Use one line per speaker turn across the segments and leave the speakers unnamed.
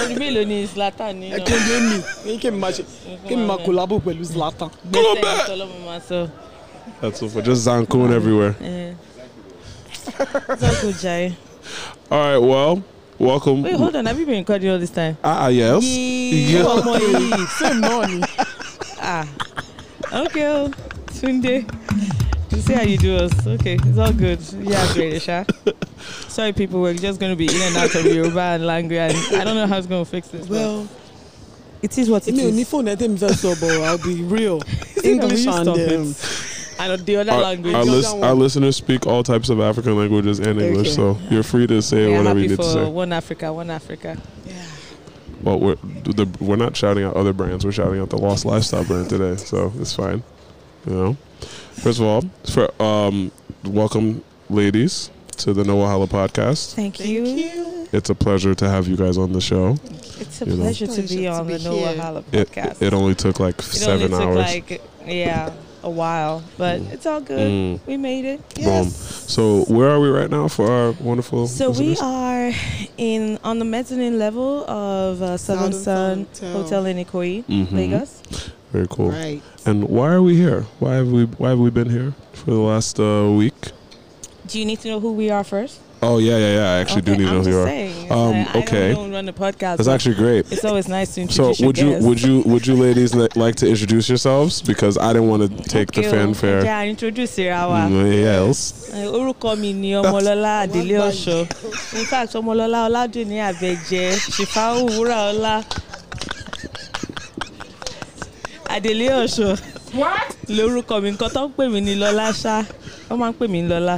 orí mélòó ni Zlatan ní
ẹ kí n lè mí kí n máa ṣe kí n máa collabo pẹ̀lú Zlatan.
gbọ́dọ̀ bẹ́ẹ̀ tọ́lọ́mọ máa sọ.
That's all for just Zancoon everywhere.
zanko jai
All right, well, welcome.
wait hold on have you been recording all this time.
Ah, ah, yes.
yíyí
Yeah.
ọmọ yìí
same náà ni
ah okay o Tunde you see how you do us okay it's all good yeah great sha sorry people we're just gonna be in and out of Yoruba and Langre and I don't know how it's gonna fix this but
well
it is what it
èmi ò ní
is
fóònù ẹ tẹ́mi fẹ́ sọ but I'll be real
Will you
English and
stop it?
um,
and the other
Our,
language
our,
You're
lis-
down
our
one.
listeners speak all types of African languages and English,
Okay.
so you're free to say
we are
whatever you
happy
need to
for
say.
one Africa one Africa
Well, we're the, we're not shouting out other brands; we're shouting out the Lost Lifestyle brand today, so it's fine. You know, first of all, for um, welcome, ladies, to the Noah Hala podcast.
thank,
thank
you.
you
It's a pleasure to have you guys on the show.
it's a
You know.
pleasure to
Pleasure
be
to
on
be
the Noah
here.
Hala
It,
podcast
it only took like
It
seven
only took
hours.
like yeah a while but it's all good
Mm,
we made it
Boom. So where are we right now for our wonderful?
So we
listeners?
are in on the mezzanine level of uh, Southern Sun
Southern Sun
Hotel, in Ikoyi,
Mhm.
Lagos.
Very cool.
right
And why are we here? Why have we Why have we been here for the last uh, week?
Do you need to know who we are first?
Oh yeah, yeah, yeah. I actually do
Okay,
need to
I'm
know who
just
you are.
saying, it's
Um,
like, I
okay.
don't run the podcast.
That's
but
actually great.
It's always nice to
So
introduce your
would you
guests.
would you would you ladies li- like to introduce yourselves because I didn't want to take the
Okay,
fanfare.
Yeah, introduce your hour.
Mm, yeah, else.
Uh, orúkọ mi ni ọmọlọ́lá adélé ọ̀ṣọ́ in fact ọmọlọ́lá ọládùnní àbẹ̀jẹ ṣìfáwù wúrà ọlá adélé ọ̀ṣọ́ lórúkọ mi nǹkan tó ń pè mí ní lọ́lá ṣá wọ́n máa ń pè mí ní lọ́lá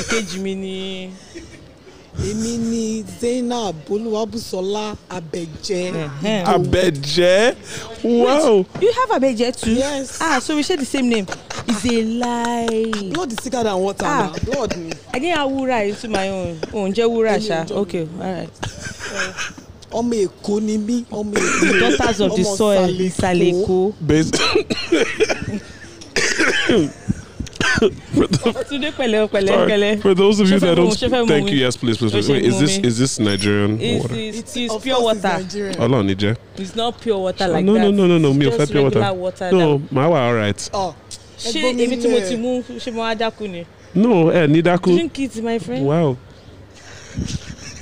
ìkejì mi ni
èmi ni Zainab Olúwabùsọ́lá Abẹ́jẹ́
Ehem.
I bet yeah. Wow.
you have abẹ́jẹ too
Yes.
ah so we share the same name it's a lie
blood is thicker than water
Ah.
na blood ni
i didn't have wúrà into my own òun jẹ́ wúrà ṣá okay alright.
ọmọ Èkó ni mí ọmọ Èkó
daughters of the
ọmọ
soil
Ìsàlẹ̀
ìsàlẹ̀
Èkó.
èkó.
Bas-
túnde pẹ̀lẹ́ pẹ̀lẹ́
Sorry.
pẹ̀lẹ́.
For those of you
Chef
that don't
Emu, Chef Emu.
thank you, yes, please, please, please.
Chef
Wait, is this
Emu.
is this Nigerian
It's,
water?
it's,
Of
it's
course
pure
it's
water.
Nigerian.
Hold on, Nijay.
It's not pure water like
no,
that.
no, no, no, no, me
Just
of pure water.
regular water
No, my wa, all right.
Ah,
Ṣé
ẹgbọ́n mi
èmi tí mo
lẹ̀.
ti mú ṣé mo wá dákú ni?
No, eh, Nidaku.
Drink it, my friend.
Wow.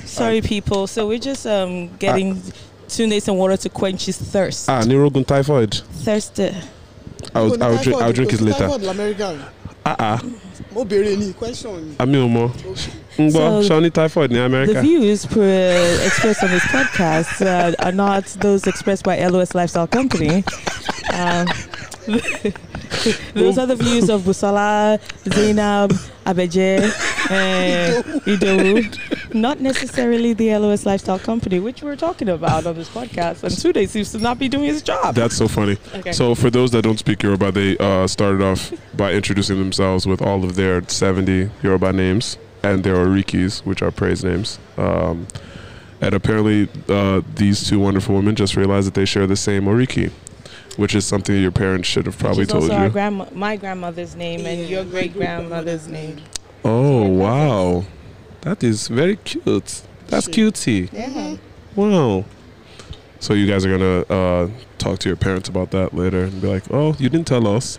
Sorry, people. So we're just um, getting Tunde some water to quench his thirst.
Ah, Nirogun typhoid.
Thirst.
Kò
I'll
ní
I'll drink
typhoid,
I'll drink
kò
it
sí
later.
typhoid l'Amẹ́ríkà ni.
Ah ah.
mo béèrè ní question ni
Ami omo. Ngbo,
So-
Shawnee typhoid in
The
America.
views pre- expressed on this podcast uh, are not those expressed by LOS Lifestyle Company. Um, those are the views of Busala, Zainab, Abeje, uh, Idowu, not necessarily the LOS Lifestyle Company, which we're talking about on this podcast. And Tunde seems to not be doing his job.
That's so funny.
okay.
So, for those that don't speak Yoruba, they uh, started off by introducing themselves with all of their 70 Yoruba names and their orikis, which are praise names. Um, and apparently, uh, these two wonderful women just realized that they share the same oriki, which is something your parents should have probably
Which is also
told
our
you.
grandma, my grandmother's name and
Yeah,
your
my
great grandmother's
great-grandmother's
name.
Oh, wow. That is very cute. That's
Shit.
cutie.
Yeah.
Wow. So, you guys are going to uh, talk to your parents about that later and be like, oh, you didn't tell us.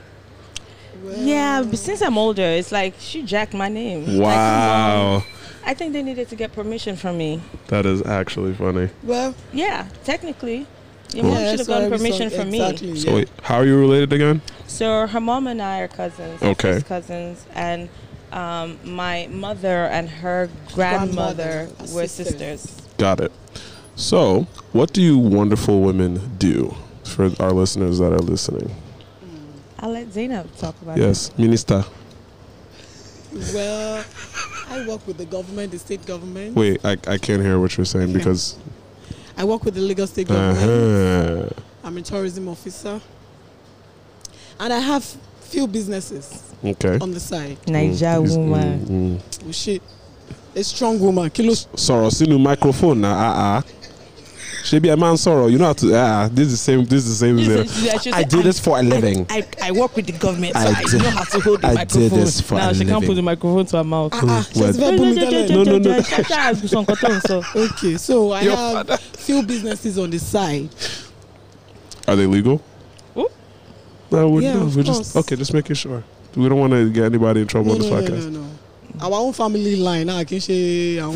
Well,
Yeah, but since I'm older, it's like she jacked my name. Like,
Wow.
I think they needed to get permission from me.
That is actually funny.
well
Yeah, technically. Your mom
yeah,
should have
so
gotten
every
permission
song-
from me.
exactly,
So
yeah.
wait, how are you related again?
So her mom and I are cousins.
Okay.
first Cousins. And um, my mother and her grandmother,
Grandmother,
were sisters.
sisters.
Got it. So, what do you wonderful women do for our listeners that are listening?
I'll let Zainab talk about
Yes, minister.
Well, I work with the government, the state government.
Wait, I, I can't hear what you're saying because.
I work with the Lagos state government.
Uh-huh.
I'm a tourism officer. And I have few businesses
Okay.
on the side.
it. Niger
Mm, is-
woman.
mm, mm.
Oh, shit. A strong woman. Kilo.
Sọ̀rọ̀ sínú microphone náà, ah ah. Should be a man sorrow. You know how to. Ah, this is the same. This is the same.
You
as
should- I should
I
say,
do this for a living.
I, I work with the government, so
I
I,
do-
know how to hold the
I do
microphone.
this for
now
a
she can't put
living.
the microphone to her mouth.
Ah, ah,
What?
she's very bummed,
no, no, no.
Okay, so I
Your
have few businesses on the side.
Are they legal?
Oop.
No, we're,
Yeah,
no,
of
we're just
course.
okay. Just making sure we don't want to get anybody in trouble
No,
on this
no, no,
podcast.
no, no. Our own family line, ah, kì í ṣe àwọn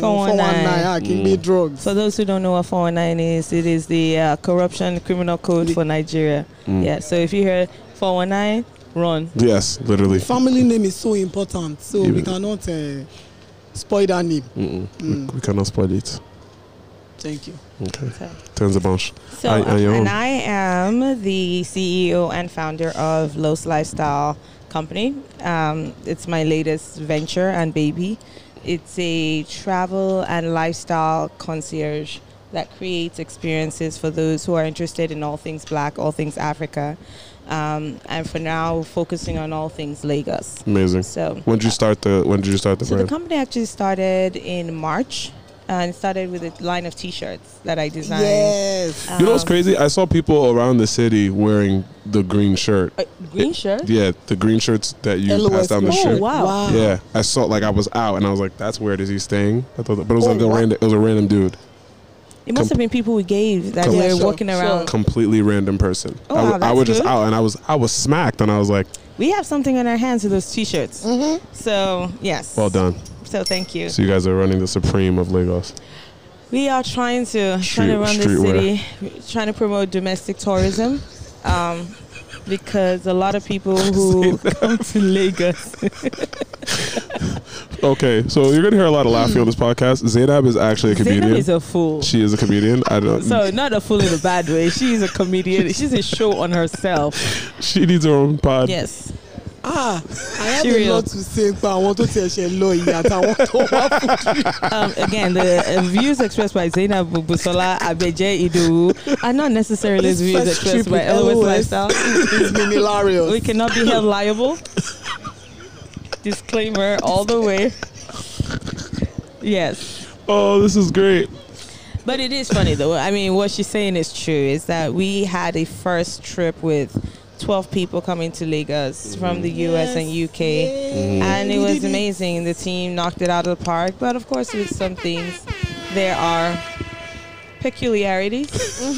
419.
419, ah, kì í
Mm.
gbé drugs.
For those who don't know what 419 is, it is the uh, corruption criminal code for Nigeria.
Mm.
Yeah, so if you hear 419, run.
Yes, literally.
Family name is so important, so we
Even-
cannot uh, spoil that name.
Mm-mm.
Mm.
We, we cannot spoil it.
Thank you.
Okay.
So,
Turns a bunch.
so
I- I
um,
own.
and I am the CEO and founder of Los Lifestyle Company. Um, it's my latest venture and baby. It's a travel and lifestyle concierge that creates experiences for those who are interested in all things black, all things Africa, um, and for now focusing on all things Lagos.
Amazing.
So
When did you start the? When did you start the
So the
brand?
company actually started in March and started with a line of T-shirts that I designed.
Yes.
you know what's
Um,
crazy? I saw people around the city wearing the green shirt.
uh, green shirt.
Yeah, the green shirts that you
LOS
passed down the
Oh,
shirt.
wow.
Yeah, I saw like I was out and I was like, "That's weird. Is he staying?" I thought, but it was
Oh,
like a
wow.
random. It was a random dude,
It must have been people we gave that
Com-
were
Yeah, sure,
walking
sure.
around.
completely random person.
Oh,
I, w-
wow,
I
that's
was just
good.
out and I was I was smacked and I was like,
We have something in our hands with those T-shirts. So yes.
Mm-hmm. "Well done."
So thank you.
So you guys are running the supreme of Lagos.
We are trying to trying
Street-
to run the
streetwear.
city, trying to promote domestic tourism, um, because a lot of people who come to Lagos.
Okay, so you're gonna hear a lot of laughing on this podcast. Zainab is actually a comedian.
Zainab is a fool.
she is a comedian. I don't.
So not a fool in a bad way. She's a comedian. She's a show on herself.
she needs her own pod.
Yes.
Ah, I have
Cheerio.
a lot to say pa àwọn tó tiẹ̀ ṣe lọ yìí àtàwọn tó wá fún
Um, again, the uh, views expressed by Zainab Busola Abeje Idowu are not necessarily
This
views
first
expressed
trip
by
with
LOS
LOS.
Lifestyle.
It's been hilarious.
We cannot be held liable. Disclaimer all the way. Yes.
Oh, this is great.
But it is funny though. I mean, what she's saying is true. Is that we had a first trip with 12 people coming to Lagos from the US and UK.
Mm.
and it was amazing. The team knocked it out of the park, but of course, with some things, there are peculiarities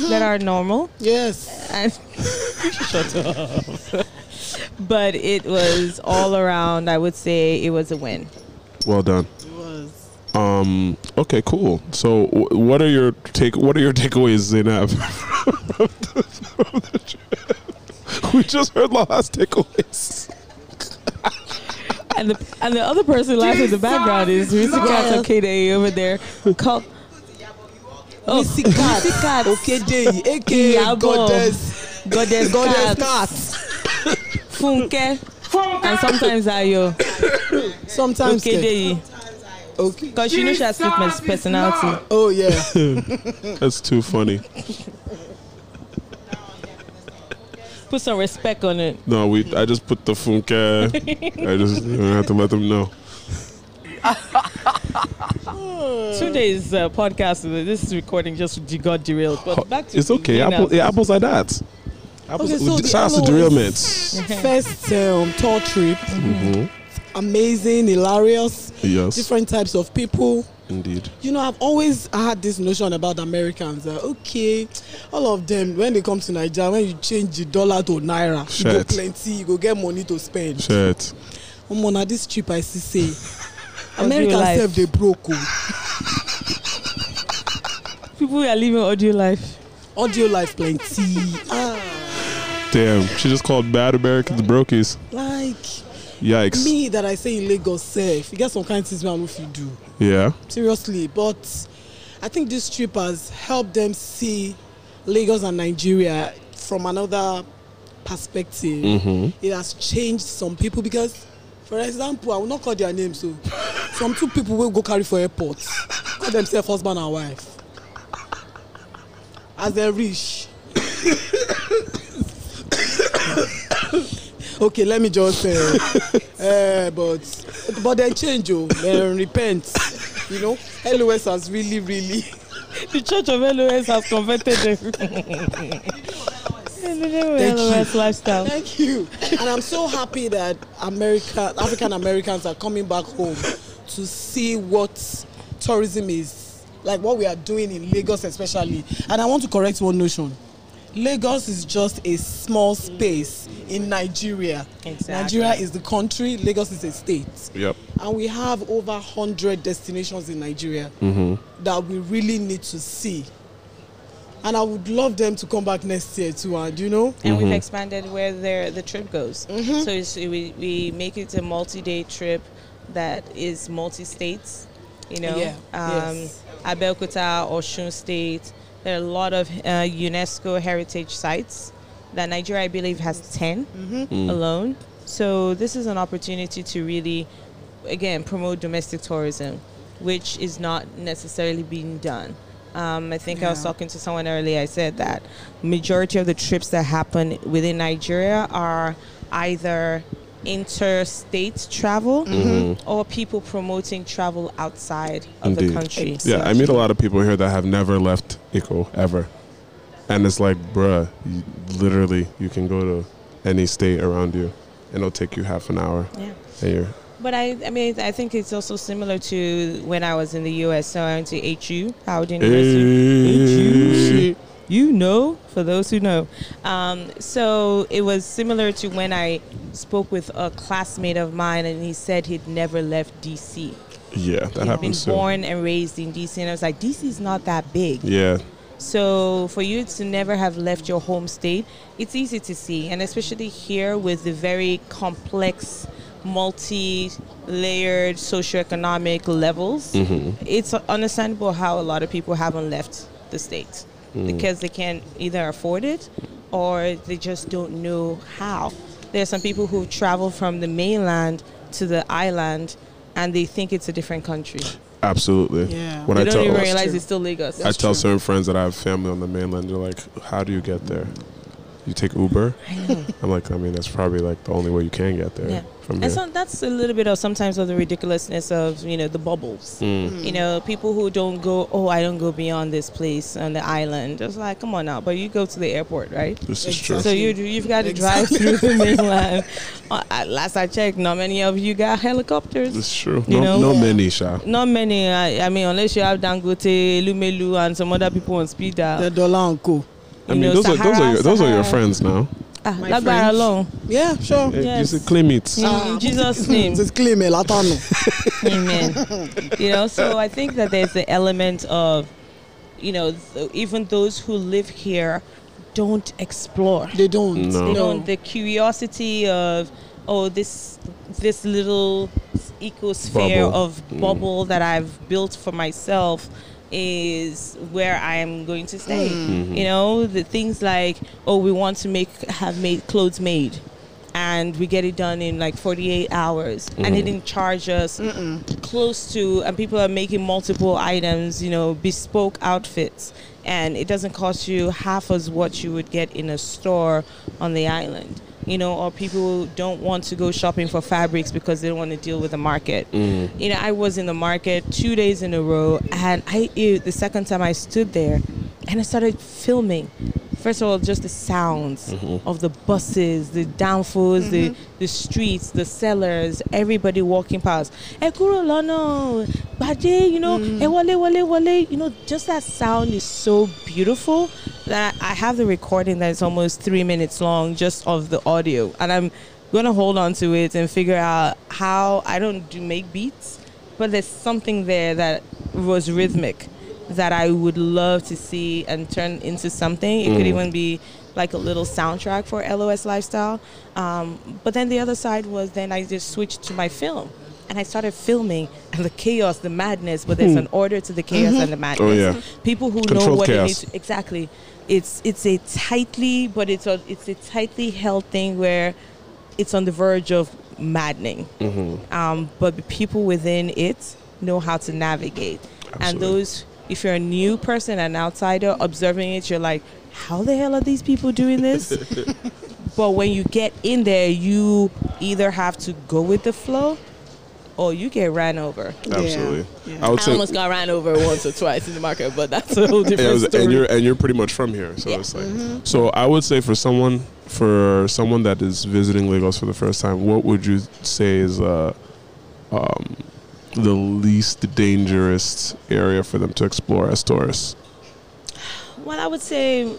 that are normal.
Yes.
And shut up. but it was all around. I would say it was a win.
Well done.
It was.
Um. Okay. Cool. So, wh- what are your take? What are your takeaways, Zainab? from the- from the trip? we just heard Lala's takeaways.
And the and the other person laughing in the background is Mr. Kat Okede over there. Called, oh,
Missy Cat.
Missy Cat.
Okedeyi aka
Iyabo.
goddess
Goddess,
goddess
Goddess
cat.
Funke, and sometimes Ayo.
Sometimes okay.
Okedeyi.
okay.
Because she knows she has split my personality.
Oh yeah.
That's too funny.
Put some respect on it.
No, we. I just put the funke. I just you know, have to let them know.
Two days uh, podcast. uh, This recording just de- got derailed. But back to
it's okay.
you now.
Apple, yeah, apples like that. Apples,
Okay, so the
shout out to
apple
derailments.
First um, tour trip.
Mm-hmm.
hmm
Mm-hmm.
Amazing, hilarious,
Yes,
different types of people.
indeed.
You know, I've always had this notion about Americans. Uh, okay, all of them, when they come to Nigeria, when you change the dollar to naira, you go
Shit.
plenty, you go get money to spend.
Shit.
Omo, na this trip I see say,
Audio
Americans
life.
sef dey broke oh. o.
People are living audio life.
Audio life plenty. Ah,
Damn. She just called bad Americans brokies.
like
Yikes.
me that I say in Lagos sef, you get some kind of things wey I no fit do.
Yeah.
seriously but i think this trip has helped them see lagos and nigeria from another perspective it has changed some people because for example i will not call their names so some two people wey go carry for airport call themselves husband and wife as dem reach okay let me just uh, uh, oh. but but dem change o dem repent you know los has really really
the Church of LOS has converted them. In the name of
Thank you.
LOS lifestyle.
Thank you. And I'm so happy that America, African Americans are coming back home to see what tourism is, like what we are doing in Lagos, especially. And I want to correct one notion. Lagos is just a small space in Nigeria.
Exactly.
Nigeria is the country, Lagos is a state.
Yep.
And we have over 100 destinations in Nigeria
Mm-hmm.
that we really need to see. And I would love them to come back next year too, and you know?
and we've expanded where their, the trip goes.
Mm-hmm.
So it's, we, we make it a multi-day trip that is multi-states, you know,
Yeah,
um,
yes.
Abeokuta, Oshun State. There are a lot of uh, UNESCO heritage sites that Nigeria, I believe, has 10
Mm.
alone. So this is an opportunity to really, again, promote domestic tourism, which is not necessarily being done. Um, I think I was
Yeah.
talking to someone earlier. I said that majority of the trips that happen within Nigeria are either interstate travel
Mm-hmm.
or people promoting travel outside of the
Indeed.
country.
Yeah, I meet a lot of people here that have never left Ico ever, and it's like, bruh, you, literally, you can go to any state around you, and it'll take you half an hour.
Yeah.
And you're
But I, I mean, I think it's also similar to when I was in the U.S. So I went to HU, Howard University.
Hey.
Shit. You know, for those who know. Um, so it was similar to when I spoke with a classmate of mine, and he said he'd never left D.C.
Yeah, that
He'd been
happens too.
born and raised in D.C., and I was like, D.C. is not that big.
Yeah,
So for you to never have left your home state, it's easy to see, and especially here with the very complex, multi-layered socioeconomic levels,
Mm-hmm.
it's understandable how a lot of people haven't left the state
Mm.
because they can't either afford it or they just don't know how. There are some people who travel from the mainland to the island and they think it's a different country.
absolutely.
Yeah.
When
They
I
don't even
tell
realize
true.
it's still Lagos.
I tell
true.
certain friends that I have family on the mainland, they're like, "How do you get there? You take Uber?"
I know.
I'm like, "I mean, that's probably like the only way you can get there
Yeah.
from here."
And so that's a little bit of sometimes of the ridiculousness of you know the bubbles.
Mm.
Mm-hmm.
You know, people who don't go, oh, I don't go beyond this place on the island. It's like, come on now, but you go to the airport, right?
this is
Exactly.
true.
So you do- you've got to drive through the mainland. Uh, at last I checked, not many of you got helicopters.
This is true.
You
no,
know?
no
Yeah.
mini sha.
not many. I, I mean, unless you have Dangote, Lumelu, and some other people on speed dial.
Mm.
The dollar and co.
I
You
mean,
know,
those are those
Sahara,
are your, those are your
Sahara.
friends now.
Ah,
My
that guy
friends.
alone.
Yeah, sure.
Eh,
Yes.
You say claim it.
In
Ah.
Jesus' name.
Just claim it, Latano.
Amen. you know, so I think that there's the element of, you know, th- even those who live here don't explore.
They don't.
No.
You
No.
know, the curiosity of, oh, this this little ecosphere
Bubble. Mm.
of bubble that I've built for myself is where I am going to stay.
Mm. Mm-hmm.
You know, the things like, oh, we want to make have made clothes made. And we get it done in like 48 hours, and
Mm-hmm.
it didn't charge us close to. And people are making multiple items, you know, bespoke outfits, and it doesn't cost you half as what you would get in a store on the island you know, or people don't want to go shopping for fabrics because they don't want to deal with the market. You know, I was in the market two days in a row, and I ew, the second time I stood there, and I started filming. First of all, just the sounds of the buses, the downfalls, the, the streets, the sellers, everybody walking past. Ekuro lono, baje, you know, eh, wale wale wale. You know, just that sound is so beautiful that I have the recording that is almost three minutes long just of the audio, and I'm gonna hold on to it and figure out how I don't do make beats, but there's something there that was rhythmic that I would love to see and turn into something. It could
Mm.
even be like a little soundtrack for LOS lifestyle. Um, but then the other side was then I just switched to my film. And I started filming and the chaos, the madness, but there's an order to the chaos and the madness.
Hmm. Mm-hmm. Oh, yeah.
People who know
Controlled
what
chaos.
it is exactly it's it's a tightly but it's a it's a tightly held thing where it's on the verge of maddening
Mm-hmm.
um, but the people within it know how to navigate and
Absolutely.
those if you're a new person an outsider observing it you're like how the hell are these people doing this but when you get in there you either have to go with the flow or you get ran over.
Absolutely.
Yeah.
I would
I
say,
almost got ran over once or twice in the market, but that's a whole different
and, it was- and
story.
you're and you're pretty much from here, so
Yeah. Mm-hmm.
it's like. So I would say for someone for someone that is visiting Lagos for the first time, what would you say is uh, um, the least dangerous area for them to explore as tourists?
well, I would say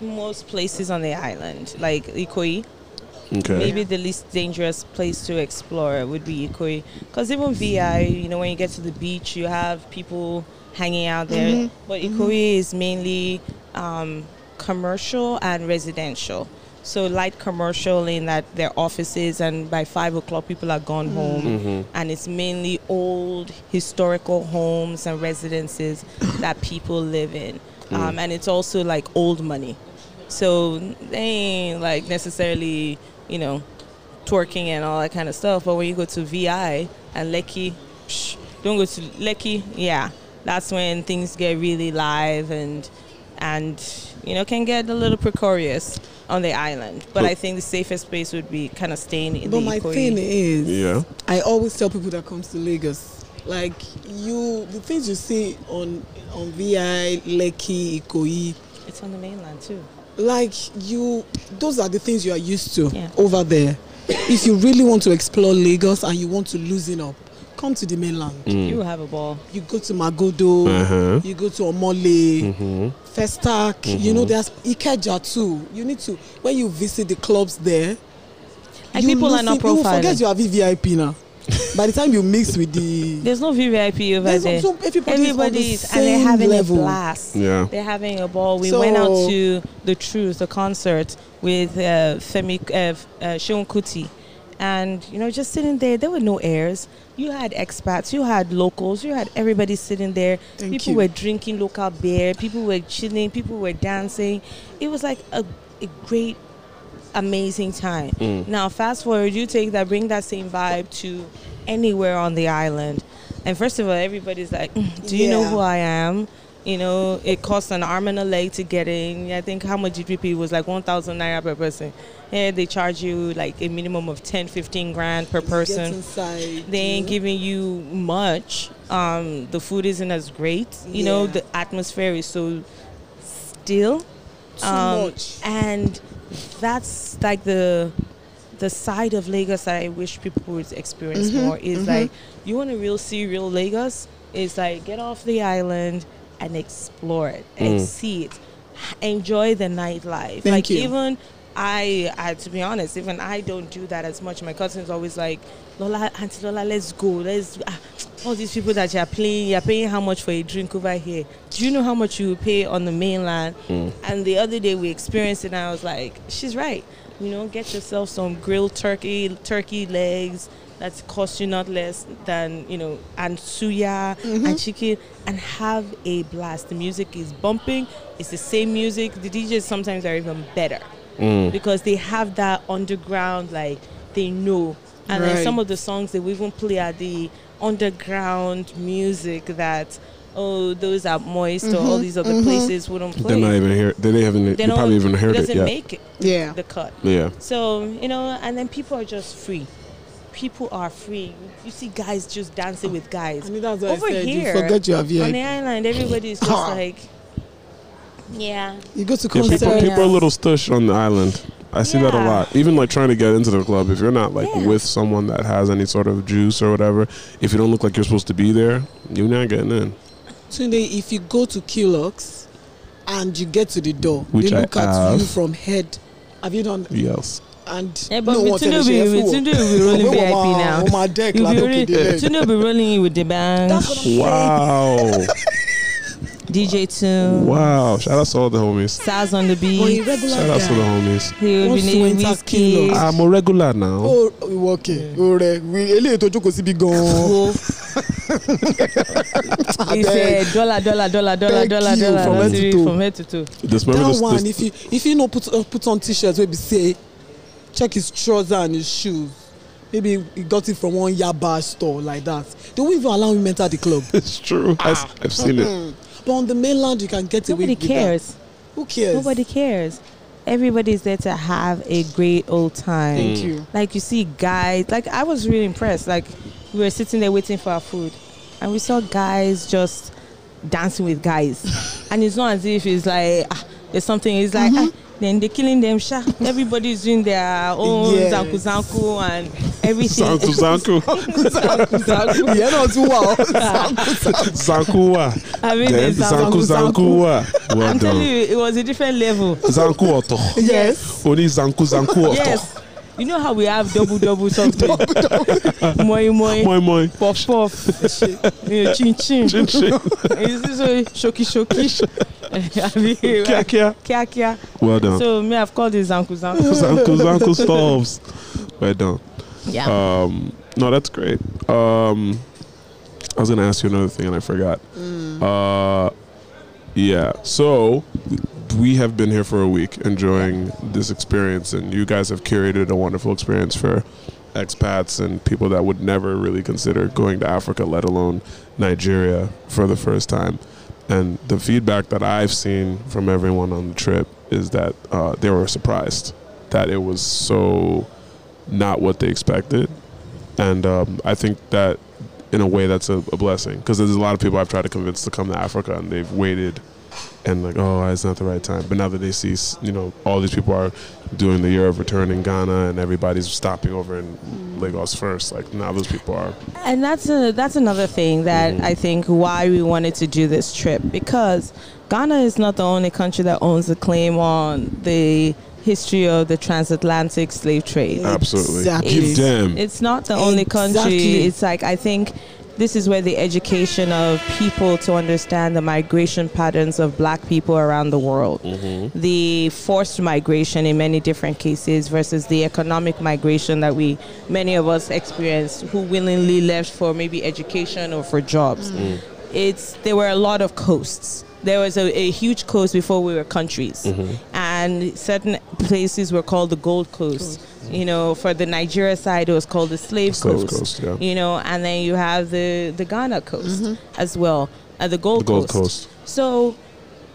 most places on the island, like Ikoyi,
Okay.
maybe the least dangerous place to explore would be Ikoyi. Because even VI, you know, when you get to the beach, you have people hanging out there. But Ikoyi is mainly um, commercial and residential. So light commercial in that their offices and by five o'clock people are gone home
Mm.
Mm-hmm.
and it's mainly old historical homes and residences that people live in.
Mm.
Um, and it's also like old money. So they ain't like necessarily, you know, twerking and all that kind of stuff. But when you go to VI and Lekki, psh, don't go to Lekki. Yeah, that's when things get really live and and you know can get a little precarious on the island. But I think the safest place would be kind of staying in
But
the
my
Ikoyi.
thing is,
Yeah.
I always tell people that comes to Lagos, like you, the things you see on on VI, Lekki, Ikoyi,
It's on the mainland too.
like you, those are the things you are used to
Yeah.
over there. if you really want to explore Lagos and you want to loosen up, come to the mainland.
You will have a ball.
You go to Magodo,
Mm. Uh-huh. Mm-hmm.
you go to
Hmm.
Omole, Festac. You know, there's Ikeja too. You need to when you visit the clubs there.
Like
you
people are not
loosen- You forget
profiling.
you are VVIP now. By the time you mix with the
There's no VVIP over
There's
there.
some- everybody is on the
Everybody's and they're
same
having
level.
a blast.
Yeah.
They're having a ball. We went
So-
out to the Truth, the concert with uh, Femi uh, uh, Seun Kuti, and you know, just sitting there, there were no airs. You had expats, you had locals, you had everybody sitting there.
Thank
people
you.
were drinking local beer, people were chilling, people were dancing. It was like a, a great amazing time.
Mm.
Now, fast forward, you take that, bring that same vibe to anywhere on the island. And first of all, everybody's like, "Mm, do you know
Yeah.
who I am? You know, it costs an arm and a leg to get in. I think how much did we pay was like 1,000 naira per person. Here they charge you like a minimum of 10, 15 grand per
Get
person.
inside,
They ain't
you
giving you much. Um, the food isn't as great. You know,
Yeah.
the atmosphere is so still Um,
too much.
and that's like the the side of Lagos that I wish people would experience
Mm-hmm.
more is like you want to real see real Lagos is like get off the island and explore it and see it enjoy the nightlife
Mm. Thank
like
you.
even I, I to be honest even I don't do that as much my cousin's always like Lola Auntie Lola let's go let's ah, all these people that you're playing you're paying how much for a drink over here do you know how much you pay on the mainland and the other day we experienced it and I was like she's right you know get yourself some grilled turkey turkey legs that cost you not less than you know and suya and chicken and have a blast the music is bumping it's the same music the djs sometimes are even better because they have that underground like they know and then
Right.
some of the songs that we even play are the underground music that oh those are moist or
Mm-hmm,
all these other places wouldn't play
They're not even here. They didn't even. They
don't-
probably even heard it
doesn't
yet.
make it
Yeah.
the cut
yeah.
so you know, and then people are just free. People are free. You see guys just dancing with guys.
I mean, that's what I
Over
said, you
here
forget you are
on
VIP.
the island, everybody's just like, yeah.
You go to
Yeah,
concert.
people,
Concerts.
people are a little stush on the island. I see that a
Yeah.
lot. Even like trying to get into the club, if you're not like
Yeah.
with someone that has any sort of juice or whatever, if you don't look like you're supposed to be there, you're not getting in.
Today, if you go to Kilox and you get to the door,
Which
they
I
look at
have.
you from head. Have you done?
Yes.
And
Yeah, but
no
we
one
too no
tell
be
you,
we
"Yes,
too
who?"
no be rolling
Wait,
VIP
Oma,
now.
Oma, deck,
You
like,
be
okay,
rolling-
the leg.
too no be rolling with the band,
That's what I'm
Wow.
DJ Tune,
wow. Shout out to all the homies.
Saz on the
But in
beat.
Oh, regular
Shout out to the
guy,
homies.
He will be
Once you
needing
enter
whiskey.
Kilo.
I'm a regular now.
Oh, ìwọ kẹ̀, o rẹ̀, wí- eléyìí tó jókòó síbi gan-an.
Go. He
Abeg.
said dollar, dollar, dollar, dollar,
Thank
dollar,
you,
dollar.
from head to
Nigeria,
toe.
From head to toe.
This remember
That
this,
one,
this
if you if you no put uh, put on t-shirt, wey be say, check his trouser and his shoes. Maybe he got it from one yaba store like that. They won't even allow him enter the club.
it's true. I, have seen
Mm-hmm.
it.
Mm. But on the mainland, you can get away
Nobody
with
cares.
that. Who cares?
Nobody cares. Everybody's there to have a great old time.
Thank you.
Hmm. Like you see guys, like I was really impressed. Like we were sitting there waiting for our food, and we saw guys just dancing with guys, and it's not as if it's like ah, there's something. It's like ah, then they're killing them. Sha, everybody's doing their own
Yes.
zanku zanku and everything.
Zanku zanku.
zanku zanku.
Yeah, no, too well.
Zanku wa.
I mean,
Then
it's zanku
zanku zanku wa. Well
I'm telling
done.
you, it was a different level.
Zanku oto.
yes.
Only zanku zanku oto.
Yes. You know how we have double double something? moi moi,
Moi moi.
puff puff, you know, chin chin.
Chin chin.
Is this a shoki shoki? Abi,
Kia kia.
kia Oh. kia.
Well done.
So me, I've called his uncle Zanku.
Zanku zanku stops. Well done.
Yeah.
Um, no, that's great. Um, I was gonna ask you another thing and I forgot. Uh, yeah. So we have been here for a week, enjoying this experience, and you guys have curated a wonderful experience for expats and people that would never really consider going to Africa, let alone Nigeria, for the first time. And the feedback that I've seen from everyone on the trip is that uh, they were surprised that it was so not what they expected. And um, I think that in a way that's a, a blessing because there's a lot of people I've tried to convince to come to Africa and they've waited and like, oh, it's not the right time. But now that they see, s- you know, all these people are doing the year of return in Ghana and everybody's stopping over in
Mm.
Lagos first, like now those people are.
and that's a, that's another thing that I think why we wanted to do this trip because Ghana is not the only country that owns a claim on the history of the transatlantic slave trade.
Absolutely.
Exactly.
Give them.
It's not the only country.
Exactly.
It's like I think this is where the education of people to understand the migration patterns of black people around the world. The forced migration in many different cases versus the economic migration that we many of us experienced who willingly left for maybe education or for jobs. It's there were a lot of coasts. There was a, a huge coast before we were countries,
Mm-hmm.
and certain places were called the Gold Coast. You know, for the Nigeria side, it was called the Slave,
Slave
Coast.
Coast, yeah.
You know, and then you have the the Ghana coast as well, and the Gold,
The Gold Coast.
So,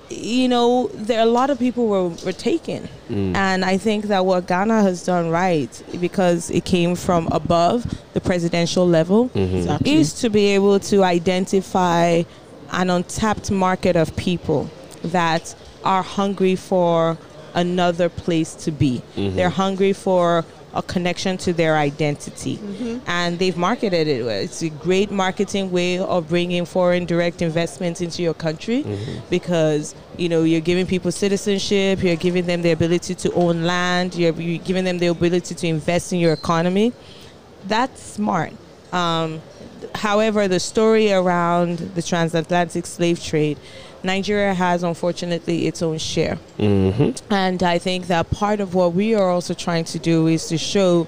you know, there a lot of people were were taken, and I think that what Ghana has done right because it came from above the presidential level
Exactly.
is to be able to identify an untapped market of people that are hungry for another place to be. They're hungry for a connection to their identity. And they've marketed it. well. It's a great marketing way of bringing foreign direct investments into your country because, you know, you're giving people citizenship, you're giving them the ability to own land, you're, you're giving them the ability to invest in your economy that's smart. Um, th- however, the story around the transatlantic slave trade, Nigeria has unfortunately its own share. Mm-hmm. And I think that part of what we are also trying to do is to show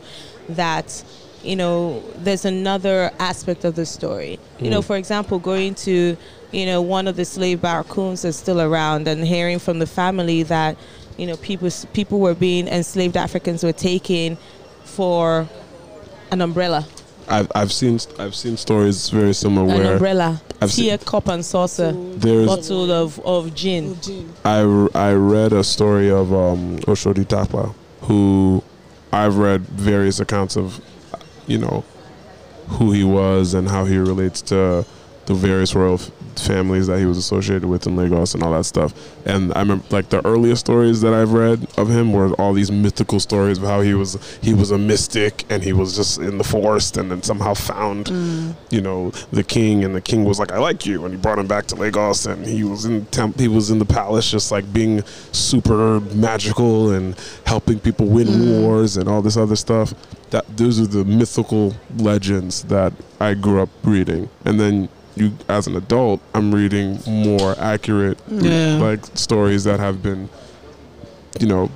that, you know, there's another aspect of the story. You
Mm.
know, for example, going to, you know, one of the slave barracoons that's still around and hearing from the family that, you know, people, s- people were being enslaved, Africans were taken for an umbrella,
I've, I've seen I've seen stories very similar
an
where
umbrella,
I've
tea, a cup and saucer,
there's
bottle of, of gin.
Eugene.
I, I read a story of um, Oshodi Tapa, who I've read various accounts of, you know, who he was and how he relates to the various royal f- families that he was associated with in Lagos and all that stuff. And I remember like the earliest stories that I've read of him were all these mythical stories of how he was he was a mystic and he was just in the forest and then somehow found you know the king and the king was like I like you and he brought him back to Lagos and he was in temp- he was in the palace just like being super magical and helping people win wars and all this other stuff. That those are the mythical legends that I grew up reading. And then you as an adult, I'm reading more accurate
Yeah.
like stories that have been you know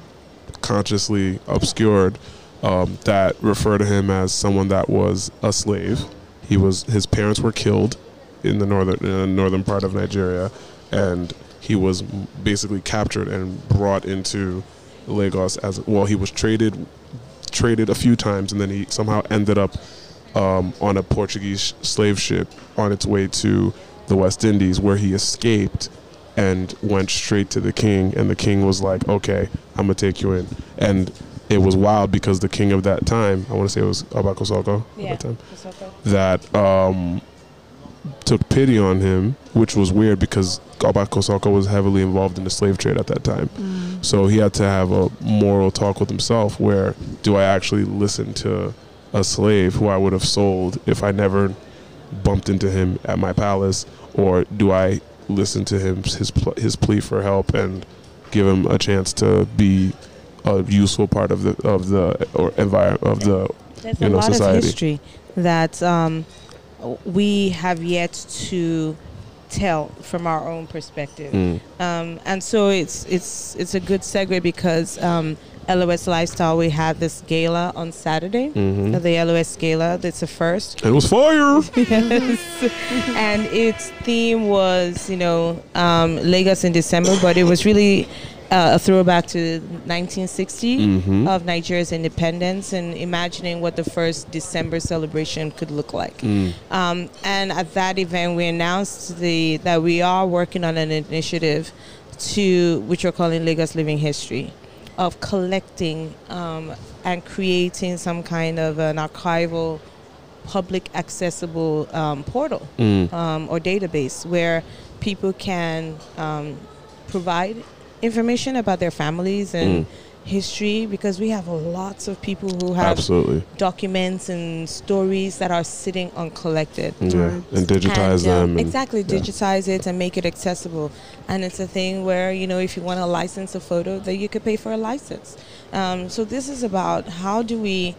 consciously obscured um, that refer to him as someone that was a slave. He was his parents were killed in the northern in the northern part of Nigeria, and he was m- basically captured and brought into Lagos as well. He was traded traded a few times, and then he somehow ended up um, on a Portuguese slave ship on its way to the West Indies, where he escaped and went straight to the king. And the king was like, "Okay, I'm gonna take you in." And it was wild because the king of that time, I want to say it was Abakosoko
Yeah.
at that time, that um, took pity on him, which was weird because Abakosoko was heavily involved in the slave trade at that time. So he had to have a moral talk with himself where do I actually listen to a slave who I would have sold if I never bumped into him at my palace or do I listen to him his pl- his plea for help and give him a chance to be a useful part of the of the or environment of the
There's
you
a
know,
lot of
society.
history that um, we have yet to tell from our own perspective,
Mm.
um, and so it's it's it's a good segue because um, LOS Lifestyle we had this gala on Saturday, the LOS Gala. That's the first
mm-hmm. it was fire
yes. and its theme was, you know, um, Lagos in December, but it was really uh, a throwback to 1960
Mm. Hmm?
of Nigeria's independence and imagining what the first December celebration could look like.
Hmm.
Um, and at that event, we announced the that we are working on an initiative to which we're calling Lagos Living History. Of collecting um, and creating some kind of an archival public accessible um, portal um, or database where people can um, provide information about their families and history because we have lots of people who have
absolutely
documents and stories that are sitting uncollected.
yeah and digitize
And, uh,
them and-
exactly,
yeah.
digitize it and make it accessible. And it's a thing where you know if you want to license a photo, that you could pay for a license. Um, so this is about how do we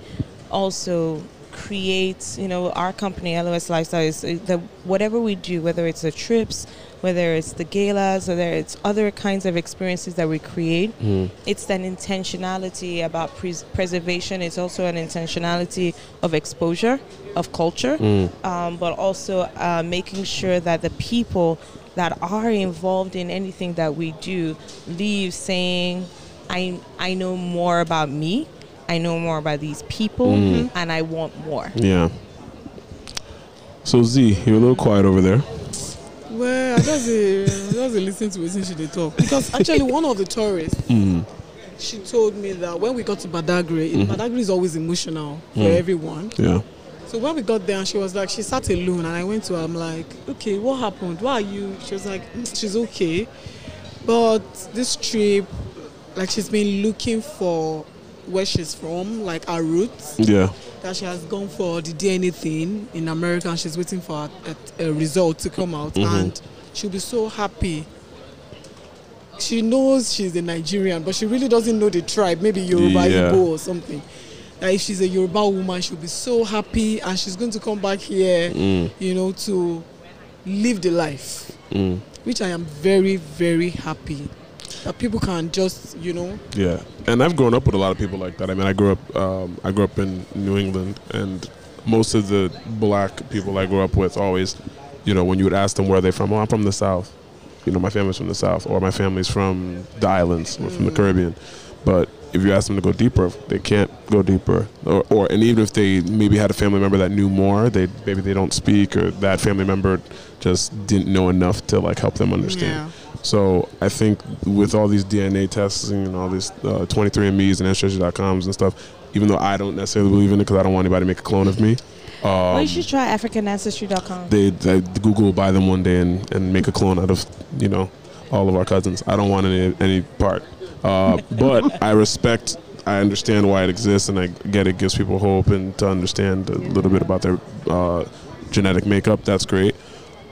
also create you know our company LOS Lifestyle is uh, that whatever we do, whether it's the trips, whether it's the galas, whether it's other kinds of experiences that we create,
Hmm.
it's an intentionality about pres- preservation. It's also an intentionality of exposure of culture,
Mm.
um, but also uh, making sure that the people that are involved in anything that we do leave saying, I, I know more about me, I know more about these people,
Mm.
and I want more.
yeah so z you're a little quiet over there
Well, I just uh, just dey listen to wetin she dey talk because actually one of the tourists she told me that when we got to Badagry, Badagry is always emotional for everyone.
yeah
So when we got there, and she was like, she sat alone, and I went to her. I'm like, okay, what happened? Why are you? She was like, "Mm, she's okay, but this trip, like, she's been looking for where she's from, like her roots.
yeah
That she has gone for the DNA thing in America, and she's waiting for a, a, a result to come out,
Mm-hmm.
and she'll be so happy. She knows she's a Nigerian, but she really doesn't know the tribe. Maybe Yoruba,
Yeah.
Igbo, or something. Like if she's a Yoruba woman, she'll be so happy and she's going to come back here, you know, to live the life, which I am very, very happy that people can just, you know,
Yeah, and I've grown up with a lot of people like that. I mean, I grew up, um, I grew up in New England, and most of the black people I grew up with always, you know, when you would ask them where they're from, oh, I'm from the South. You know, my family's from the South, or my family's from the islands, or from the Caribbean. But if you ask them to go deeper, they can't go deeper. Or, or and even if they maybe had a family member that knew more, they maybe they don't speak, or that family member just didn't know enough to like help them understand.
Yeah.
So I think with all these DNA testing and all these uh, 23andMe's and Ancestry.coms and stuff, even though I don't necessarily believe in it because I don't want anybody to make a clone of me,
Well, you should try AfricanAncestry.com.
Um, they, they Google will buy them one day and, and make a clone out of you know all of our cousins. I don't want any any part, uh, but I respect. I understand why it exists, and I get it gives people hope and to understand a little bit about their uh, genetic makeup. That's great,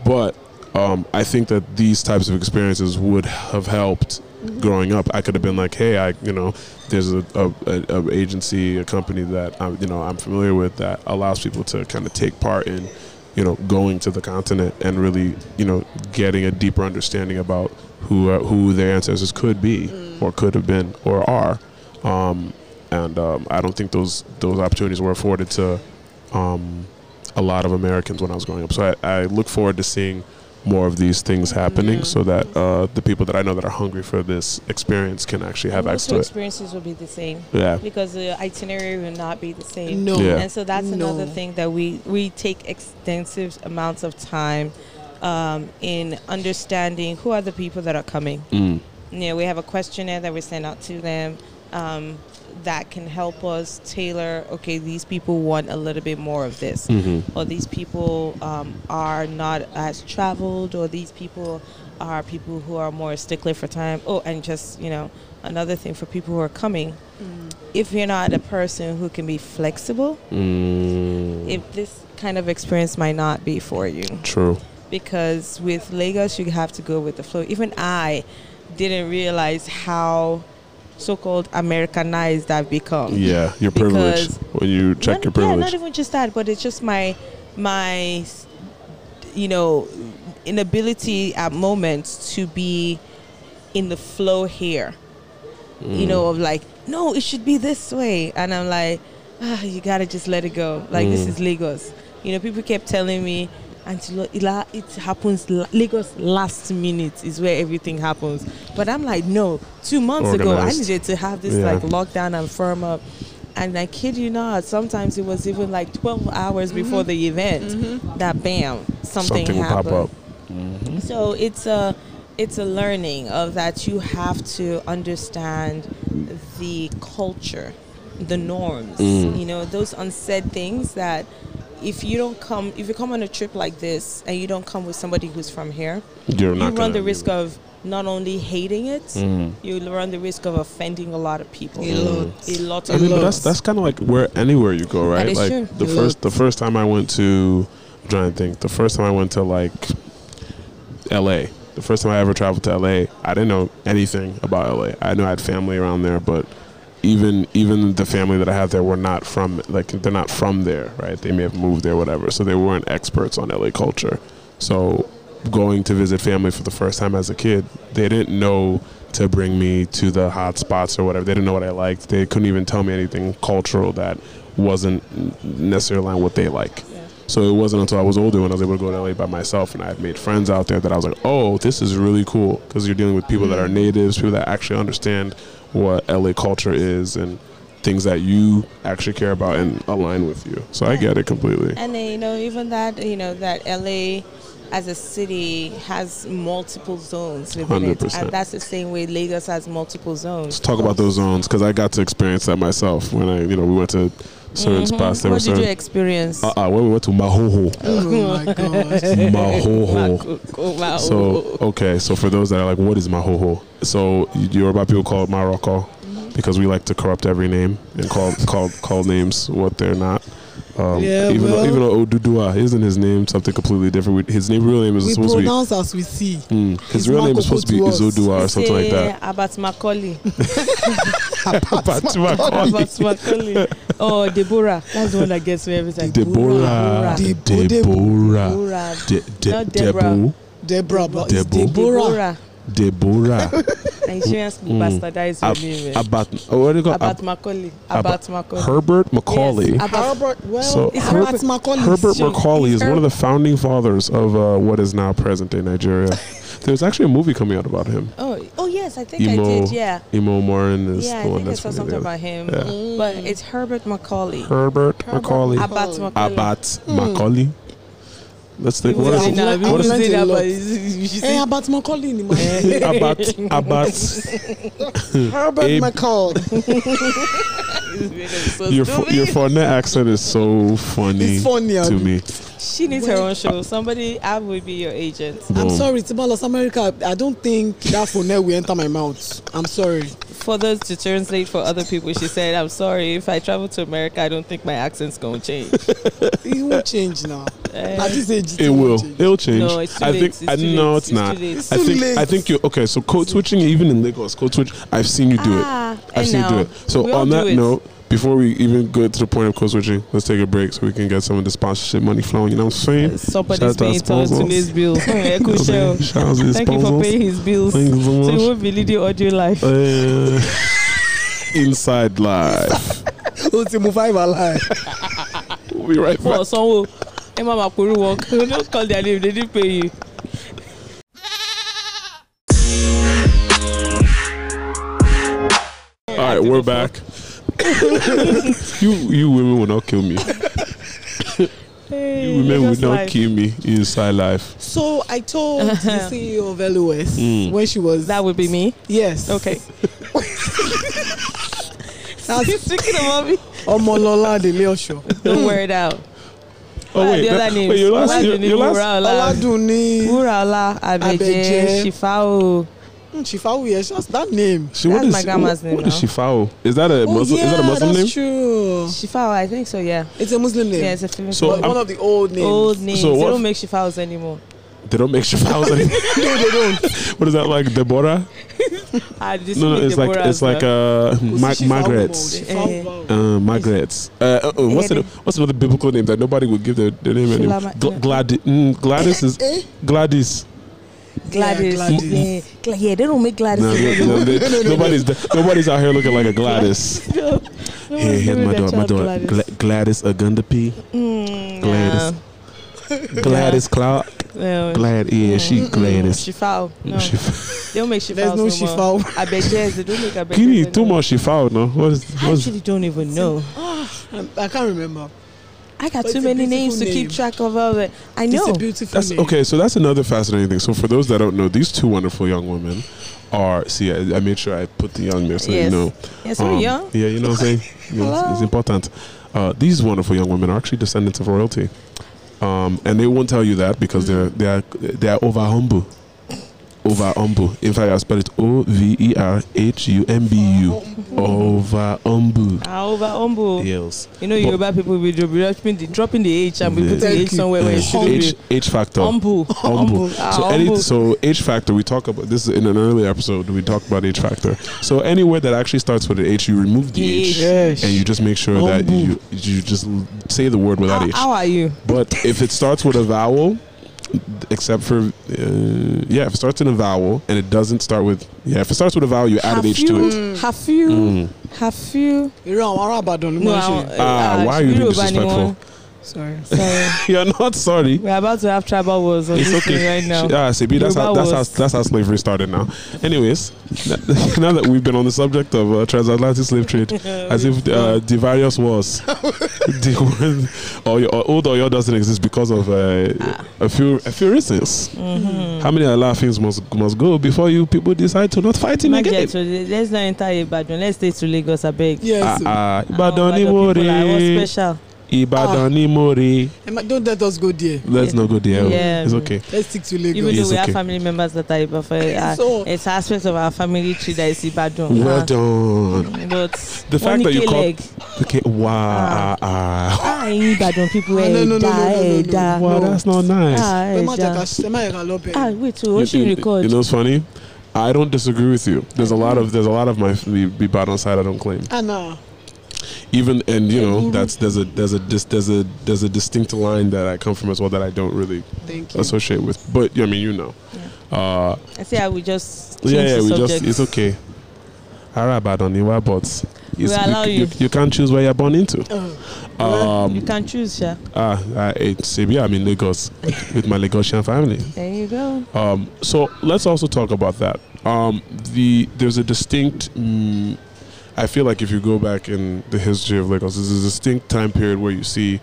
but um, I think that these types of experiences would have helped growing up. I could have been like, hey, I you know, there's a, a, a, a agency, a company that I'm you know I'm familiar with that allows people to kind of take part in you know going to the continent and really you know getting a deeper understanding about who uh, who their ancestors could be or could have been or are. Um, and um, I don't think those those opportunities were afforded to um, a lot of Americans when I was growing up. So I, I look forward to seeing more of these things happening
Mm-hmm.
so that uh, the people that I know that are hungry for this experience can actually have
And
access
also
to it.
experiences will be the same
Yeah.
because the itinerary will not be the same.
no.
Yeah.
And so that's another
No.
thing that we we take extensive amounts of time um, in understanding who are the people that are coming.
Mm.
You know, we have a questionnaire that we send out to them. um, that can help us tailor. Okay, these people want a little bit more of this,
Mm-hmm.
or these people um, are not as traveled, or these people are people who are more stickler for time. Oh, and just you know, another thing for people who are coming, if you're not a person who can be flexible,
Mm,
if this kind of experience might not be for you
true.
because with Lagos you have to go with the flow. Even I didn't realize how so-called Americanized I've become.
Yeah, your privilege.
Because-
When you check
Not-
your
Yeah,
privilege.
not even just that, but it's just my my you know inability at moments to be in the flow here. You know,
Mm.
of like, no, it should be this way, and I'm like, ah, you gotta just let it go. Like this
Mm.
is Lagos. You know, people kept telling me. Until it la- it happens, la- Lagos last minute is where everything happens. But I'm like, no, two months ago, I
Organized.
needed to have this
Yeah.
like lockdown and firm up. And I kid you not, sometimes it was even like 12 hours before the event that bam, something,
something will pop
happened.
up. Mm-hmm.
So it's a it's a learning of that you have to understand the culture, the norms,
Mm.
you know, those unsaid things that if you don't come if you come on a trip like this and you don't come with somebody who's from here,
You're
you
not
run
gonna
the
be- Mm.
risk of not only hating it, you run the risk of offending a lot of people.
A lot.
A lot
I
of
mean, but
people.
that's that's kind of like where anywhere you go, right?
is
like
true.
the first the first time I went to, I'm trying to think, the first time I went to like, L.A. The first time I ever traveled to L.A. I didn't know anything about L.A. I knew I had family around there, but even even the family that I had there were not from like they're not from there, right? They may have moved there, whatever. So they weren't experts on L.A. culture. So going to visit family for the first time as a kid, they didn't know to bring me to the hot spots or whatever. They didn't know what I liked. They couldn't even tell me anything cultural that wasn't necessarily aligned with what they like. So it wasn't until I was older when I was able to go to LA by myself and I had made friends out there that I was like, oh, this is really cool because you're dealing with people that are
Mm-hmm.
natives, people that actually understand what LA culture is and things that you actually care about and align with you. So I get it completely.
And then, you know, even that, you know, that LA as a city has multiple zones within it.
100%.
And that's the same way Lagos has multiple zones.
Let's talk about those zones because I got to experience that myself when I, you know, we went to certain spots.
Mm-hmm.
There were
What did you
certain.
experience?
Uh-uh, when we went to Mahoho.
Oh my gosh.
Mahoho.
Makuku, wow. oh,
So okay, so for those that are like, what is Mahoho? So Yoruba people call it Morocco because we like to corrupt every name and call call call names what they're not. Um,
Yeah,
even though,
well-
even though Odudua isn't his name something completely different. We- His name real name is
We
supposed to be
pronounce as we see.
mm, his
it's
real name
Marco
is supposed to be
Polo to us.
Izodua uh, or something like that.
About Macaulay.
Fatima Koli.
About Macaulay. Oh, Deborah. That's the one that gets me every time.
Deborah,
De-
Deborah,
Deborah.
De- De-
Not Deborah.
Debu,
Deborah, but it's
Debo.
Deborah.
Deborah.
Deborah,
Nigerians bastardize your name. eh.
Mm. Ab- Abat, oh, what do you call
About
Ab-
Macaulay.
Ab-
About Macaulay.
Herbert Macaulay.
Yes, About
Herbert, well,
So
it's
Herbert-
Herbert Macaulay.
Herbert
So
Macaulay is
he's
one of the founding fathers of uh, what is now present day Nigeria. There's actually a movie coming out about him.
Oh, oh yes, I think I
Emo,
did. Yeah,
Emo Morin is
yeah, I
the one
think I
that's
saw
from
something
the-
about him.
Yeah.
But it's Herbert Macaulay.
Herbert, Macaulay. Abat
Abat Macaulay. Hmm.
Macaulay. Let's think.
People
What is
say now, people
what
say-
is
Eh,
Macaulay.
Herbert Macaulay ni
Eh,
man.
Abat Abat?
Herbert
eh, Abe.
Macaulay.
Your fo- your Fournette accent is so funny,
It's funny,
to
Abby.
me.
She needs her own show. Somebody, I would be your agent.
I'm
Boom.
sorry, Tibalos America. I don't think that phone will enter my mouth. I'm sorry.
For those to translate for other people, she said, "I'm sorry if I travel to America, I don't think my accent's gonna change." Eh.
It won't change now. At this age,
It
won't
will.
change.
It'll change.
No, it's too
I
late.
think.
It's
I,
too
no,
late.
it's
It's
not.
too late. It's
I
too
think.
late.
I think you. Okay, so code switching, even in Lagos, code switch. I've seen you do
Ah,
it. I've
I
seen you do
know.
it. So
We all
on
do
that
it.
note, before we even go to the point of code switching, let's take a break so we can get some of the sponsorship money flowing. You know what I'm saying?
Somebody's
Shout out
paying
sponsors.
today's bill. Eh,
You know
cool
what
show.
I'm saying? Shout out to the
Thank you for
sponsors.
paying his bills.
Thank
So
you so
you
much.
won't be leading audio life.
Uh, Inside live.
Ó ti mú five alive.
We'll be right
for
back.
sanwó ẹ má máa kúrú wọn kí ló kọ́ di àlè ìdílé pé yìí.
All right, we're back. you you women will not kill me. You women will not kill me. Inside life.
So I told the CEO of
Hmm.
LOS when she was.
that would be me
yes.
okay You're speaking about me.
Omolola Adele Osho.
Don't wear it out.
Oh
What are
wait,
the
that-
other names?
wait, your last,
Where's
your,
the
your
name?
last.
Wuraola.
Oladuni.
Wuraola Abeje
Abeje.
Shifao.
Hmm, Chifawu, yes, that's that name.
She,
That's my grandma's name
What is
now. Oh,
she foul? Is that a Muslim? is that a Muslim
Oh, that's
name?
true.
Shifao, I think so. Yeah.
It's a Muslim name.
Yeah, it's a female.
So,
But
name.
I'm-
one of the old names.
old names.
so
they
what-
don't make Shifaos anymore.
They don't make she fouls anymore. no, they don't. What is that like, Deborah?
I Ah, just
No, no,
make
it's like
Deborahs,
it's like
but-
uh, Ma-
Chifawu,
Margaret.
Chifawu.
Uh, Margaret. Uh, uh, uh, what's another, what's another biblical name that nobody would give their, their name anymore?
Philama-
Gl- Gladi- mm, Gladys is
Eh?
Gladys.
Gladys. Yeah,
Gladys.
Gla- yeah, they don't make Gladys.
No, no, no, they- nobody's nobody's out here looking like a Gladys.
no, no one's
Hey, here's
giving
my
their
daughter, my
child
daughter,
Gladys.
Gla- Gladys Agundapi,
Mm,
Gladys. Gladys Clark,
No.
Glad, yeah, she Gladys.
Shifao. No.
She-
they don't make Shifaos
There's no
no more.
Shifao.
Abejez. They don't make Abejez.
Give me
anymore.
two more she fouled, no? What is,
I
what is,
actually don't even know.
I can't remember.
I got
But it's
too
a
many names to
beautiful
keep
name.
track of. All that. I know.
It's a beautiful
That's
name.
okay. So that's another fascinating thing. So for those that don't know, these two wonderful young women are. See, I, I made sure I put the young there so you
Yes.
know.
Yes, we're
Um,
young.
Yeah, you know what I'm saying. You know, it's, it's
Hello.
important. Uh, these wonderful young women are actually descendants of royalty, um, and they won't tell you that because
Mm.
they're they're they're over humble, over humble. In fact, I spell it O V E R H U M B U, over humble.
Ah, over humble.
Yes.
You know, Yoruba people will be dropping the, dropping the H and we put the
Thank
H
you.
somewhere where it shouldn't
H
be.
H factor.
Humble.
Humble.
Humble. Ah,
So, any,
humble.
so H factor, we talk about this is in an earlier episode. We talked about H factor. So anywhere that actually starts with an H, you remove the
The
H,
H.
Yes.
and you just make sure that
Humble.
you you just l- say the word without
How,
H.
how are you?
But if it starts with a vowel, except for uh, yeah, if it starts in a vowel and it doesn't start with yeah, if it starts with a vowel, you add
have
an H
you,
to it.
Have you?
Mm.
Have you?
Irú àwọn ará Ìbàdàn ló
No,
máa
I-
ń ṣe.
Ah,
uh,
why are you being
Yoruba ni
disrespectful?
wọ́n.
Sorry.
Sorry.
You're not sorry.
We're about to have tribal wars on
It's
this thing
okay.
right now.
Sh- Ah, Sebi, that's how,
Yoruba
that's, how,
was-
that's how slavery started now. Anyways, now that we've been on the subject of uh, transatlantic slave trade, as if uh, the various wars, the one- Oyo- or old Oyo doesn't exist because of uh, a few a few reasons.
Mm-hmm. Mm.
How many Allah things must must go before you people decide to not fight him
Make
again?
it to the- let's not enter Ibadan. Let's stay to Lagos, I beg.
Ah,
Yes.
ah,
Our Oh, Ibadan
Ibadan ni
people are what
more,
special. Ah.
Ibadan ni more.
Emma, don't let us go there.
Let's not go there. oh.
Yeah.
It's okay.
Let's stick to
Even
Lagos.
though
It's
we have
okay.
family members that are Ibadan, uh,
So-
it's aspects of our family tree that is Ibadan.
Well
Ah,
done.
But
The fact that you call-
leg.
Okay. Wow.
Ah, in Ibadan people
Ah, no, no, no,
eh, da, eh,
no, no, no, no.
da.
wow,
no.
that's not nice.
Ah, eh,
Ẹ má jẹ́
da.
ká ṣe- ẹ má jẹ́ ká lọ bẹ̀.
Ah, wait, oh, she
you, you-
record.
you know what's funny? I don't disagree with you. There's a lot of there's a lot of my the, the bottom side I don't claim.
Ah, nah.
Even and you
Mm-hmm.
know that's there's a there's a dis, there's a there's a distinct line that I come from as well that I don't really
Thank you.
associate with. But I mean you know, uh,
I say I will just change
yeah yeah
the
we
subject.
just it's okay. Arabad on Iwa, but it's-
We allow
you,
you.
you can't choose where you're born into.
Uh,
You
Um,
can choose, yeah.
ah, I, it's, yeah, I'm in Lagos with my Lagosian family.
There you go.
Um, so let's also talk about that. Um, the there's a distinct. Mm, I feel like if you go back in the history of Lagos, there's a distinct time period where you see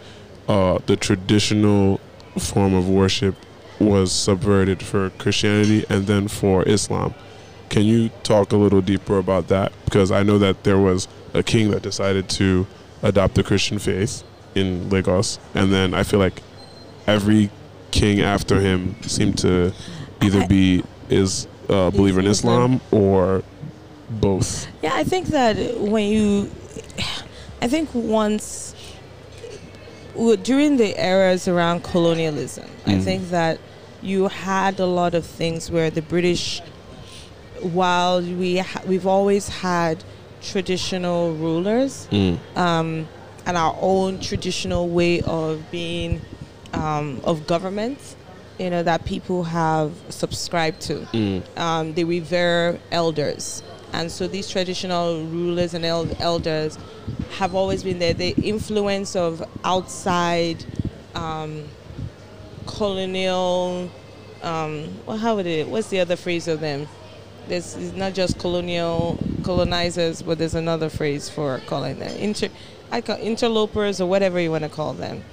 uh, the traditional form of worship was subverted for Christianity and then for Islam. Can you talk a little deeper about that? Because I know that there was a king that decided to adopt the Christian faith in Lagos, and then I feel like every king after him seemed to either be is a believer in Islam or both.
Yeah, I think that when you, I think once well, during the eras around colonialism, I
Mm.
think that you had a lot of things where the British, while we ha- we've always had traditional rulers, um, and our own traditional way of being um, of government you know that people have subscribed to um, they revere elders and so these traditional rulers and el- elders have always been there the influence of outside um, colonial um, well, how would it what's the other phrase of them there's it's not just colonial colonizers, but there's another phrase for calling them inter, I call interlopers or whatever you want to call them.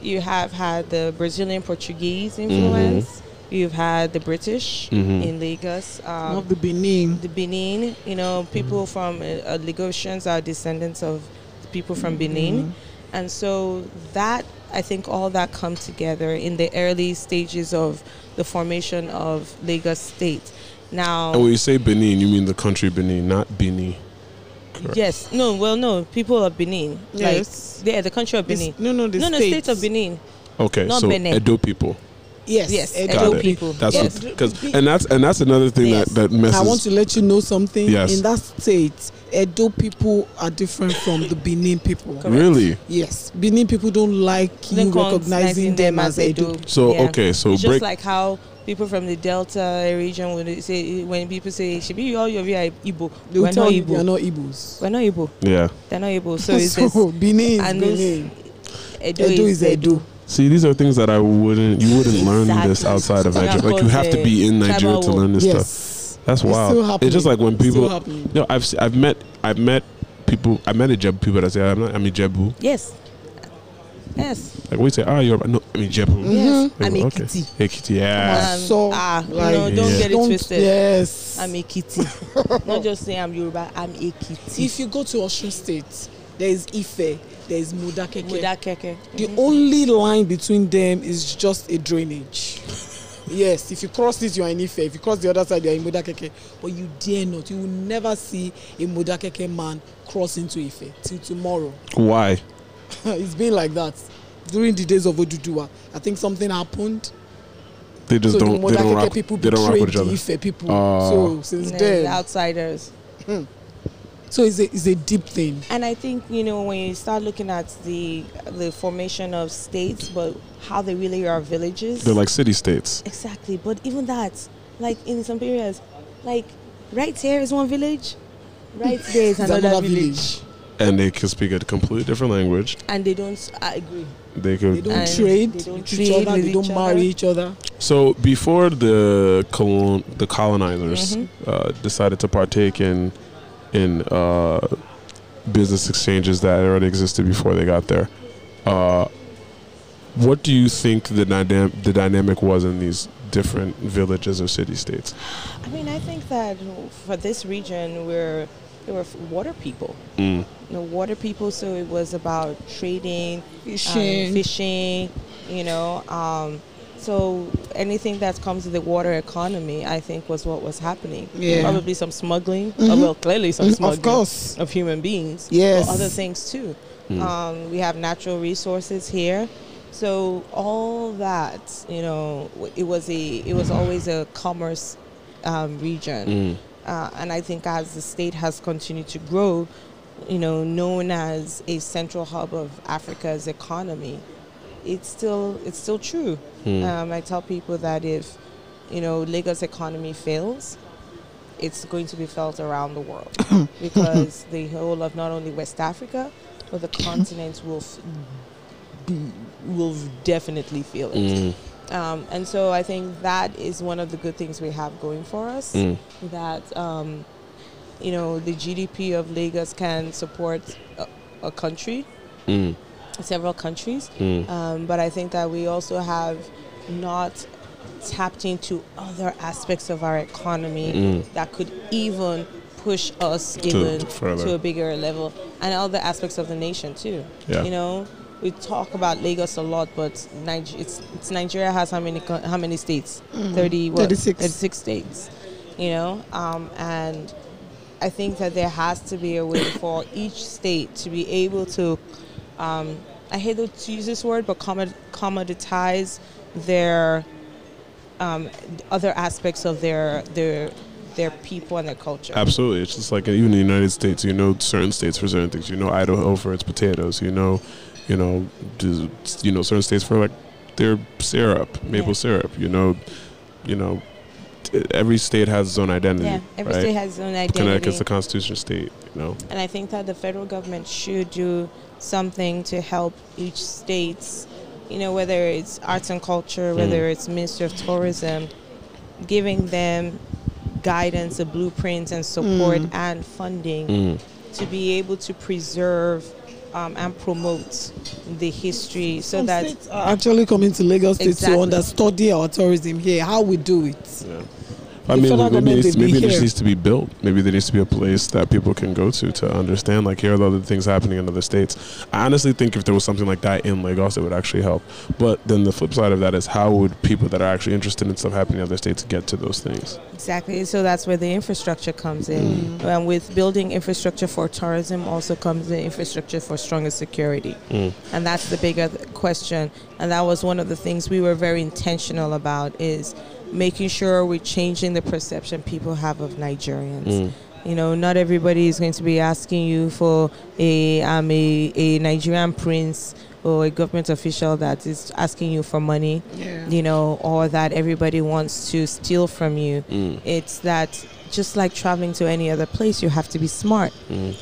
You have had the Brazilian Portuguese influence. You've had the British
Mhm.
in Lagos. Um,
Of the Benin.
the Benin, you know,
Mm.
people from uh, uh, Lagosians are descendants of the people from
Mm-hmm.
Benin. And so that, I think, all that come together in the early stages of the formation of Lagos State. Now,
And Oh, when you say Benin, you mean the country Benin, not Benin. correct?
yes, no, well, no, people of Benin.
Yes.
Like, yeah, the country of
This-
Benin.
No, no, the
no, no,
states.
state of Benin.
Okay,
Not
so
Benin.
Edo people.
Yes,
Yes,
Got
Edo
it.
people.
That's
Yes.
because, and that's and that's another thing
Yes.
that that
I want
messes.
to let you know something.
Yes.
In that state, Edo people are different from the Benin people.
Correct.
Really?
Yes, Benin people don't like
They
you recognizing
recognizing
them as Edo.
So
Yeah.
okay, so
It's
break.
just like how people from the Delta region would say when people say "Should be all your are Igbo,"
They
we're
will
not
tell you they are
Igbo.
not Igbos.
We're not Igbo.
yeah.
They're not Igbo. So it's
so
this
Benin is
and this
Benin.
Edo,
Edo is Edo.
See, these are things that I wouldn't. You wouldn't learn this
Exactly.
outside of
And of
Nigeria. Like you
course,
have to
uh,
be in Nigeria
tribal
to learn this stuff.
Yes.
That's
It's
wild.
still
it's
happening.
just like when
It's still
people.
happening.
No, I've se- I've met I've met people. I met Ijebu people that say I'm not. I'm Ijebu.
Yes. Yes.
Like we say, ah, you're no. I'm
Mm-hmm.
Ijebu.
Yes.
Like,
Mm. I'm
okay.
Ekiti.
Ekiti. Yeah.
Come So,
ah,
like,
no, don't
Yeah.
get it
Don't-
twisted.
Yes.
I'm Ekiti. not just say I'm Yoruba. I'm Ekiti.
if you go to Osun State, there is Ife, there is Modakeke.
Modakeke.
The only line between them is just a drainage. yes, if you cross it, you are in Ife. If you cross the other side, you are in Modakeke. But you dare not. You will never see a Modakeke man cross into Ife till tomorrow.
Why?
it's been like that during the days of Oduduwa. I think something happened.
They just
so
don't.
the
They don't
Modakeke
rock. They
people
don't rock
betrayed
with each other.
the Ife people.
Ah.
so since
Mm.
then,
The outsiders.
so it's a, it's a deep thing.
And I think you know when you start looking at the the formation of states, but how they really are villages.
They're like city states.
Exactly, but even that, like in some areas, like right here is one village, right there is
It's
another,
another
village.
village.
and they can speak a completely different language.
and they don't uh, agree.
They
They
could.
don't
And
trade
they don't
with each
trade
other.
with
They don't
each
marry
other.
each other.
So before the colon, the colonizers
Mm-hmm.
Mm-hmm.
uh, decided to partake in in uh, business exchanges that already existed before they got there, uh, what do you think the dynam- the dynamic was in these different villages or city states?
I mean, I think that for this region, we're they were water people.
Mm.
You know, water people. So it was about trading,
Fishing.
um, fishing. You know, um, so anything that comes to the water economy, I think, was what was happening.
Yeah.
Probably some smuggling.
Mhm.
Oh, well, clearly some
Mm,
smuggling.
Of course.
of human beings.
Yes.
But other things too.
Mm.
Um, we have natural resources here. So all that, you know, w- it was a, it was always a commerce um, region,
Mm.
uh, and I think as the state has continued to grow, you know, known as a central hub of Africa's economy, it's still it's still true.
mm,
Um, I tell people that if you know Lagos economy fails, it's going to be felt around the world because the whole of not only West Africa but the continent will f- be, will definitely feel it.
mm,
Um, and so I think that is one of the good things we have going for us
Mm.
that um, you know the GDP of Lagos can support a, a country,
Mm.
several countries.
Mm.
Um, but I think that we also have not tapped into other aspects of our economy
mm.
that could even push us even
further.
to a bigger level and other aspects of the nation too.
Yeah.
You know, we talk about Lagos a lot, but Niger- it's, it's Nigeria has how many co- how many states? Thirty what?
36.
36 states. You know, um, and I think that there has to be a way for each state to be able to, um, I hate to- to use this word, but commod- commoditize their um, other aspects of their their their people and their culture.
Absolutely, it's just like even in the United States, you know certain states for certain things. You know Idaho for its potatoes. You know, you know, d- you know certain states for like their syrup, maple
Yeah.
syrup. You know, you know, t- every state has its own identity.
Yeah, every
right?
state has its own
Connecticut's
identity,
a constitution state. You know,
and I think that the federal government should do something to help each state's, you know, whether it's arts and culture, whether it's Ministry of Tourism, giving them guidance, a
Mm.
blueprint, and support and funding to be able to preserve um, and promote the history so
Some
that
states are actually coming to Lagos State
Exactly.
to understudy our tourism here, how we do it.
I
The
mean,
federal
look, maybe,
government
it's,
will be
maybe it just
here.
needs to be built. Maybe there needs to be a place that people can go to to understand. Like, here are the other things happening in other states. I honestly think if there was something like that in Lagos, it would actually help. But then the flip side of that is, how would people that are actually interested in stuff happening in other states get to those things?
Exactly. So that's where the infrastructure comes in. And with building infrastructure for tourism, also comes the infrastructure for stronger security. And that's the bigger th- question. And that was one of the things we were very intentional about is making sure we're changing the perception people have of Nigerians.
Mm.
You know, not everybody is going to be asking you for a I'm a, a Nigerian prince or a government official that is asking you for money
Yeah.
you know, or that everybody wants to steal from you. It's that just like traveling to any other place, you have to be smart.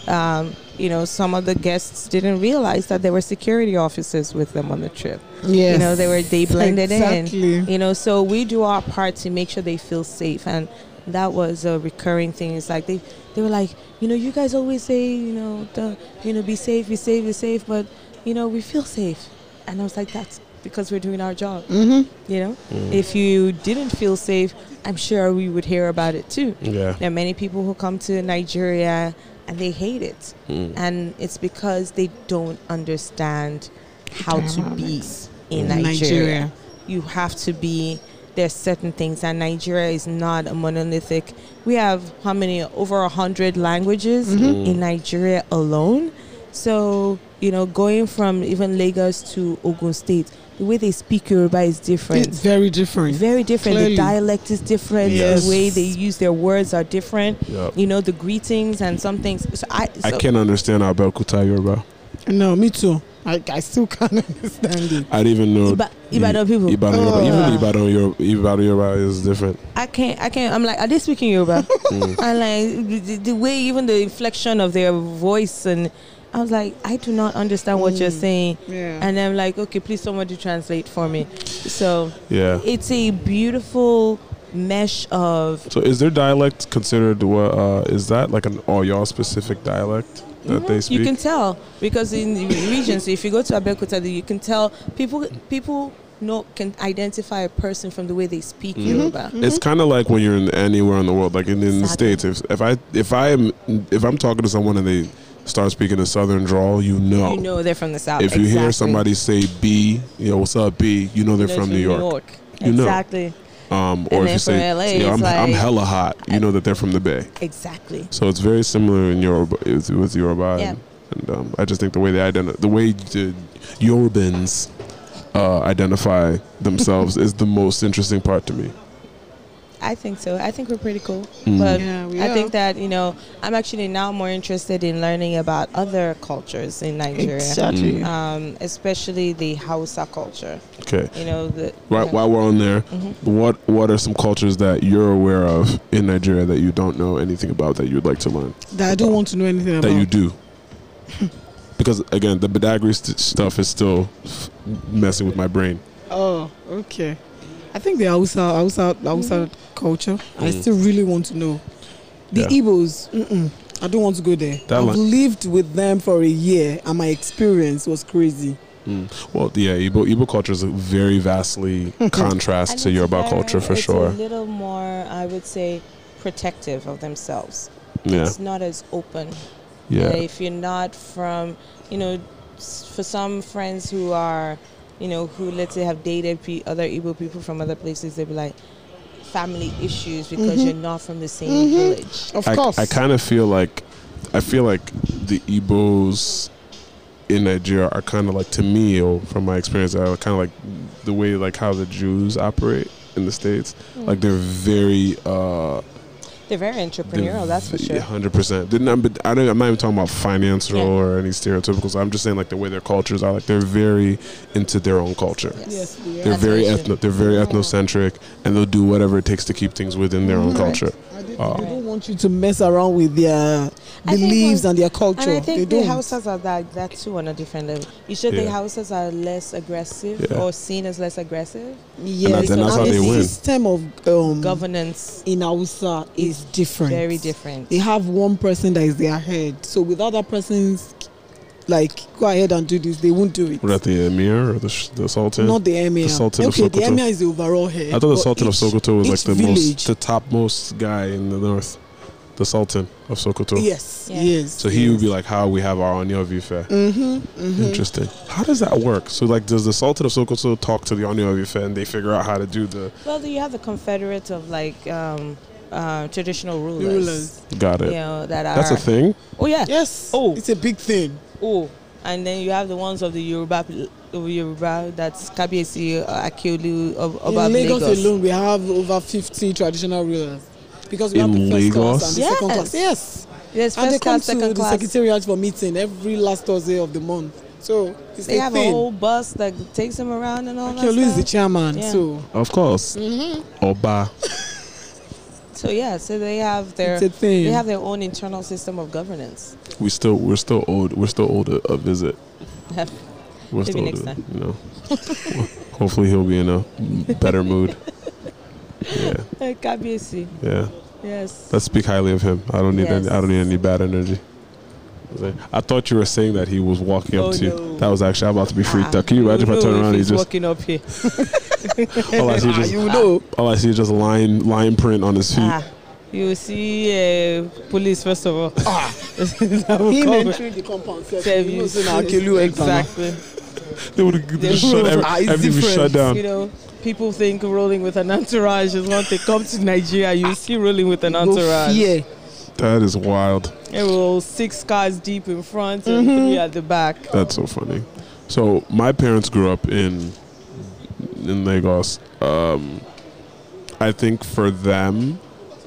Um, you know, some of the guests didn't realize that there were security officers with them on the trip.
Yes.
You know, they were they blended
exactly.
in. You know, so we do our part to make sure they feel safe and that was a recurring thing. It's like they, they were like, you know, you guys always say, you know, the you know, be safe, be safe, be safe, but you know, we feel safe. And I was like, that's because we're doing our job. Mm-hmm. You know? If you didn't feel safe, I'm sure we would hear about it too.
Yeah.
There are many people who come to Nigeria and they hate it. And it's because they don't understand how to be in Nigeria.
Mm, Nigeria.
You have to be there's certain things and Nigeria is not a monolithic. We have how many over a hundred languages
Mm.
in Nigeria alone. So, you know, going from even Lagos to Ogun State, the way they speak Yoruba is different
It's very different.
very different.
Clearly.
The dialect is different.
Yes.
The way they use their words are different.
Yep.
You know, the greetings and some things. So I, so
I can't understand how Belkuta Yoruba.
no, me too. I, I still can't understand it.
I didn't even know.
Iba- Ibadan people.
Ibadan Yoruba.
Ah.
Even Ibadan Yoruba, Ibadan Yoruba is different.
I can't. I can't. I'm like, are they speaking Yoruba? and like the, the way, even the inflection of their voice, and I was like, I do not understand what you're saying.
Yeah.
And I'm like, okay, please somebody translate for me. So
Yeah.
it's a beautiful mesh of
So is their dialect considered what uh, is that like an all y'all specific dialect that they speak?
You can tell because in the regions, if you go to Abeokuta, you can tell people people know can identify a person from the way they speak
Mm-hmm.
Yoruba.
It's kind of like when you're in anywhere in the world, like in, in the
Exactly.
states. If if I if I am if I'm talking to someone and they start speaking a southern drawl, you know.
You know they're from the south.
if you hear
Ah, Exactly.
somebody say B, you know what's up B, you know they're
They're
from New York. You know.
exactly,
Um,
And
or if
they're
you say
from LA,
you know, I'm,
it's
I'm
like-
hella hot, you know that they're from the Bay.
exactly.
So it's very similar in Yoruba with, with Yoruba,
Yeah.
and, and um, I just think the way they identify, the way the Yorubans uh, identify themselves is the most interesting part to me. Mm,
I think so. I think we're pretty cool. But
Yeah, we
I
are.
think that, you know, I'm actually now more interested in learning about other cultures in Nigeria.
Exactly.
Um, especially the Hausa culture.
Okay,
You know, the
right, while we're on there, what what are some cultures that you're aware of in Nigeria that you don't know anything about that you'd like to learn
That I don't want to know anything about.
that you do? Because again, the Badagry st- stuff is still f- messing with my brain.
Oh, okay. I think the Hausa, Hausa, Hausa culture. I still really want to know. The
Mm. Yeah.
Igbos, mm-mm, I don't want to go there.
That
I've
one-
lived with them for a year, and my experience was crazy.
Mm. Well, yeah, Igbo, Igbo culture is a very vastly contrast to
And it's
Yoruba
very-
culture for
it's
sure.
A little more, I would say, protective of themselves.
Yeah,
It's not as open.
yeah.
Uh, if you're not from, you know, s- for some friends who are, you know, who let's say have dated pe- other Igbo people from other places, they'd be like family issues because
Mm-hmm.
you're not from the same village.
Of
I,
course.
I kind of feel like I feel like the Igbos in Nigeria are kind of like to me, or from my experience, are kind of like the way like how the Jews operate in the states. Mm-hmm. Like they're very uh,
They're very entrepreneurial, that's for sure.
Hundred percent. Didn't I'm, but I don't, I'm not even talking about financial
Yeah.
or any stereotypical. So I'm just saying like the way their cultures are. Like they're very into their own culture.
yes, they
They're
are.
That's Oh.
very
what I
ethno. They're very ethnocentric, and they'll do whatever it takes to keep things within their own
Correct.
culture.
I did-
Oh.
They don't want you to mess around with
I
their
think
beliefs
when-
and their culture.
And I
they
think the
don't.
houses are that that too on a different level. You sure the
Yeah.
houses are less aggressive
Yeah.
or seen as less aggressive?
Mm-hmm. yes,
then that's how
and
they
the
win.
system of um,
Governance
in Hausa is different.
very different.
They have one person that is their head. So without that person's like go ahead and do this, they won't do it.
Was that the emir or the, sh- the sultan?
Not the emir.
The Sultan of
okay, the
Sokoto.
emir is the overall head.
I thought the
but
sultan of
each-
Sokoto was like
each
the
village-
most, the topmost guy in the north. The sultan of Sokoto.
Yes,
Yeah.
yes.
So he would be like, how we have our Onyovi fair.
Mm-hmm,
Interesting. How does that work? So like, does the sultan of Sokoto talk to the Onyovi fair and they figure out how to do the?
Well, you have the confederates of like um, uh, traditional rulers.
Rulers.
Got
You
it.
know that are.
That's a thing.
Oh yeah.
Yes.
Oh.
it's a big thing.
Oh, and then you have the ones of the Yoruba, pl- of Yoruba. That's Kabiyesi, uh, Akiolu, of
In
Oba of
Lagos,
Lagos.
alone, we have over 50 traditional rulers because we have
In
the first
Lagos?
class and the second
Yes.
class. Yes,
Yes,
and they
first
come
class,
to
second
the
class.
secretariat for meeting every last Thursday of the month. So it's
They
a
have
thing.
a whole bus that takes them around and all
Akiolu is the
that stuff.
chairman,
Yeah.
so
Of course.
Mm-hmm.
Oba.
So yeah, so they have their
it's a thing.
they have their own internal system of governance.
We still we're still old. We're still old uh, a, a visit.
Have-
We're
Maybe
still
next
old,
time.
You know. Hopefully he'll be in a better mood. Yeah,
uh, Kabiyesi,
yeah.
yes.
Let's speak highly of him. I don't need
Yes.
any, I don't need any bad energy. I thought you were saying that he was walking up
Oh,
to you.
no.
That was actually I'm about to be freaked
Ah,
out. Can you imagine
you
if I
know
turn around and he
he's
just
walking up here?
all I see is just
Ah, You know,
all I see is just lion lion print on his feet.
Ah, you will see uh, police first of all. That will
Ah. him
come.
entering the compound. said,
Serve
"You
you.
know, say na Akiolu enter now."
exactly.
They would have
They
shut
would-
every,
Ah, it's
everything was shut
different.
down.
You know, people think rolling with an entourage is one thing. Come to Nigeria, you see rolling with an
Go
entourage.
fear.
That is wild.
It rolls six cars deep in front and three at the back.
That's so funny. So my parents grew up in in Lagos. Um, I think for them,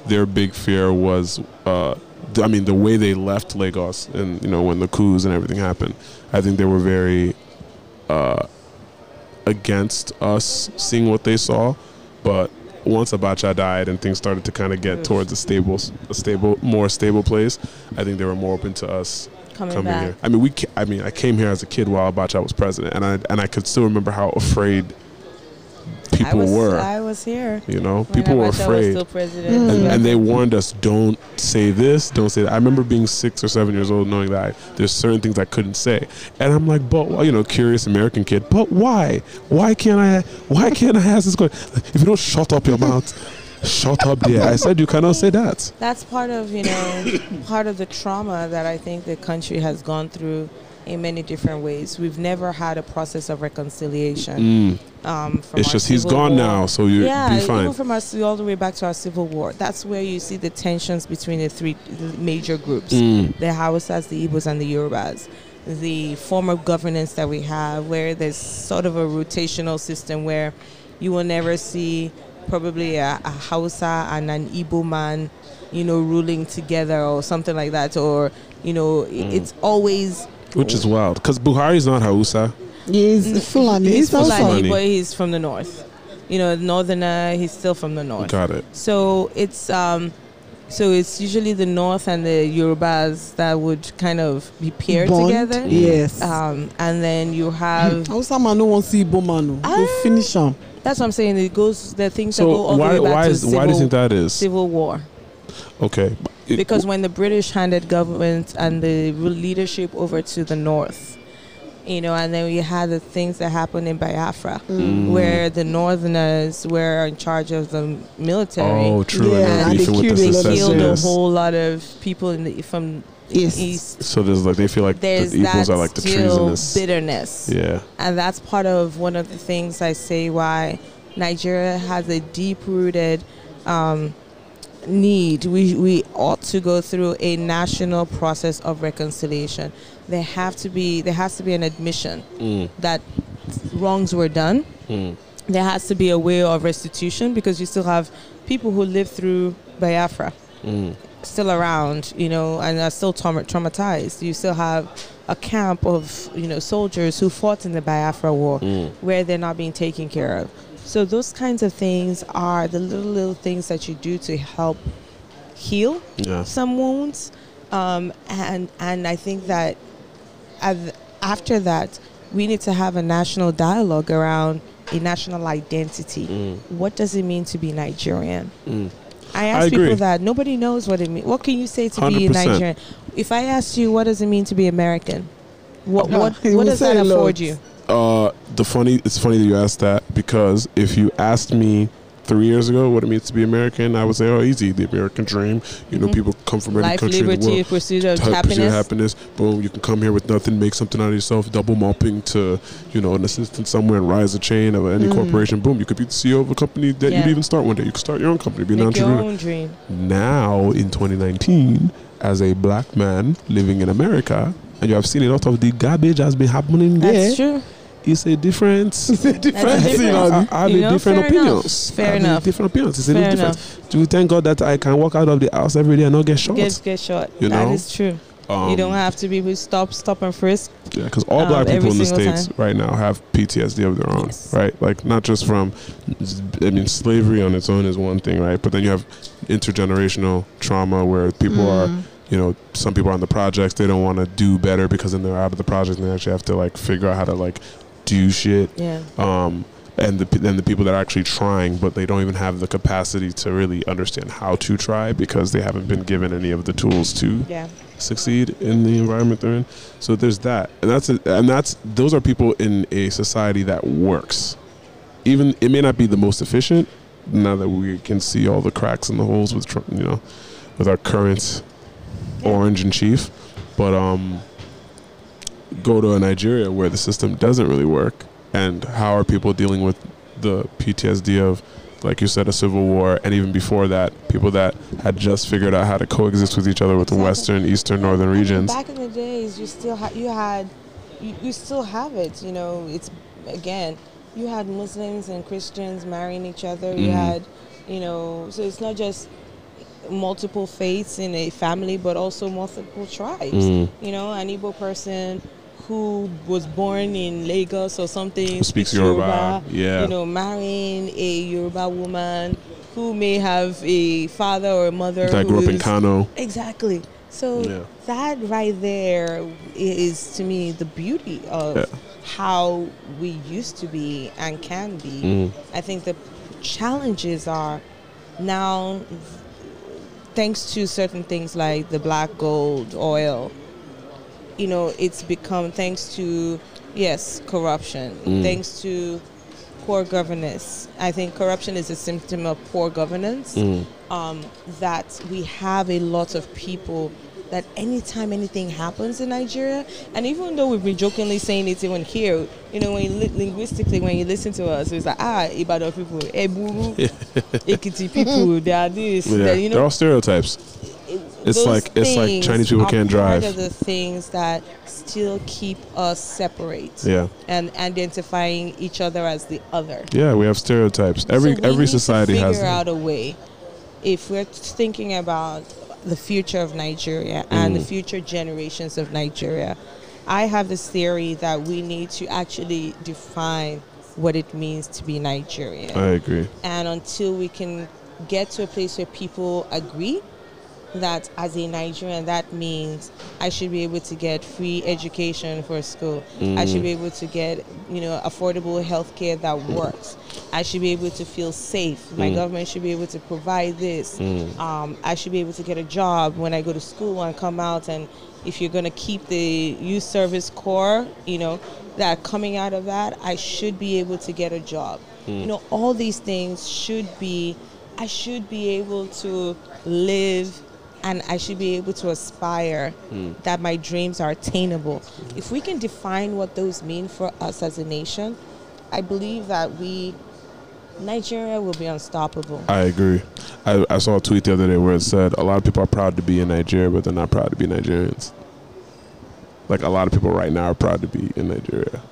their big fear was, uh, th- I mean, the way they left Lagos, and you know, when the coups and everything happened, I think they were very uh, against us seeing what they saw. But once Abacha died and things started to kind of get
Oof.
towards a stable, a stable, more stable place, I think they were more open to us
Coming
coming
back.
here. I mean, we. ca- I mean, I came here as a kid while Abacha was president, and I and I could still remember how afraid
I
people
was,
were.
I was here.
you know,
when
people were
Abacha Was
afraid,
still president.
and, and they warned us, "Don't say this, don't say that." I remember being six or seven years old, knowing that I, there's certain things I couldn't say, and I'm like, "But well, you know, curious American kid, but why? Why can't I? Why can't I ask this question? If you don't shut up your mouth." Shut up there. I said you cannot say that.
That's part of you know part of the trauma that I think the country has gone through in many different ways. We've never had a process of reconciliation.
Mm.
Um, from
It's
our
just he's
Civil
gone
War.
now, so you
yeah,
be fine.
even from our ci- all the way back to our civil war. That's where you see the tensions between the three major groups:
Mm.
the Hausas, the Igbos, and the Yorubas. The form of governance that we have, where there's sort of a rotational system where you will never see probably a, a Hausa and an Igbo man, you know, ruling together or something like that, or you know, i
Mm.
it's always
Which is wild, because Buhari's not Hausa.
He's Fulani.
he's
Mm. He's also-
Fulani,
Fulani.
but he's from the north. You know, northerner, he's still from the north.
Got it.
So it's um, so it's usually the North and the Yorubas that would kind of be paired
Bond,
together.
Yes.
Um, and then you have
Hausa man no wan see Igbo man.
Ah.
o. Go finish am.
that's what I'm saying. It goes the things that go
So
all
why
the way back
why
to
is
civil,
why do you think that is?
civil war.
Okay, It-
Because when the British handed government and the re- leadership over to the North, you know, and then we had the things that happened in Biafra,
Mm.
where the Northerners were in charge of the military.
oh true,
Yeah,
and
and
they're beefing
they killed a lot
with the
of
killed a
secessionists.
whole lot of people in the, from the
East.
east.
So there's like they feel like
There's
the
that
evils are like the
still
treasonous.
bitterness,
Yeah,
and that's part of one of the things I say why Nigeria has a deep-rooted um, need. We we ought to go through a national process of reconciliation. There have to be there has to be an admission
mm,
that wrongs were done.
mm,
There has to be a way of restitution because you still have people who lived through Biafra
mm.
still around, you know, and are still trauma- traumatized. You still have a camp of, you know, soldiers who fought in the Biafra war
mm.
where they're not being taken care of. So those kinds of things are the little, little things that you do to help heal
yeah.
some wounds. Um, and, and I think that av- after that, we need to have a national dialogue around a national identity.
Mm,
What does it mean to be Nigerian?
mm.
I ask
agree.
people that nobody knows what it means. What can you say to be
100%.
Nigerian? If I asked you, what does it mean to be American? What
Yeah,
what,
he
what
will
does that
say
afford
lots.
you?
Uh, the funny it's funny that you asked that because if you asked me three years ago what it means to be American, I would say, oh, easy, the American dream. You know, people come from every
Mm-hmm. Life,
country in the
liberty,
world.
pursuit of
Type pursuit
happiness.
happiness. Boom, you can come here with nothing, make something out of yourself, double mopping to, you know, an assistant somewhere and rise the chain of any corporation. Boom, you could be the CEO of a company that
Mm. Yeah.
you'd even start one day. You could start your own company, be an
Make your
entrepreneur.
own dream.
Now, in 2019, as a black man living in America, and you have seen a lot of the garbage has been happening there
That's true.
it's a difference. It's a
difference.
You
ah.
know, I, I have
You
a
know,
different
fair
opinions.
enough. Fair
I have a
enough.
different opinions. It's a
Fair
little different. Do thank God that I can walk out of the house every day and not get shot.
Get get shot.
You
that
know?
is true.
um,
you don't have to be who stop, stop and frisk.
Yeah, because all
um,
black people
every
in the
single
states right now have PTSD of their own,
Yes.
right? Like not just from, I mean, slavery on its own is one thing, right? But then you have intergenerational trauma where people are
Mm.
Mm.
you know, some people are on the projects, they don't want to do better because then they're out of the project and they actually have to like figure out how to like do shit.
Yeah.
Um, and the, then the people that are actually trying, but they don't even have the capacity to really understand how to try because they haven't been given any of the tools to
Yeah.
succeed in the environment they're in. So there's that, and that's a, and that's those are people in a society that works. Even it may not be the most efficient. Now that we can see all the cracks and the holes with Trump, you know, with our current orange in chief, but um, go to Nigeria where the system doesn't really work, and how are people dealing with the PTSD of like you said, a civil war, and even before that, people that had just figured out how to coexist with each other with the
Exactly.
western, eastern, northern
I mean,
regions.
Back in the days, you still ha- you had, you, you still have it. You know, it's again, you had Muslims and Christians marrying each other. You
Mhm.
had, you know, so it's not just multiple faiths in a family, but also multiple tribes.
Mm.
You know, an Igbo person who was born in Lagos or something
Who speaks Yoruba, yeah.
You know, marrying a Yoruba woman who may have a father or a mother
That grew up in
who's-
Kano.
Exactly. So
Yeah.
that right there is to me the beauty of
Yeah.
how we used to be and can be.
Mm.
I think the challenges are now thanks to certain things like the black gold oil you know it's become thanks to yes corruption thanks to poor governance i think corruption is a symptom of poor governance um, that we have a lot of people that anytime anything happens in Nigeria, and even though we've been jokingly saying it even here, you know, when you li- linguistically, when you listen to us, it's like, ah, Ibadan people, Eburu, Ekiti people, they are this,
Yeah.
they, you know,
They're all stereotypes. It's
those
like- it's like
things
Chinese people
are
can't drive.
Part of the things that still keep us separate
Yeah.
and identifying each other as the other.
Yeah, we have stereotypes. Every
So we
every
need to
society has
figure
them.
out a way if we're thinking about the future of Nigeria and the
Mm.
future generations of Nigeria. I have this theory that we need to actually define what it means to be Nigerian,
I agree.
and until we can get to a place where people agree that as a Nigerian, that means I should be able to get free education for school. I should be able to get, you know, affordable health care that works. I should be able to feel safe. My government should be able to provide this. Um, I should be able to get a job when I go to school and come out. And if you're going to keep the youth service corps, you know, that coming out of that, I should be able to get a job. You know, all these things should be I should be able to live and I should be able to aspire that my dreams are attainable. If we can define what those mean for us as a nation, I believe that we, Nigeria will be unstoppable.
I agree. I, I saw a tweet the other day where it said a lot of people are proud to be in Nigeria, but they're not proud to be Nigerians. Like a lot of people right now are proud to be in Nigeria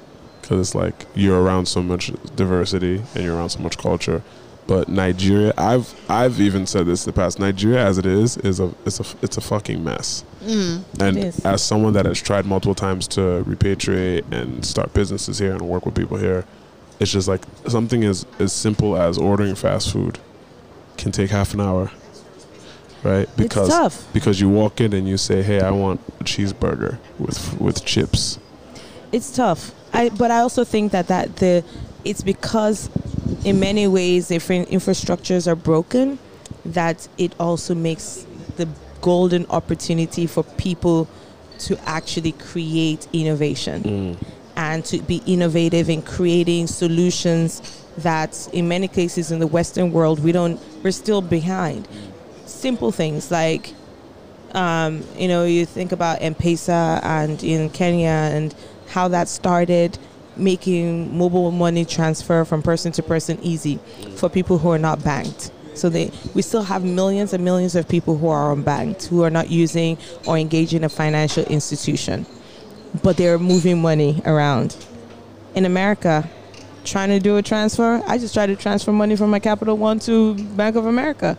because it's like you're around so much diversity and you're around so much culture. But Nigeria, I've I've even said this in the past. Nigeria, as it is, is a it's a it's a fucking mess. and
Mm, It is.
as someone that has tried multiple times to repatriate and start businesses here and work with people here, it's just like something as as simple as ordering fast food can take half an hour, right? Because
tough.
because you walk in and you say, "Hey, I want a cheeseburger with with chips."
It's tough. I, but I also think that, that the, it's because in many ways the infra- infrastructures are broken that it also makes the golden opportunity for people to actually create innovation and to be innovative in creating solutions that in many cases in the western world we don't we're still behind simple things like um, you know you think about M-Pesa and in Kenya and how that started making mobile money transfer from person to person easy for people who are not banked so they we still have millions and millions of people who are unbanked who are not using or engaging a financial institution but they're moving money around in America trying to do a transfer. I just tried to transfer money from my Capital One to Bank of America.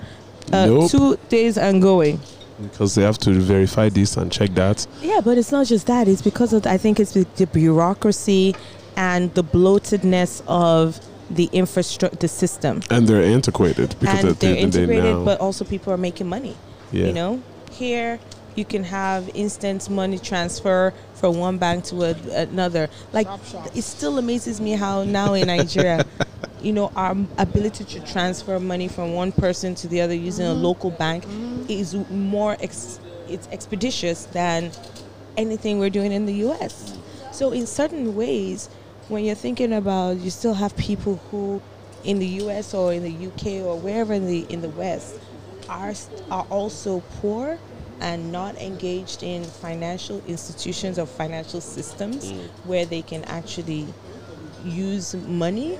Uh,
Nope.
Two days and going.
because they have to verify this and check that.
Yeah, but it's not just that. It's because of I think it's the, the bureaucracy and the bloatedness of the infrastructure, the system.
And they're antiquated because
and
at the
they're
end of the day
integrated,
now,
but also people are making money.
yeah,
You know, here you can have instant money transfer from one bank to a, another. Like
Shop, shop.
it still amazes me how now in Nigeria, you know, our ability to transfer money from one person to the other using
Mm-hmm.
a local bank is more ex- it's expeditious than anything we're doing in the U.S.
Mm.
So in certain ways, when you're thinking about, you still have people who, in the U.S. or in the U.K. or wherever in the in the West, are st- are also poor and not engaged in financial institutions or financial systems where they can actually use money.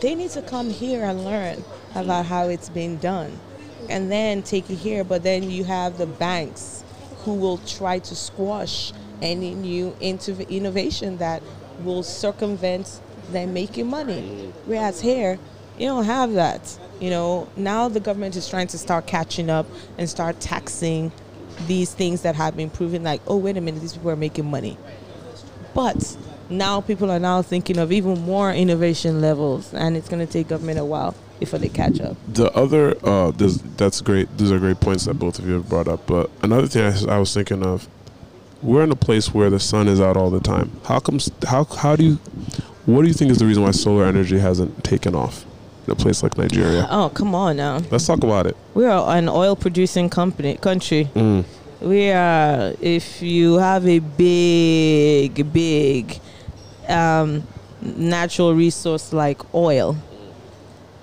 They need to come here and learn about how it's been done, and then take it here. But then you have the banks who will try to squash any new into innovation that will circumvent them making money. Whereas here, you don't have that. You know, now the government is trying to start catching up and start taxing these things that have been proven like, oh, wait a minute, these people are making money. But now people are now thinking of even more innovation levels, and it's going to take government a while before they catch up.
the other uh this, that's great these are great points that both of you have brought up but another thing I, s- I was thinking of we're in a place where the sun is out all the time how comes how how do you what do you think is the reason why solar energy hasn't taken off in a place like nigeria
Oh, come on now.
let's talk about it
We are an oil producing company country.
Mm.
We are if you have a big, big um, natural resource like oil.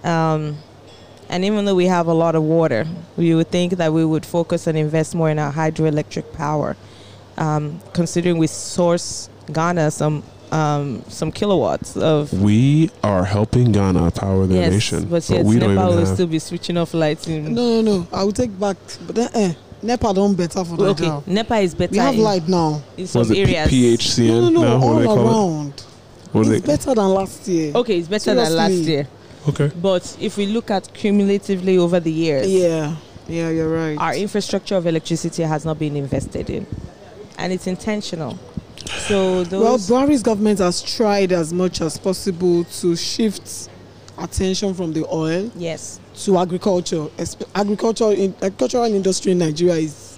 Um, and even though we have a lot of water, we would think that we would focus and invest more in our hydroelectric power, um, considering we source Ghana some um, some kilowatts of
we are helping ghana power their nation
but, yet
we don't
Nepal
even
will
have
still be switching off lights in
No, no, no. I will take back. But then, eh, NEPA don't better for
Okay,
Nigeria.
NEPA is better
We have
in,
light now.
in some
was it P-
areas.
phcn
No, no, no.
now? what do they
all
call
around.
it what do
It's
they
better than last year.
Okay, it's better than last
Seriously.
year.
okay
But if we look at cumulatively over the years,
Yeah. Yeah, you're right.
our infrastructure of electricity has not been invested in, and it's intentional. So
Well,
those
Buhari's government has tried as much as possible to shift attention from the oil
yes,
to agriculture. Espe- Agriculture, in, agricultural industry in Nigeria is,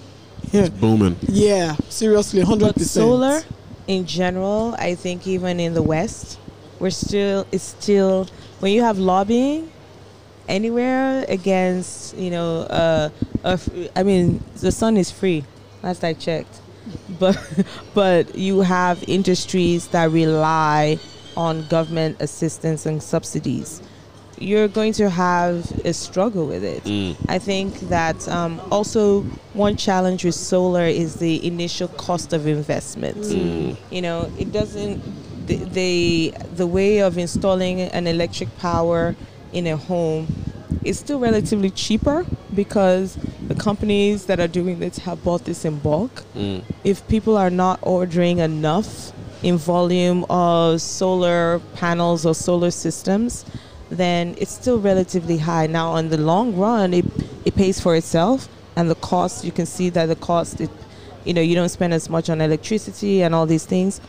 yeah,
booming
yeah, seriously, hundred
but
percent.
solar in general, I think even in the West, we're still it's still when you have lobbying anywhere against you know uh, a f- I mean the sun is free last I checked, but but you have industries that rely on government assistance and subsidies. You're going to have a struggle with it.
Mm,
I think that um, also one challenge with solar is the initial cost of investment. You know, it doesn't the, the the way of installing an electric power in a home is still relatively cheaper because the companies that are doing this have bought this in bulk. If people are not ordering enough in volume of solar panels or solar systems, then it's still relatively high. Now, on the long run, it, it pays for itself, and the cost you can see that the cost it, you know, you don't spend as much on electricity and all these things,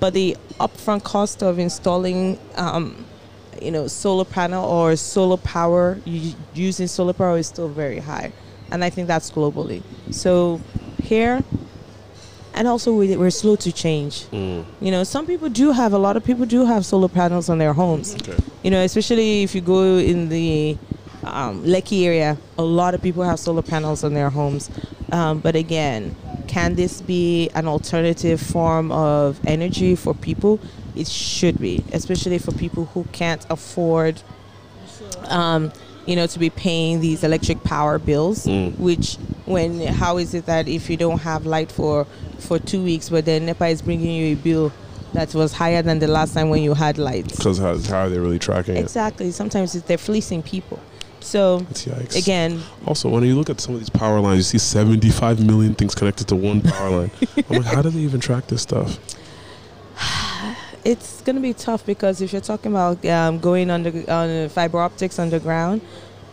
but the upfront cost of installing, um, you know, solar panel or solar power u- using solar power is still very high, and I think that's globally. So here, and also we, we're slow to change. You know, some people do have a lot of people do have solar panels on their homes. You know, especially if you go in the um, Lekki area, a lot of people have solar panels on their homes. Um, but again, can this be an alternative form of energy for people? It should be, especially for people who can't afford, um, you know, to be paying these electric power bills.
Mm.
mm.
Which, when how is it that if you don't have light for for two weeks, but then NEPA is bringing you a bill that was higher than the last time when you had light?
Because how, how are they really tracking it?
Exactly. Sometimes it's, they're fleecing people. So
It's yikes.
again,
Also, when you look at some of these power lines, you see 75 million things connected to one power line. I'm like, how do they even track this stuff?
it's going to be tough because if you're talking about um, going under on fiber optics underground,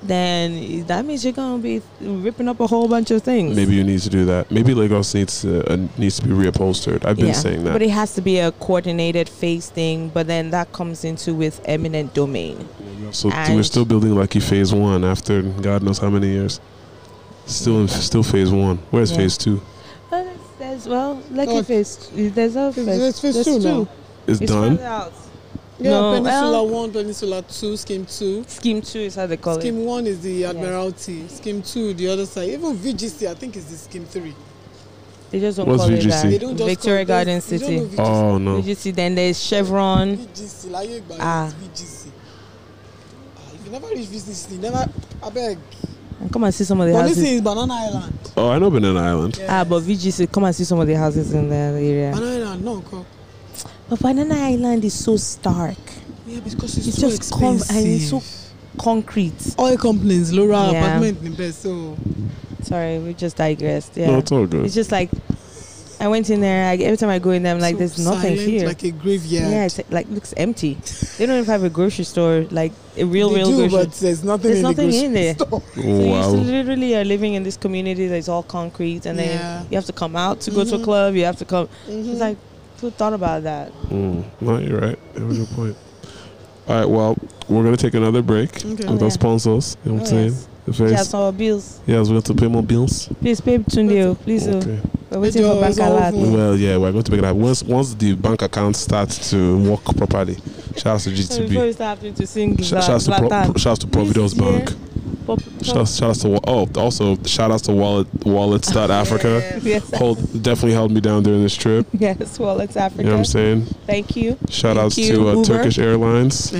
then that means you're going to be ripping up a whole bunch of things.
Maybe you need to do that. Maybe Lagos needs to uh, needs to be reupholstered. I've been saying that.
But it has to be a coordinated phase thing. But then that comes into with eminent domain.
so
and-
we're still building Lucky Phase One after God knows how many years. Still, in, still Phase One. Where's
Yeah.
Phase Two?
But it's- there's well, like
Oh,
if it's there's a
there's- there's phase
there's
two now.
Is
It's
done.
further out.
Yeah,
No,
Peninsula
well-
1, Peninsula 2, Scheme 2.
Scheme two is how they call it.
Scheme 1 is the Admiralty, Scheme 2, the other side. Even VGC, I think, is the Scheme 3.
They just don't
What's
call
VGC?
it
They
that.
don't just
Victoria
call it-
Garden
you
City.
Don't know
Oh no!
VGC. Then there's Chevron.
VGC. VGC, láyé ìgbà
Ah.
yẹn it's VGC. Ah, If you never reach VGC, you never, abeg.
And come and see some of the
But
houses.
this is Banana Island.
Oh, I know Banana Island.
Yeah.
Ah, but VGC, come and see some of the houses in that area.
Banana Island, no, nǹkan.
But Banana Island is so stark,
Yeah, because it's,
It's
so
just com- and
expensive.
it's so- concrete.
Oil companies ló ra
Yeah.
apartment níbẹ̀ so.
Sorry, we just digressed. Yeah,
No, it's all good.
it's just like I went in there. I, every time I go in there, I'm like,
so
there's nothing
silent,
here.
Like a graveyard.
yeah, it's like looks empty. they don't even have a grocery store, like a real,
they
real
do,
grocery.
but there's nothing
There's
in
nothing
the grocery
in there.
store.
So you
wow.
literally are living in this community that's all concrete, and
Yeah.
then you have to come out to go to
Mhm.
a club. You have to come.
Mhm.
It's like who thought about that?
Mm. No, you're right. You have a good point. All right. Well, we're gonna take another break
Okay.
with
Oh,
our
yeah.
sponsors. You know what
Oh,
I'm saying?
yes.
The very
Just our bills.
Yeah, we have to pay more bills.
Please, pay Tunde, please. oh.
Okay.
We're waiting
Ejo,
for
it's all
Bacala.
over.
Well, yeah, we're going to make that once once the bank account starts to work properly. Shout out
So
to
before
GTB.
we start having to sing
Sh- Shout out to, Pro-
Zlatan.
Pro- shout out to Providence
Please, yeah.
Bank.
Pop-
Shout out, shout out to Wa- oh also shout out to Wallet Wallet Stud Africa.
Yes,
Hold definitely held me down during this trip.
yes. Well, it's
You know what
Africa.
I'm saying?
Thank you.
Shout outs
you,
to uh,
Uber.
Turkish Airlines.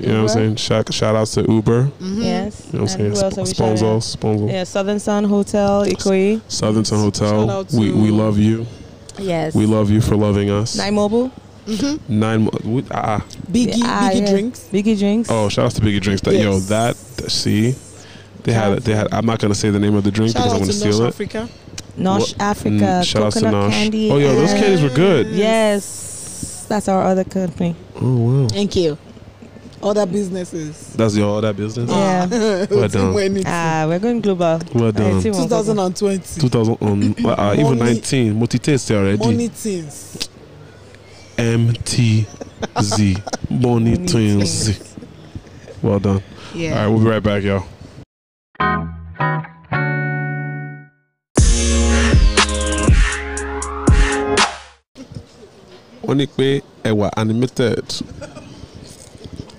You know what I'm
Uber.
saying? Shout, shout outs to Uber.
Mhm.
Yes.
You know what I'm saying?
and who else
Sp-
are we shouting out?
Sponsors, sponsors.
Yeah, Southern Sun Hotel, Ikoyi.
Southern Sun
Shout
Hotel.
out
We,
to-
we love you.
Yes.
We love you for loving us.
Night Mobile.
Nine. mo- we- ah.
Mm-hmm. Biggie,
Ah,
Biggie
yes.
drinks.
Biggie Drinks.
Oh, shout out to Biggie Drinks. That yo,
Yes.
that th- see, they had they had. I'm not gonna say the name of the drink
Shout
because
out
I'm
to
gonna
North
steal it.
Africa.
Nosh Africa.
Mm, shout out to
coconut
Nosh.
candy.
Oh, yo, those
and-
candies were good.
Yes. That's our other company.
Oh wow,
Thank you. Other businesses.
that's your all that business.
Yeah.
Well done.
When
Ah, we're going global.
Well done.
Alright, see you on global.
2020.
2000 um, uh, uh, even
Money.
19 multitaste
Money
already
things.
MTZ money
Money
twins. Well done. All right,
Yeah.
we'll be right back, y'all. wọ́n ní pé ẹ̀wà animated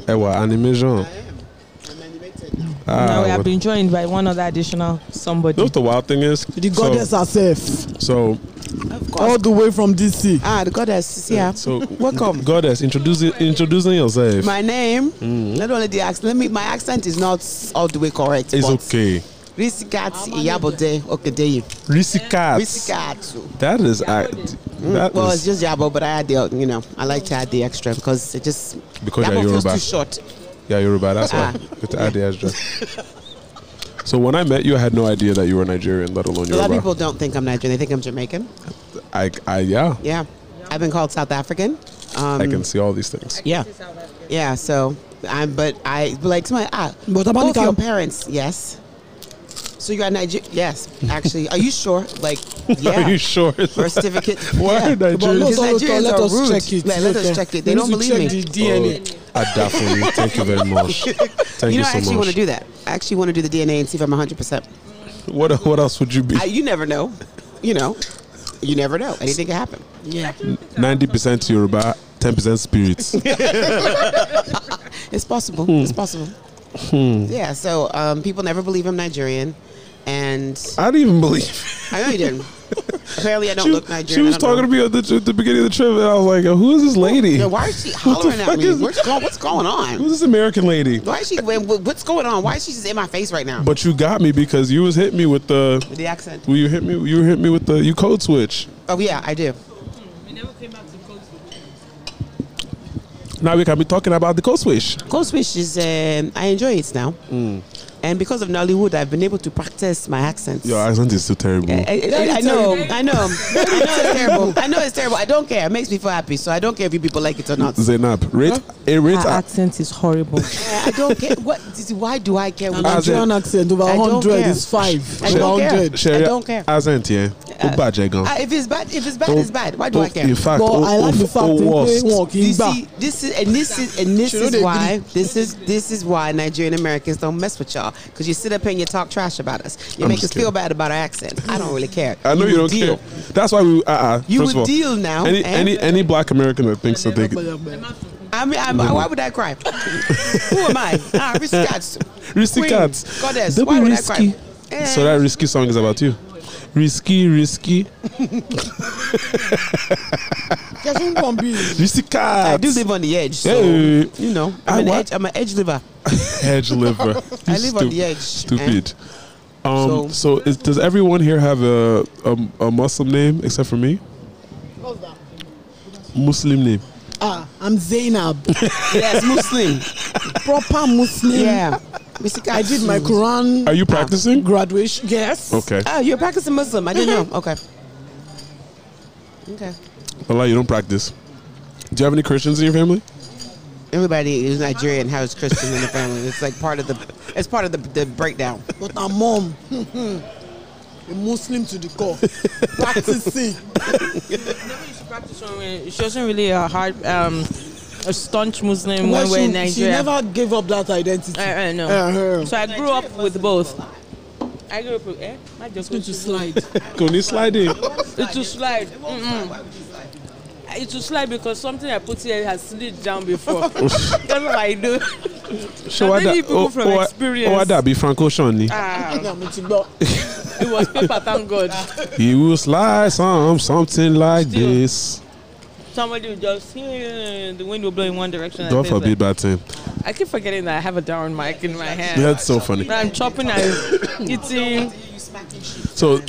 ẹ̀wà animation.
now we
Ah,
have been joined by one other additional somebody.
Just the wild thing is,
The goddess herself.
so,
All the way from DC.
Ah, the goddess.
so,
Yeah.
so
Welcome.
goddess, introducing introducing yourself.
My name.
Mm.
Not only the accent. Let me. My accent is not all the way correct.
it's
but
okay.
Risikat Iyabode Okedeyi.
Risikat.
Risikat.
That is act. That
Well, it's
is
just Yabo, but I had the you know I like to add the extra because it just
because
Yabo
you're
feels
Yoruba.
too short.
Yeah, Yoruba. That's why.
Ah.
With the idea is just. So when I met you, I had no idea that you were Nigerian, let alone
A lot of people
Yoruba.
don't think I'm Nigerian. They think I'm Jamaican.
I, I, yeah,
Yeah, I've been called South African. Um,
I can see all these things.
Yeah, yeah. So I'm, but I but like somebody. Ah,
But about
both
the
your
camp-
parents. Yes. So you are Nigerian? Yes, actually. Are you sure? Like, yeah.
Are you sure?
Birth certificate.
Why
yeah.
are
But no,
Nigerians?
Because
so
Nigerians
let
are
us
rude.
check it.
Like, let us
Okay.
check it. They
We
don't
need to check
believe me.
The DNA.
Oh, I definitely. Thank you very much. Thank
you
you,
know, I
so much.
actually want to do that. I actually want to do the DNA and see if I'm 100. percent
What What else would you be?
I, You never know. You know, you never know. Anything can happen.
Yeah.
Ninety percent Yoruba, ten percent spirits. Hmm.
It's possible. It's possible. Yeah. So um, people never believe I'm Nigerian. and
I didn't even believe.
I know you didn't. Apparently, I don't
She,
look
was-
Nigerian.
she was
I don't know.
talking to me at the, at the beginning of the trip, and I was like, "Who is this lady?
Yeah, why is she hollering at
fuck
me?
is-
What's, go- what's going on?
Who's this American lady?"
Why is she? What's going on? Why is she just in my face right now?
But you got me because you was hitting me with the.
With the accent.
Well, you hit me. You hit me with the. You code switch.
Oh yeah, I do.
We never came back to Coach
Now we can be talking about the code switch.
Ghost Wish is. um I enjoy it now,
Mm.
and because of Nollywood, I've been able to practice my accents.
Your accent is so terrible.
I, I-
That is
I know,
terrible.
I know, I know it's terrible. I know it's terrible. I don't care. It makes me feel happy, so I don't care if you people like it or not.
Zainab, rate, eh, rate
Her
a-
accent is horrible.
I don't care. What? Why do I care?
An
What-
As a-
Nigerian accent over
I don't
100
care.
is 5.
I
Over
don't care.
100.
Sherry,
I don't care.
Accent, yeah. Uh, bad,
Ah, if it's bad, if it's bad, it's bad. Why do I care?
In fact,
But
oh,
I like
oh,
the fact
oh,
that
worst.
they walk
You
in back.
see, this is and this is and this
Should they
is
be-
why this is this is why Nigerian Americans don't mess with y'all because you sit up here and you talk trash about us. You
I'm
make us
just
feel bad about our accent. I don't really care.
I know you,
will
don't
deal.
care. That's why we. Uh, uh,
You
first of
will
all,
deal now,
Any,
eh?
any any black American that thinks that they could.
I mean, I'm, why would I cry? Who am I? Ah, risky cats.
Risky
Queen,
cats.
Goddess.
Don't
why
be
would I
risky.
cry? Eh.
So that risky song is about you. Risky, risky,
Kevin Bombi.
risky cats.
Eh, I do live on the edge. So,
Hey.
you know,
I
I'm an,
what?
edge, I'm an edge liver.
Edge liver.
I
You
live on
stup-
the edge, eh?
Stupid. Um, so,
So-
is, does everyone here have a, a a Muslim name except for me? Muslim name.
Ah, I'm Zainab.
Yes, Muslim.
Proper Muslim.
yeah. Risky
I
cats.
did my Quran
Are you
Ah.
practicing?
graduation. Yes.
Okay.
Oh, you're a practicing Muslim. I didn't know. Okay. Okay.
Allah, you don't practice. Do you have any Christians in your family?
Everybody who's Nigerian has Christian in the family. It's like part of the. It's part of the, the breakdown.
But our mom, a Muslim to the core, practicing.
you should practice when we're- she wasn't really a hard, um, a staunch Muslim when
Well,
we're in
she, she
Nigeria.
never gave up that identity.
I, I know.
Uh-huh.
So I grew up with both. I grew up with eh? I just
Going to slide.
Go need sliding.
It will slide. Mm-mm. It will slide because something I put here has slid down before. That's what I do.
So
Now, many people from experience.
Oh, that be Franco Shoni.
Ah,
Yeah, mo ti gbọ́.
it was paper, thank God.
You will slide some something like
Still.
this.
Somebody would just, eh, the wind will blow in one direction. and
God
things
forbid bad thing.
like- I keep forgetting that I have a down mic in my hand.
That's so funny.
But I'm chopping and eating.
So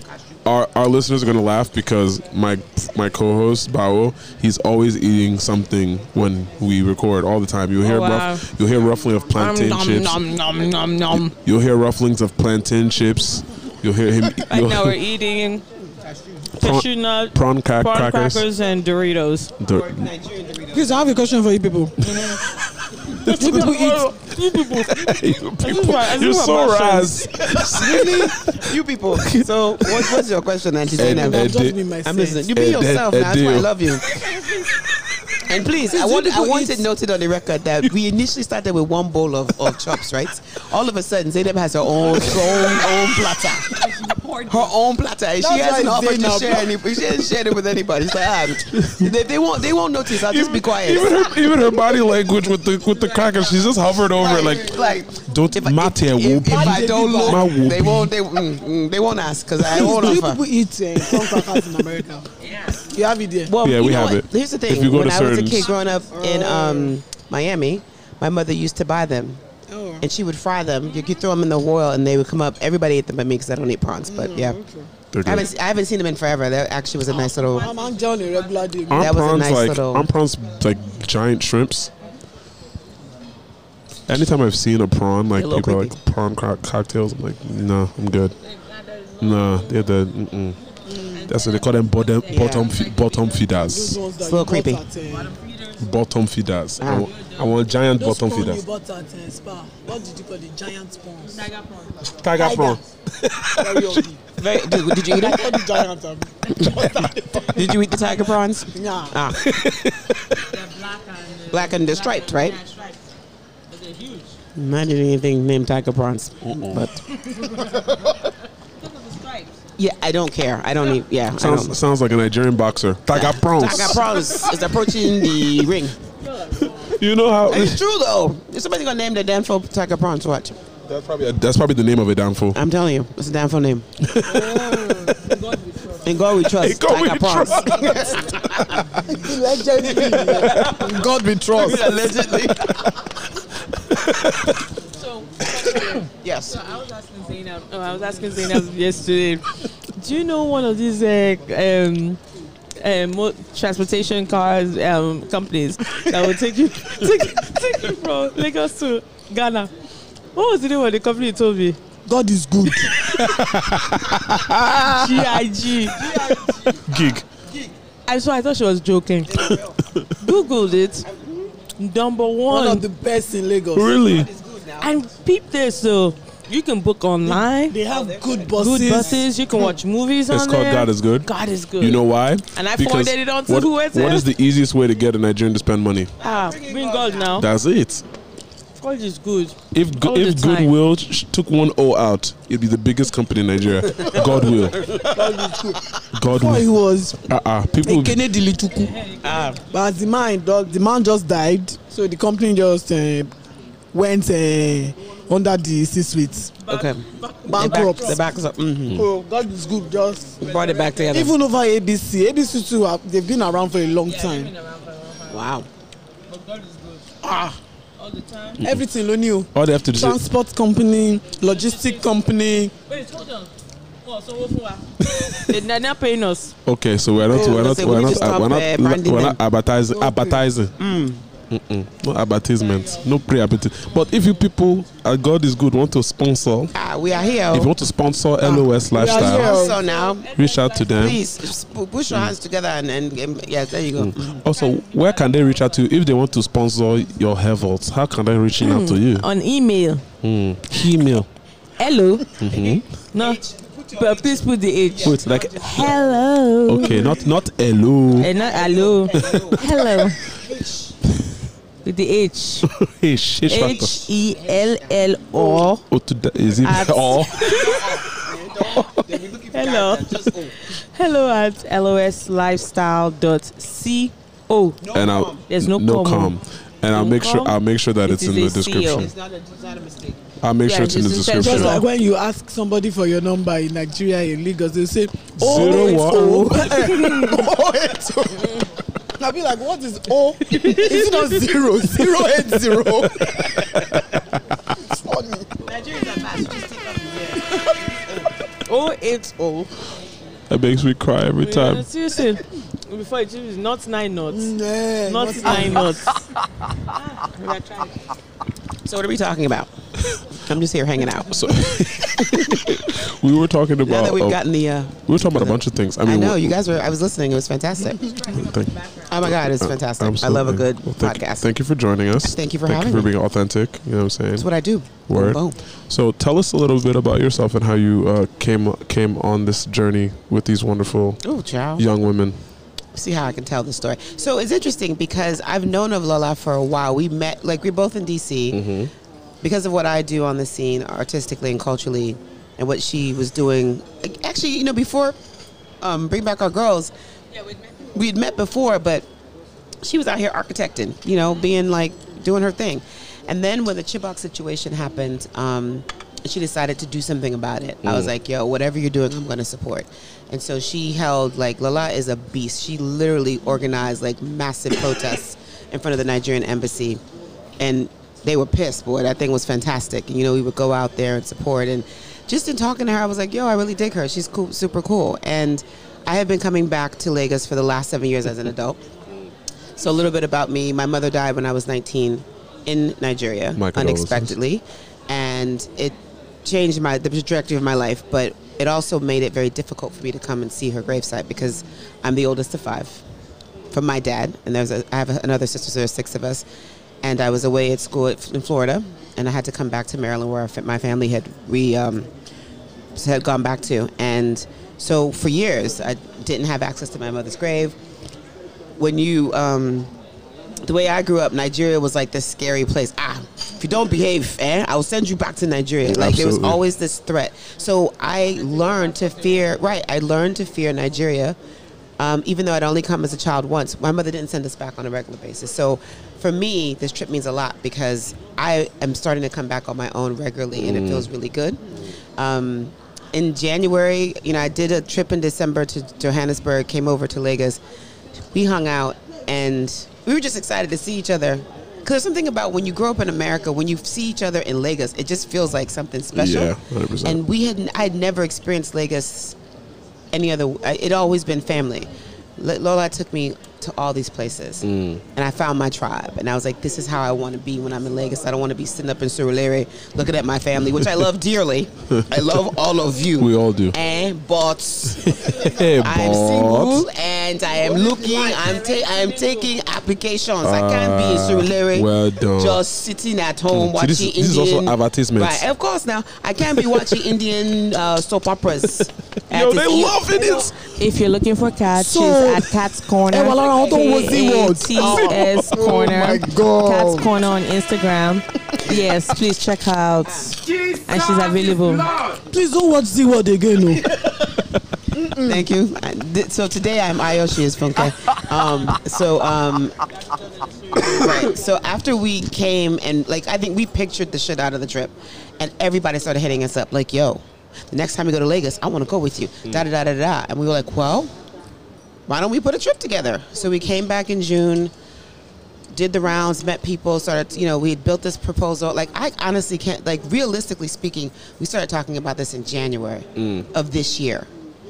our, our listeners are gonna laugh because my my co-host Bao, he's always eating something when we record all the time. You'll hear
Oh, wow.
ruff, you'll hear ruffling of plantain
nom,
chips.
nom, nom, nom, nom.
You'll hear rufflings of plantain chips. You'll hear him.
Right
you'll-
now we're eating cashew nut,
prawn, ca-
prawn
crackers.
crackers, and Doritos.
The-
Please, I have a question for you people.
Uh-huh.
you people eat.
Oh, why- I think we're
You're so
Martians.
ras.
Really, you people. So, what, what's your question, Auntie Zainab?
Ed-
I'm just
did-
being myself.
I'm listening. You be
Ed- Ed-
yourself now. That's why I
Edil.
love you. And please, I
you
want I
people
want
eat-
it noted on the record that we initially started with one bowl of, of chops, right? All of a sudden, Zainab has her own her own, own platter, her own platter, and she
That's
hasn't
why
offered to
Zainab-
share any. She hasn't shared it with anybody. She's like, ah, they, they won't they won't notice. I'll just be quiet.
Even her, even her body language with the with the crackers, she's just hovered over it like.
like
Don't
if I-
matter,
If, if,
whoopee.
if I don't
My
look,
whoopee.
they won't. They, mm, mm, they won't ask because I won't
Do you
offer.
people eat uh, corn crackers in America? Yes. You have it there.
Well,
Yeah,
you
we
know
have
what?
it.
Here's the thing:
If you go
when
to
I was a
certain-
kid growing up in um, Miami, my mother used to buy them,
Oh.
and she would fry them. You could throw them in the oil, and they would come up. Everybody ate them but me because I don't eat prawns. But yeah,
They're
I
good.
haven't, I haven't seen them in forever. That actually was a nice little.
I'm on John a regular day.
Aren't
That was a
prawns
nice
like
little-
aren't prawns like giant shrimps? Anytime I've seen a prawn, like
They're a little
people are like prawn co- cocktails, I'm like, no, I'm good. Nah, they're the. Mm-mm. That's what they call them bottom bottom fe- bottom
Those
feeders.
ones that
It's a little
you
creepy.
bought at, uh,
Bottom feeders. I
Ah.
want, I want giant
those
bottom
prawn you
feeders.
bought at uh, Spa. What did you call it? Giant prawns.
Tiger prawn.
Very ugly.
Very, did, did you eat
I
it?
call it giant. um,
Did you eat the tiger prawns?
Nah.
Ah,
uh,
black and the striped, right? I'm not eating anything named tiger prawns, but yeah, I don't care. I don't eat. Yeah, I don't.
Sounds sounds like a Nigerian boxer. Tiger prawns.
Tiger prawns is approaching the ring.
You know how
It's true though. If somebody gonna name the damn for Tiger Prawns, watch.
That's probably that's probably the name of a downfall.
I'm telling you, it's a damn phone name. In God we trust.
In God we
Tiger Paws.
God be trust.
Allegedly.
So,
Yes.
I was asking Zainab. Oh, I was asking Zainab yesterday. Do you know one of these uh, um, um, mo- transportation cars um, companies that will take you take, take you from Lagos to Ghana? What was the name of the company you told me?
God is good.
GIG.
Gig.
And so I thought she was joking. Googled it. Number
One of
one.
the best in Lagos.
Really?
And peep this, so you can book online.
They have good
Good
buses.
buses. You can watch movies on
It's called
there.
God is good.
God is good.
You know why?
And I forwarded it on to
what,
whoever.
What is the easiest way to get a Nigerian to spend money?
Ah, bring God now.
That's it.
God is good.
If go-
All
if
the time.
Goodwill sh- took one O out, it'd be the biggest company in Nigeria. Godwill.
Before he
Godwill.
was
Uh uh People.
Ekene Dilituku.
Ah,
But as the man, dog- the man just died, so the company just uh, went uh, under the C-suite.
Okay. The back,
Bankrupt.
the back is up. hmm
Oh, God is good. Just
Brought it back together.
even over ABC, ABC too. Have, they've been around for a long time.
wow.
All the time.
Everything lo new.
All they have to do is
Transport company, logistic company.
Wait, hold on. Oh, so what for? They- They're not paying us.
okay. So we're not
Oh,
we're not
listen, we
we're
need
not
to stop,
we're
uh,
not,
branding
we're
them.
not advertising advertising.
Mm.
Mm-mm. No advertisements, no pre advertisement. But if you people, uh, God is good, want to sponsor,
Ah, we are here.
if you want to sponsor
Ah.
LOS
we are
lifestyle,
here.
Also now,
reach out to them.
please s- pu- push
Mm.
your hands together and, and, and yes, there you go.
Also, where can they reach out to you if they want to sponsor your efforts? How can they reach out to you?
On email.
Email.
Hello.
Mm-hmm.
No. But please put the H.
Wait, like
Hello.
okay, not not hello.
And not hello. Hello. With the H.
H H factor.
H E L L O.
Oh, to the, is it
At-
all?
Hello. Hello at loslifestyle.co.
and I'll
There's no
no
com.
com. And I'll
No
make sure
com.
I'll make sure that
It
it's
is
in the
a seal.
description.
It's
not a, it's not a mistake.
I'll make
Yeah,
sure it's in the
it's essential.
description.
Just
Sure.
like when you ask somebody for your number in Nigeria, in Lagos, they say
Zero one.
oh, it's O. I'll be like, what is O? Is it not zero? Zero eight zero. It's funny.
Oh, it's oh.
That makes me cry every time.
Seriously, before it is not nine knots.
Yeah,
Not
what's that?
nine knots.
So what are we talking about? I'm just here hanging out.
So we were talking
Now
about
that we've
uh,
gotten the, uh,
we were talking about a bunch of things. I
I
mean,
know you guys were. I was listening. It was fantastic.
thank-
Oh my god, it's fantastic. I love a
absolutely.
good
Well, thank,
podcast.
Thank you for joining us.
Thank you for
thank
having
you for
me.
being authentic. You know what I'm saying?
That's what I do.
Word.
Boom.
So tell us a little bit about yourself and how you uh, came came on this journey with these wonderful
Oh, child.
young women.
see how I can tell the story. So it's interesting because I've known of Lola for a while. We met, like, we're both in DC
Mm-hmm.
because of what I do on the scene artistically and culturally and what she was doing. Like, Actually, you know, before um, Bring Back Our Girls, we'd met before, but she was out here architecting, you know, being like doing her thing. And then when the Chibok situation happened, um, she decided to do something about it. I was like, yo, whatever you're doing, I'm going to support. And so she held, like, Lala is a beast. She literally organized, like, massive protests in front of the Nigerian embassy. And they were pissed, boy. That thing was fantastic. And, you know, we would go out there and support. And just in talking to her, I was like, yo, I really dig her. She's cool, super cool. And I have been coming back to Lagos for the last seven years as an adult. So a little bit about me. My mother died when I was 19 in Nigeria
My condolences.
unexpectedly, and it changed my the trajectory of my life. But it also made it very difficult for me to come and see her gravesite because I'm the oldest of five from my dad, and there's a, I have another sister, so there's six of us. And I was away at school at, in Florida, and I had to come back to Maryland where our, fa- my family had re. Um, had gone back to. And so for years, I didn't have access to my mother's grave. When you, um, the way I grew up, Nigeria was like this scary place. Ah, if you don't behave, eh, I will send you back to Nigeria. Like there was
Absolutely.
always this threat. So I learned to fear, right? I learned to fear Nigeria um, even though I'd only come as a child once, my mother didn't send us back on a regular basis. So for me, this trip means a lot because I am starting to come back on my own regularly and it feels really good. Um, in January, you know, I did a trip in December to Johannesburg, came over to Lagos. We hung out and we were just excited to see each other. Because there's something about when you grow up in America, when you see each other in Lagos, it just feels like something special.
Yeah, 100%.
And we had I had never experienced Lagos any other I- it always been family L- lola took me to all these places and i found my tribe and i was like this is how i want to be when i'm in lagos i don't want to be sitting up in surulere looking at my family which i love dearly i love all of you
We all do.
and but
Hey,
i'm
boss.
single and i am looking i'm ta- i am taking applications i can't be in
Ah,
surulere
well done. Hmm,
just sitting at home
See,
watching
this is- this is also
indian
advertisements.
right of course now i can't be watching indian uh, soap operas e-
Yo, they love Indians.
If you're looking for cats,
So-
she's at Cat's Corner.
Eh, well, I don't know what's the word.
K-A-T-S Corner.
my God.
Cat's Corner on Instagram. Yes, please check her out. And she's available.
Please don't watch Z Word again. oh. No.
Thank you. I did- So today I'm Ayo, she is Funke. Um, so um, right. So after we came and like I think we pictured the shit out of the trip, and everybody started hitting us up like, "Yo, the next time we go to Lagos, I want to go with you." Da da da da da. And we were like, "Well, why don't we put a trip together?" So we came back in June did the rounds, met people, started, you know, we had built this proposal. Like, I honestly can't, like, realistically speaking, we started talking about this in January of this year.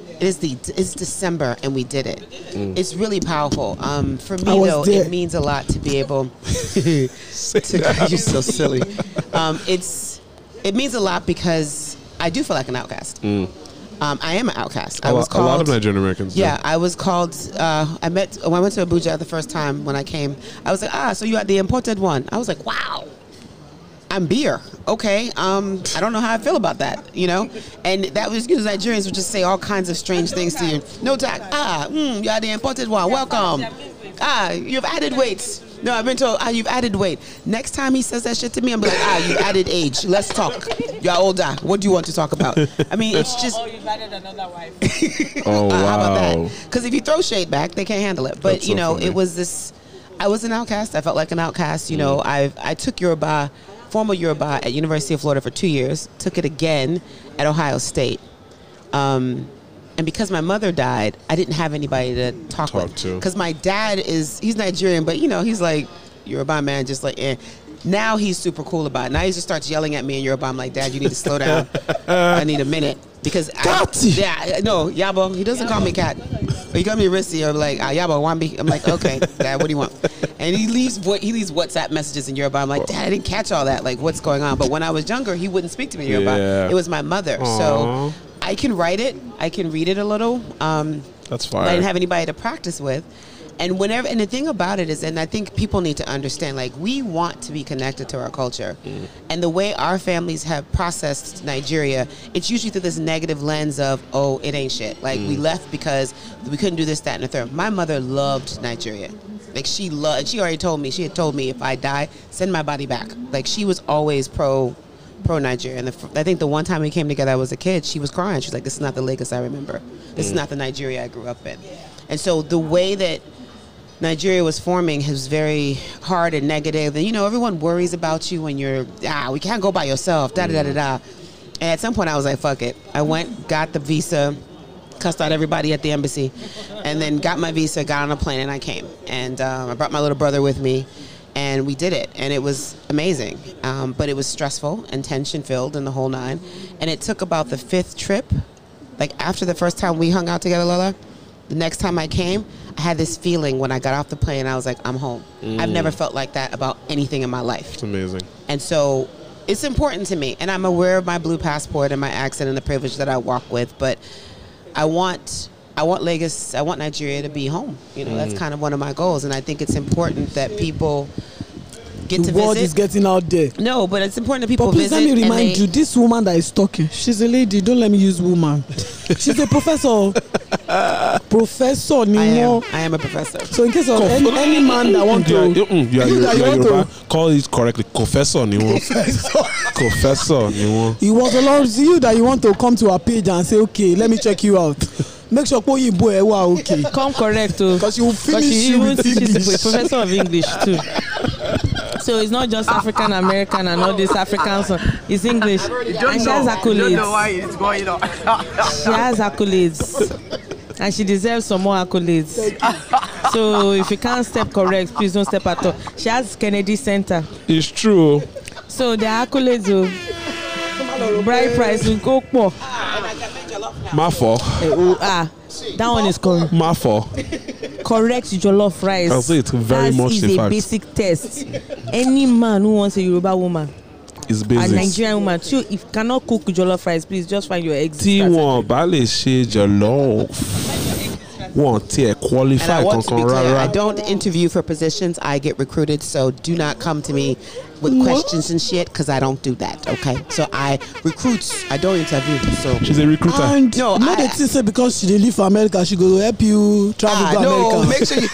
It is the it's December and we did it. It's really powerful. Um, for me
I was
though,
there.
it means a lot to be able to. You're so silly. Um, it's it means a lot because I do feel like an outcast. Um, I am an outcast. I
A lot,
was
a
called
lot of Nigerian Americans. do.
yeah, I was called. Uh, I met when I went to Abuja the first time when I came. I was like, ah, so you are the imported one. I was like, wow, I'm beer. Okay, um, I don't know how I feel about that, you know. And that was because Nigerians would just say all kinds of strange things to you. No tax. Ah, mm, you are the imported one. Welcome. Ah, you've added weight. No, I've been told ah, you've added weight. Next time he says that shit to me, I'm be like, ah, you added age. Let's talk. You're older. What do you want to talk about? I mean, it's just
you've added another wife.
Oh
uh, How about
wow.
that? Because if you throw shade back, they can't handle it. But
That's
you
so
know,
funny.
it was this. I was an outcast. I felt like an outcast. You
Mm.
know, I I took Yoruba, formal Yoruba at University of Florida for two years. Took it again at Ohio State. Um, and because my mother died, I didn't have anybody to talk,
Talk
with.
to.
Because my dad is he's Nigerian, but you know he's like Yoruba man, just like eh. Now he's super cool about it. Now he just starts yelling at me in Yoruba. I'm like, Dad, you need to slow down. I need a minute because I, yeah, I- no, Yabo. He doesn't call me cat. But he call me Rissy or like ah, Yabo Wambi. I'm like, okay, Dad, what do you want? And he leaves what he leaves WhatsApp messages in Yoruba. I'm like, Dad, I didn't catch all that. Like, what's going on? But when I was younger, he wouldn't speak to me in Yoruba.
Yeah.
It was my mother.
Aw.
So I can write it. I can read it a little. Um,
That's
but I
fire.
didn't have anybody to practice with. And whenever, and the thing about it is, and I think people need to understand, like we want to be connected to our culture, and the way our families have processed Nigeria, it's usually through this negative lens of, oh, it ain't shit. Like we left because we couldn't do this, that, and the third. My mother loved Nigeria, like she loved. She already told me. She had told me if I die, send my body back. Like she was always pro pro Nigeria. And the, fir- I think the one time we came together, I was a kid. She was crying. She's like, "This is not the Lagos I remember. This is not the Nigeria I grew up in." And so the way that Nigeria was forming was very hard and negative. And you know, everyone worries about you when you're ah, we can't go by yourself. Da da da da da. And at some point, I was like, "Fuck it." I went, got the visa. Cussed out everybody at the embassy, and then got my visa, got on a plane, and I came. And um, I brought my little brother with me, and we did it and it was amazing um, but it was stressful and tension filled and the whole nine and it took about the fifth trip like after the first time we hung out together lola the next time i came i had this feeling when i got off the plane i was like i'm home i've never felt like that about anything in my life
It's amazing.
and so it's important to me. And I'm aware of my blue passport and my accent and the privilege that I walk with, but I want I want Lagos, I want Nigeria to be home. You know, that's kind of one of my goals. And I think it's important that people get
The
to
word
visit.
is getting out there.
no, but it's important that people
But please
visit.
let me
and
remind
they-
you, this woman that is talking, she's a lady. Don't let me use woman. she's a professor. professor,
I am,
Nino.
I am a professor.
So in case of any, any man that want
You are,
to,
you, mm, you are,
You
you
that
you are
you want
Yoruba. Call it correctly. Confessor ni won. Confessor ni won.
it was a lot you that you want to come to our page and say, okay, let me check you out. make sure pé òyìnbó ẹ wà okay
Come correct, oh.
because you will
But
finish
she
you
even
with
teaches a
english.
professor of English too. So it's not just African American and all this African song. It's English. And
don't
she has
know. Don't know why
accolades.
it's going on.
She has accolades. And she deserves some more accolades. So if you can't step correct, please don't step at all. She has Kennedy Center.
It's true.
So the accolades oh, bride price will go poor.
My fault.
Eh, oh, ah, that one is correct.
My fault.
correct jollof rice.
I'll say it very
That
much
is
the
a
fact.
basic test. Any man who wants a Yoruba woman,
It's
a
basic.
Nigerian woman, too, if cannot cook jollof rice, please just find your eggs.
Tí
That's-
wọn bá lè ṣe jọ̀lọ́ wọn tiẹ̀
And I
qualify
want to be
kankan
clear, I
rárá.
don't interview for positions. I get recruited, so do not come to me with questions and shit because I don't do that. Okay, so I recruit. I don't interview. So
She's a recruiter.
and
No,
no, no
I-
dey think say because she dey live for america she go help you travel
Ah,
go
no,
america.
make sure you.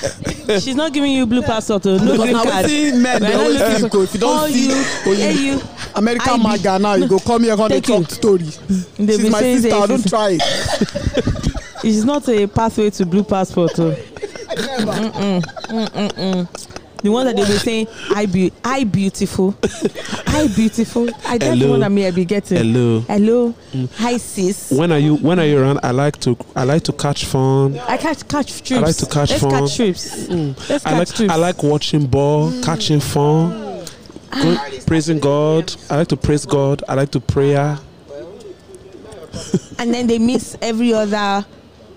She's not giving you blue passport or no green
na
card.
wetin men
We're
dey
not
always
looking
think
for-
o if you don
All
see
you,
oh,
hey
oyin
you. I
american
be-
maga now you go come here come dey
Take
talk
it.
story
They be
she's my
saying
sister
say
i
if
don
you-
try it.
It's not a pathway to blue passport. Oh. mm. The one that they be saying, I be, I beautiful, I beautiful. I that's the
Hello.
one that me I be getting.
Hello.
Hello, hi sis.
When are you when are you around? I like to I like to catch fun.
I catch catch trips.
I like to catch
Let's
fun.
catch trips. Let's
I
catch
like
trips.
I like watching ball,
Mm.
catching fun,
Ah.
go- praising God. I like to praise God. I like to prayer.
and then they miss every other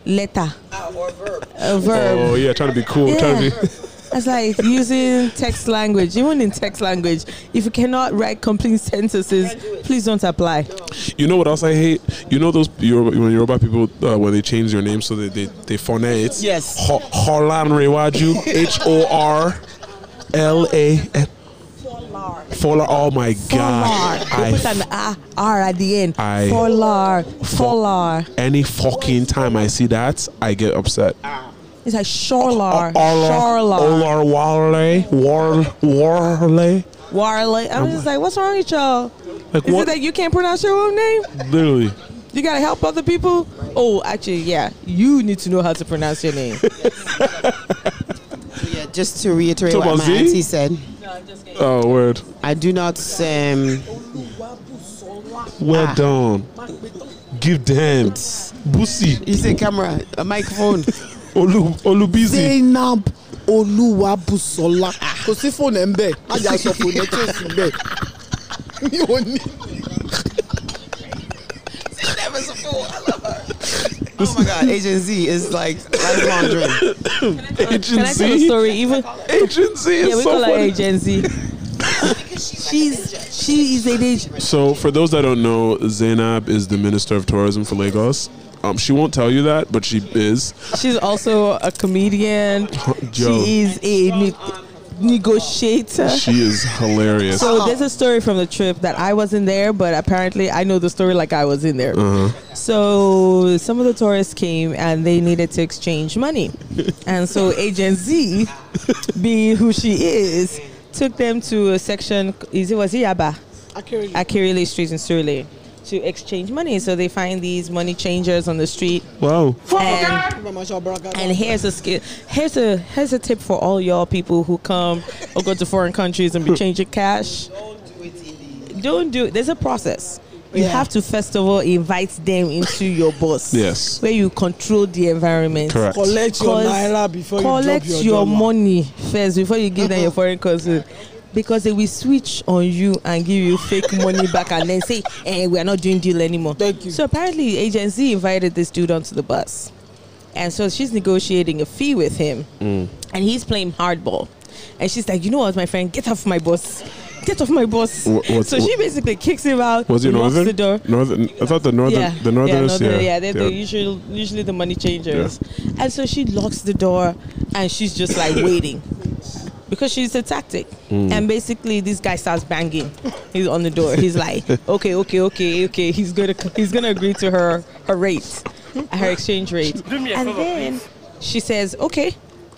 letter Ah, or verb. A
Um,
verb.
Oh yeah, trying to be cool. Trying to be.
That's like using text language. Even in text language, if you cannot write complete sentences, please don't apply.
You know what else I hate? You know those Yoruba, when Yoruba people uh, when they change your name so that they they phonate it.
Yes.
Ho- Holan Rewaju. H O R L A. Folar. Oh my
Folar.
god.
They put
I,
an a, R at the end.
I-
Folar. Folar.
any fucking time I see that, I get upset.
It's like
Oh,
sholar. Sholar.
Olar Warley. War Warley.
Warley. I'm just like, what's wrong with y'all?
Like
Is
what?
it that you can't pronounce your own name?
Literally.
You gotta help other people. Oh, actually, yeah. You need to know how to pronounce your name.
Yeah, just to reiterate
Talk
what
about
my
Z?
auntie said,
Oh word.
I do not. Um,
Well
Ah.
done. Give them. Busi.
you say camera, a microphone.
Olu Olubizi.
zainab olúwabùsọlá
Ah.
kò sí fóònù ẹ̀ ń bẹ̀ ajá sọ fóònù ẹ̀ tí ò sí bẹ̀ mi ò ní.
oh my God, Agent Z is like lifelong dream.
Agency.
Can I tell a story? Even
Agency is
yeah, we
so
call her
funny.
Agent Z. She's she is a ninja.
So, for those that don't know, Zainab is the Minister of Tourism for Lagos. Um, she won't tell you that, but she is.
She's also a comedian.
Yo.
She is a ne- negotiator.
She is hilarious.
So there's a story from the trip that I wasn't there, but apparently I know the story like I was in there. So some of the tourists came and they needed to exchange money, and so Agent Z, being who she is, took them to a section. Is it was it Yaba? Akirile Street in Surulere to exchange money. So they find these money changers on the street
wow.
and and here's a skill. Here's a here's a tip for all y'all people who come or go to foreign countries and be changing cash. Don't do it. There's a process. You
Yeah.
have to first of all invite them into your bus.
Yes.
Where you control the environment.
Correct.
collect your
Cause-
naira before you drop
Collect
your,
your
dollar.
money first before you give them your foreign currency. Because they will switch on you and give you fake money back and then say, eh, we are not doing deal anymore.
Thank you.
So apparently Agent Z invited this dude onto the bus. And so she's negotiating a fee with him.
Mm.
And he's playing hardball. And she's like, you know what, my friend, get off my bus. Get off my bus.
Wha- what-
so she basically kicks him out,
Was it
locks
northern?
the door.
Northern. I thought the northern.
Yeah,
The northerners.
yeah,
Yeah.
yeah, they're the usual, usually the money changers. And so she locks the door, and she's just like waiting, because she's a tactic.
Mm.
And basically, this guy starts banging. He's on the door. He's like, okay, okay, okay, okay. He's gonna he's gonna agree to her her rate, her exchange rate. And then she says, okay,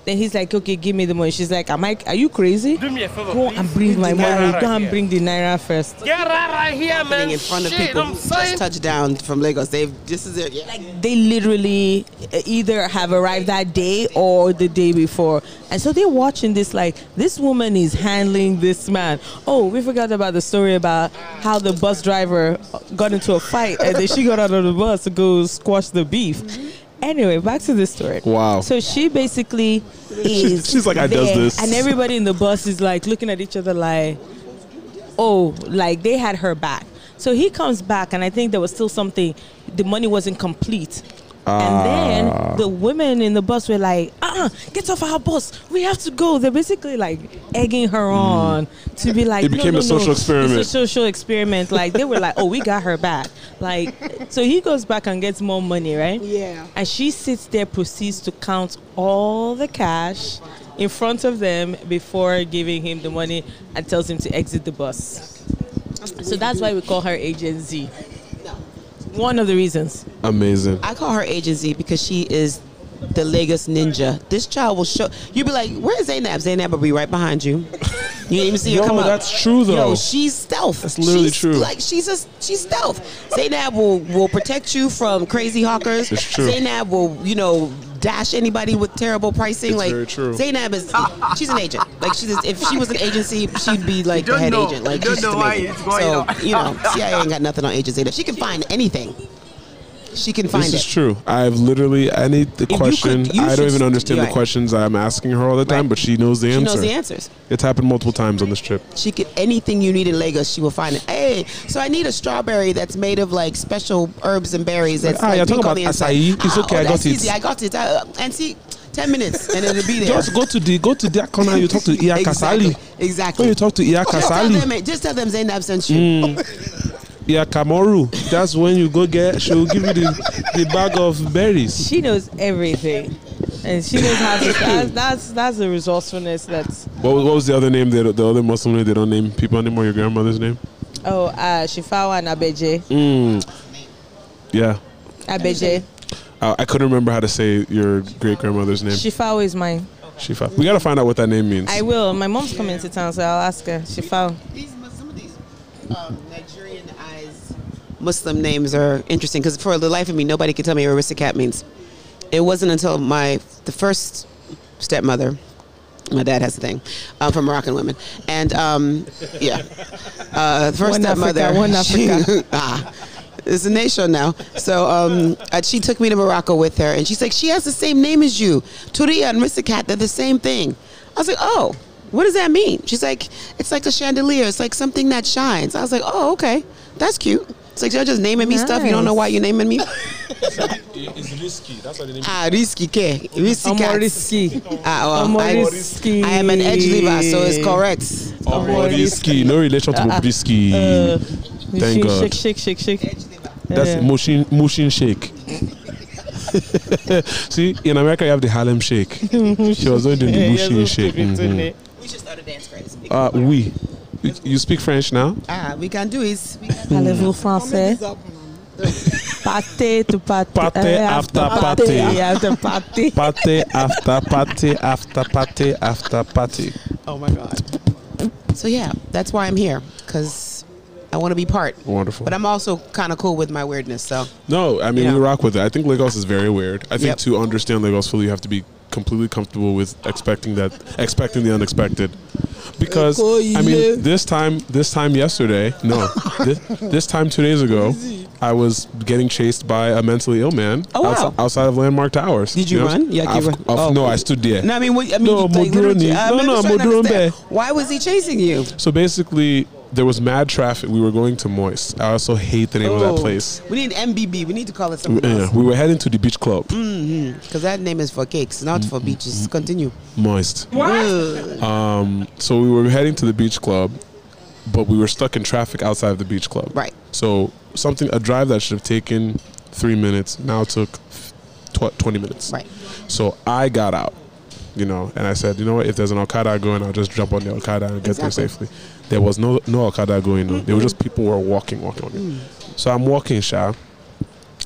Then he's like, okay, give me the money. She's like, am I? Are you crazy?
Do me a favor.
Go
please.
and bring my
the naira
money.
right
Go and
here.
bring the naira first.
Get right, right here, man.
Being in front of
Shit,
people
I'm
who
saying.
just touched down from Lagos. They've this is it. Yeah.
They literally either have arrived that day or the day before, and so they're watching this like this woman is handling this man. Oh, we forgot about the story about how the bus driver got into a fight and then she got out of the bus to go squash the beef. Anyway, back to the story.
Wow.
So she basically is.
she's like, "I does
there,
this."
and everybody in the bus is like looking at each other like, oh, like they had her back. So he comes back, and I think there was still something. The money wasn't complete.
Ah.
And then the women in the bus were like, uh uh get off our bus. We have to go. They're basically like egging her on to be like,
Hmm. It became
no, no,
a social
no.
experiment.
It's a social experiment. Like, they were like, oh, we got her back. Like, so he goes back and gets more money, right?
Yeah.
And she sits there, proceeds to count all the cash in front of them before giving him the money and tells him to exit the bus. So that's why we call her Agent Z. One of the reasons.
Amazing.
I call her agency because she is the Lagos ninja. This child will show. You'll be like, "Where is Zainab? Zainab will be right behind you. You didn't even see her
No,
come up."
that's true, though.
Yo, she's stealth. That's
literally
she's,
true.
Like she's a she's stealth. Zainab will will protect you from crazy hawkers.
It's true.
Zainab will you know dash anybody with terrible pricing.
It's
like
very true.
Zainab is she's an agent. Like she's a, if she was an agency, she'd be like the
don't
head
know.
agent. Like
You don't
she's just
know why
amazing.
it's going
so
on.
you know CIA ain't got nothing on agent Zainab. She can find anything. She can find
This
it.
is true. I've literally I need the
you
question.
could- you
I
should
don't even
st-
understand the
right.
questions I'm asking her all the time,
Right.
but she knows the
She
answer.
knows the answers.
It's happened multiple times on this trip.
She could anything you need in Lagos, she will find it. Hey, so I need a strawberry that's made of like special herbs and berries. That's
Ah,
like,
you're
pink
talking
on the
about
inside. Ah, oh,
acai? It's okay, I
that's
got it.
easy, I got it. I, uh, and see, ten minutes, and it'll be there.
Just go to the go to that corner. You talk to Iya
exactly.
Kasali.
Exactly.
When you talk to Iya
just tell them,
Kasali, Mm.
eh, just tell them Zainab sent you.
Iya Kamoru, that's when you go get. She'll give you the, the bag of berries.
She knows everything. And she knows how to. That's, that's, that's the resourcefulness that's.
What was, what was the other name? The, the other Muslim name they don't name people anymore. Your grandmother's name?
Oh, uh, Shifawa and Abeje.
Yeah,
Abeje.
I, I couldn't remember how to say your great grandmother's name.
Shifawa is mine.
Shifa. We gotta find out what that name means.
I will. My mom's coming to town, so I'll ask her. Shifawa.
These some of these um, Nigerianized Muslim names are interesting because for the life of me, nobody could tell me what Aristocat means. It wasn't until my the first stepmother, my dad has a thing uh, for Moroccan women, and um, yeah, uh, the first
One
stepmother.
Africa, one
she-
Africa.
ah, it's a nation now. So um, uh, she took me to Morocco with her, and she's like, she has the same name as you, Turia and Risakat. They're the same thing. I was like, oh, what does that mean? She's like, it's like a chandelier. It's like something that shines. I was like, oh, okay, that's cute. It's like you're just naming me stuff. You don't know
Nice.
why you're naming me.
It's risky. That's why the name.
ah, risky care, risky
Omo
cats.
Risky.
Ah, well,
Omo
I,
risky.
I am an edge liver, so it's correct.
Risky. No relation to Bobrisky.
Uh,
Thank
shake,
God.
Shake, shake, shake, shake.
That's
Yeah.
Mushin Mushin Shake. See, in America you have the Harlem Shake. she was doing the
Yeah, you're
Mushin
so
Shake.
stupid,
Mhm.
isn't it?
We should start a dance craze.
Uh, oui. You, you speak French now?
Ah, we can do it. We can-
Mmh.
Parlez-vous français? Pâté to pâté.
Pâté
eh,
after pâté.
Pâté after pâté.
Party after party after party after party.
Oh my god. So yeah, that's why I'm here because I want to be part.
Wonderful.
But I'm also kind of cool with my weirdness. So
No, I mean
Yeah.
we rock with it. I think Lagos is very weird. I think
Yep.
to understand Lagos fully, you have to be completely comfortable with expecting that, expecting the unexpected. Because I mean, this time, this time yesterday, no, this, this time two days ago, I was getting chased by a mentally ill man
Oh, wow.
outs- outside of Landmark Towers.
Did you
know what I'm
run? Yeah,
saying?
you
Of-
run.
of-
Oh.
No, I stood there.
no, I mean, what, I mean,
No,
like, literally,
Modroni.
I'm
No, no,
just trying to
Modroni.
understand. Why was he chasing you?
So basically, there was mad traffic. We were going to Moist. I also hate the name of that
Oh,
place.
We need MBB. We need to call it something
Yeah,
else
we were heading to the beach club,
because that name is for cakes, not for beaches. Continue.
Moist.
Ugh.
So we were heading to the beach club, but we were stuck in traffic outside of the beach club.
Right.
So something a drive that should have taken three minutes now took tw- twenty minutes.
Right.
So I got out, you know, and I said, you know what? If there's an Okada going, I'll just jump on the Okada and get
Exactly.
there safely. There was no no Okada going. though. There were just people were walking, walking, walking. So I'm walking, Sha.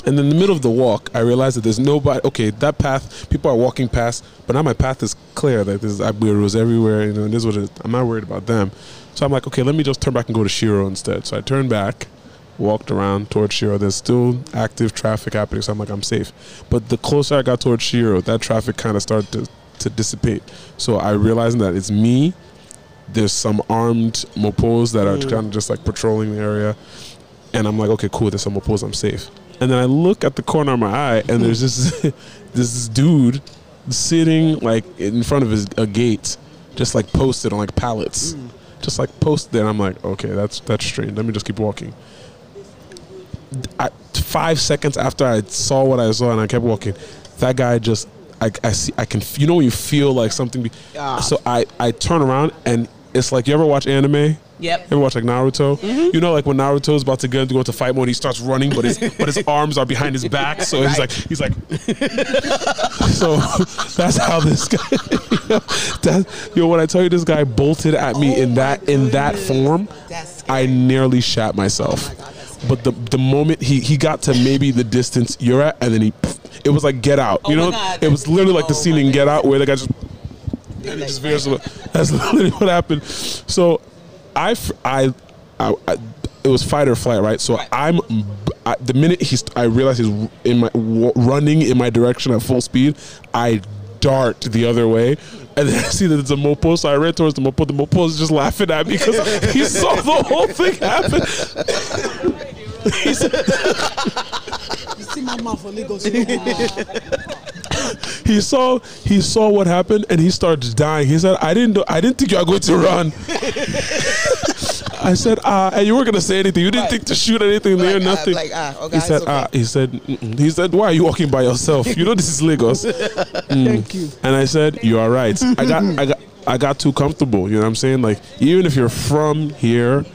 And in the middle of the walk, I realized that there's nobody. Okay, that path, people are walking past, but now my path is clear that there's Agueros everywhere. You know, and this is what it is. I'm not worried about them. So I'm like, okay, let me just turn back and go to Shiro instead. So I turned back, walked around towards Shiro. There's still active traffic happening, so I'm like, I'm safe. But the closer I got towards Shiro, that traffic kind of started to, to dissipate. So I realized that it's me. There's some armed mopos that are kind of just like patrolling the area. And I'm like, okay, cool. There's some mopos. I'm safe. And then I look at the corner of my eye, and there's this this dude sitting like in front of his a gate, just like posted on like pallets, just like posted. there. And I'm like, okay, that's that's strange. Let me just keep walking. I, five seconds after I saw what I saw and I kept walking, that guy just I, I see I can you know when you feel like something. Be,
Ah.
So I I turn around and it's like you ever watch anime.
Yep.
Ever watch like Naruto? You know, like when Naruto is about to go, to go into fight mode, he starts running, but his but his arms are behind his back, so he's like he's like. so that's how this guy. that, yo, when I tell you this guy bolted at me
Oh
in
my
that in that
goodness.
form,
That's
I
scary.
nearly shat myself.
Oh my God, that's scary.
but the the moment he he got to maybe the distance you're at, and then he, it was like Get Out.
Oh
you
my
know,
God.
it was literally like the
Oh
scene
my
in Get Out where the guy just
Like,
and it just veers away. That's literally what happened. So, I, f- I- I- I- it was fight or flight, right? So
Right.
I'm, I, the minute he's, I realize he's w- in my w- running in my direction at full speed. I dart the other way. And then I see that it's a mopo, so I ran towards the mopo. The mopo is just laughing at me because he saw the whole thing happen.
You see my mouth for Lagos. you know, ah,
He saw he saw what happened, and he starts dying. He said, "I didn't know, I didn't think you were going to run." I said, "Ah," and you weren't gonna say anything. You didn't
Right.
think to shoot anything there,
ah,
nothing.
like, ah, okay,
he
it's
said,
okay.
"Ah," he said, "Mm-mm." he said, "Why are you walking by yourself? You know this is Lagos." Mm.
Thank you.
And I said, "You are right. I got, I got, I got too comfortable. You know what I'm saying? Like, even if you're from here,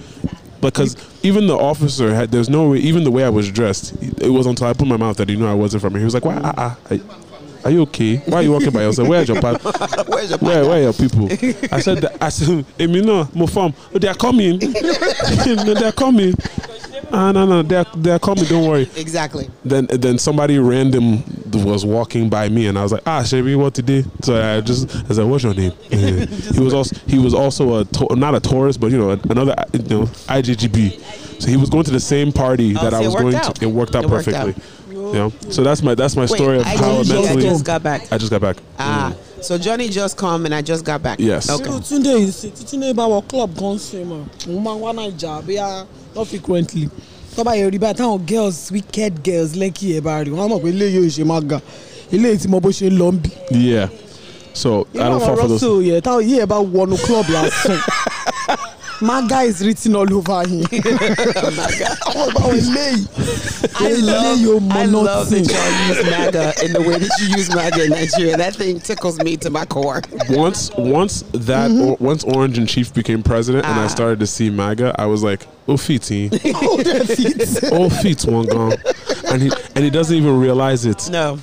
because even the officer had, there's no way. Even the way I was dressed, it was until I put my mouth that he knew I wasn't from here. He was like, "Why? Ah, ah, I- are you okay? Why are you walking by yourself? Where's your pa-
Where's your
Where, where are your people?" I said, that, "I said, hey, me no, my farm. Oh, They are coming. No, they are coming. Ah, no, no, they are, they are coming. Don't worry."
Exactly.
then then somebody random was walking by me and I was like, ah, Shabby, what today? So I just I said, what's your name? Eh. he was also he was also a to- not a tourist, but you know another you know IGGB. So he was going to the same party that
Oh, so
I
it
was
worked
going
out.
to. It worked out
It worked
perfectly. Yeah. So that's my that's my
Wait,
story of
I
how
just-
mentally.
I just got back.
I just got back.
Ah, so Johnny just come and I just got back.
Yes.
Okay.
So Tunde is Tunde bá wọ club gan ṣe mọ̀. Mo máa ń wá Naija bóyá not frequently. Tọ́ba yẹn rí báyìí táwọn girls wicked girls lẹ́kì ẹ̀ bá rí wọ́n á mọ̀ pé eléyìí ò ṣe máa ga. Eléyìí tí mo bó ṣe ń lọ ń bì.
Yeah. So I don't fall for those.
Russell yẹn táwọn yìí ẹ̀ bá wọnú club lásán. Maga is written all over him. Àwọn ìgbà wọn eléyìí.
I
Eléyìí ò
love,
mọ
I love that
nothing.
y'all use MAGA in the way that you use MAGA in Nigeria. That thing tickles me to my core.
once once that
Mm-hmm.
or, once Orange and Chief became president and I
Ah.
started to see MAGA, I was like, oh, fifteen.
Ó dẹ̀ fi-
all feet's one gone, and he and he doesn't even realize it.
No.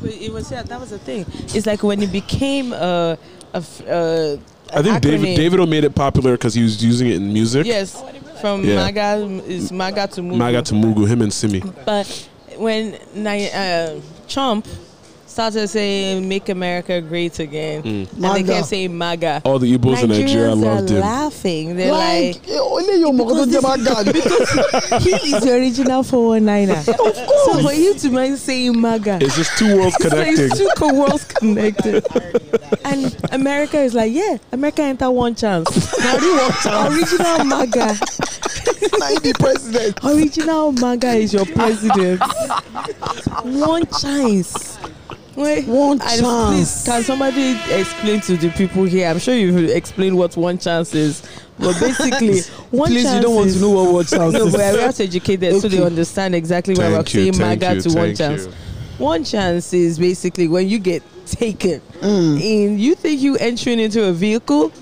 But it was yeah, that was the thing. It's like when it became a, a f- a-
I think
acronym.
David David O made it popular because he was using it in music.
Yes, from
Yeah.
Maga is Maga to Mugu.
Maga to Mugu, him and Simi.
But when Ni- uh, Trump started saying "Make America Great Again,"
Mm.
and they
MAGA.
kept saying "Maga,"
All the Igbos Oh, in Nigeria
Nigerians
loved
are
him.
laughing. They're like.
Like, eléyìí ò mọ̀ kó tó jẹ́ Maga ni.
He is the original 419er. of course. er. So for you to mind saying MAGA,
It's just two worlds
So
connecting.
It's two co- worlds connected. and America is like, yeah, America enter one chance. Now do one chance. Original MAGA.
Ninety president.
Original MAGA is your president. one chance. Wait, and
One
Please,
chance.
can somebody explain to the people here? I'm sure you've explained what one chance is, but basically, one
Please,
chance
you don't want
is,
to know what word sounds
no,
is.
but we have to educate them so they
Okay.
understand exactly why we're
Thank you,
saying
thank
MAGA
you,
to one
thank
chance.
you.
One chance is basically when you get taken and you think you entering into a vehicle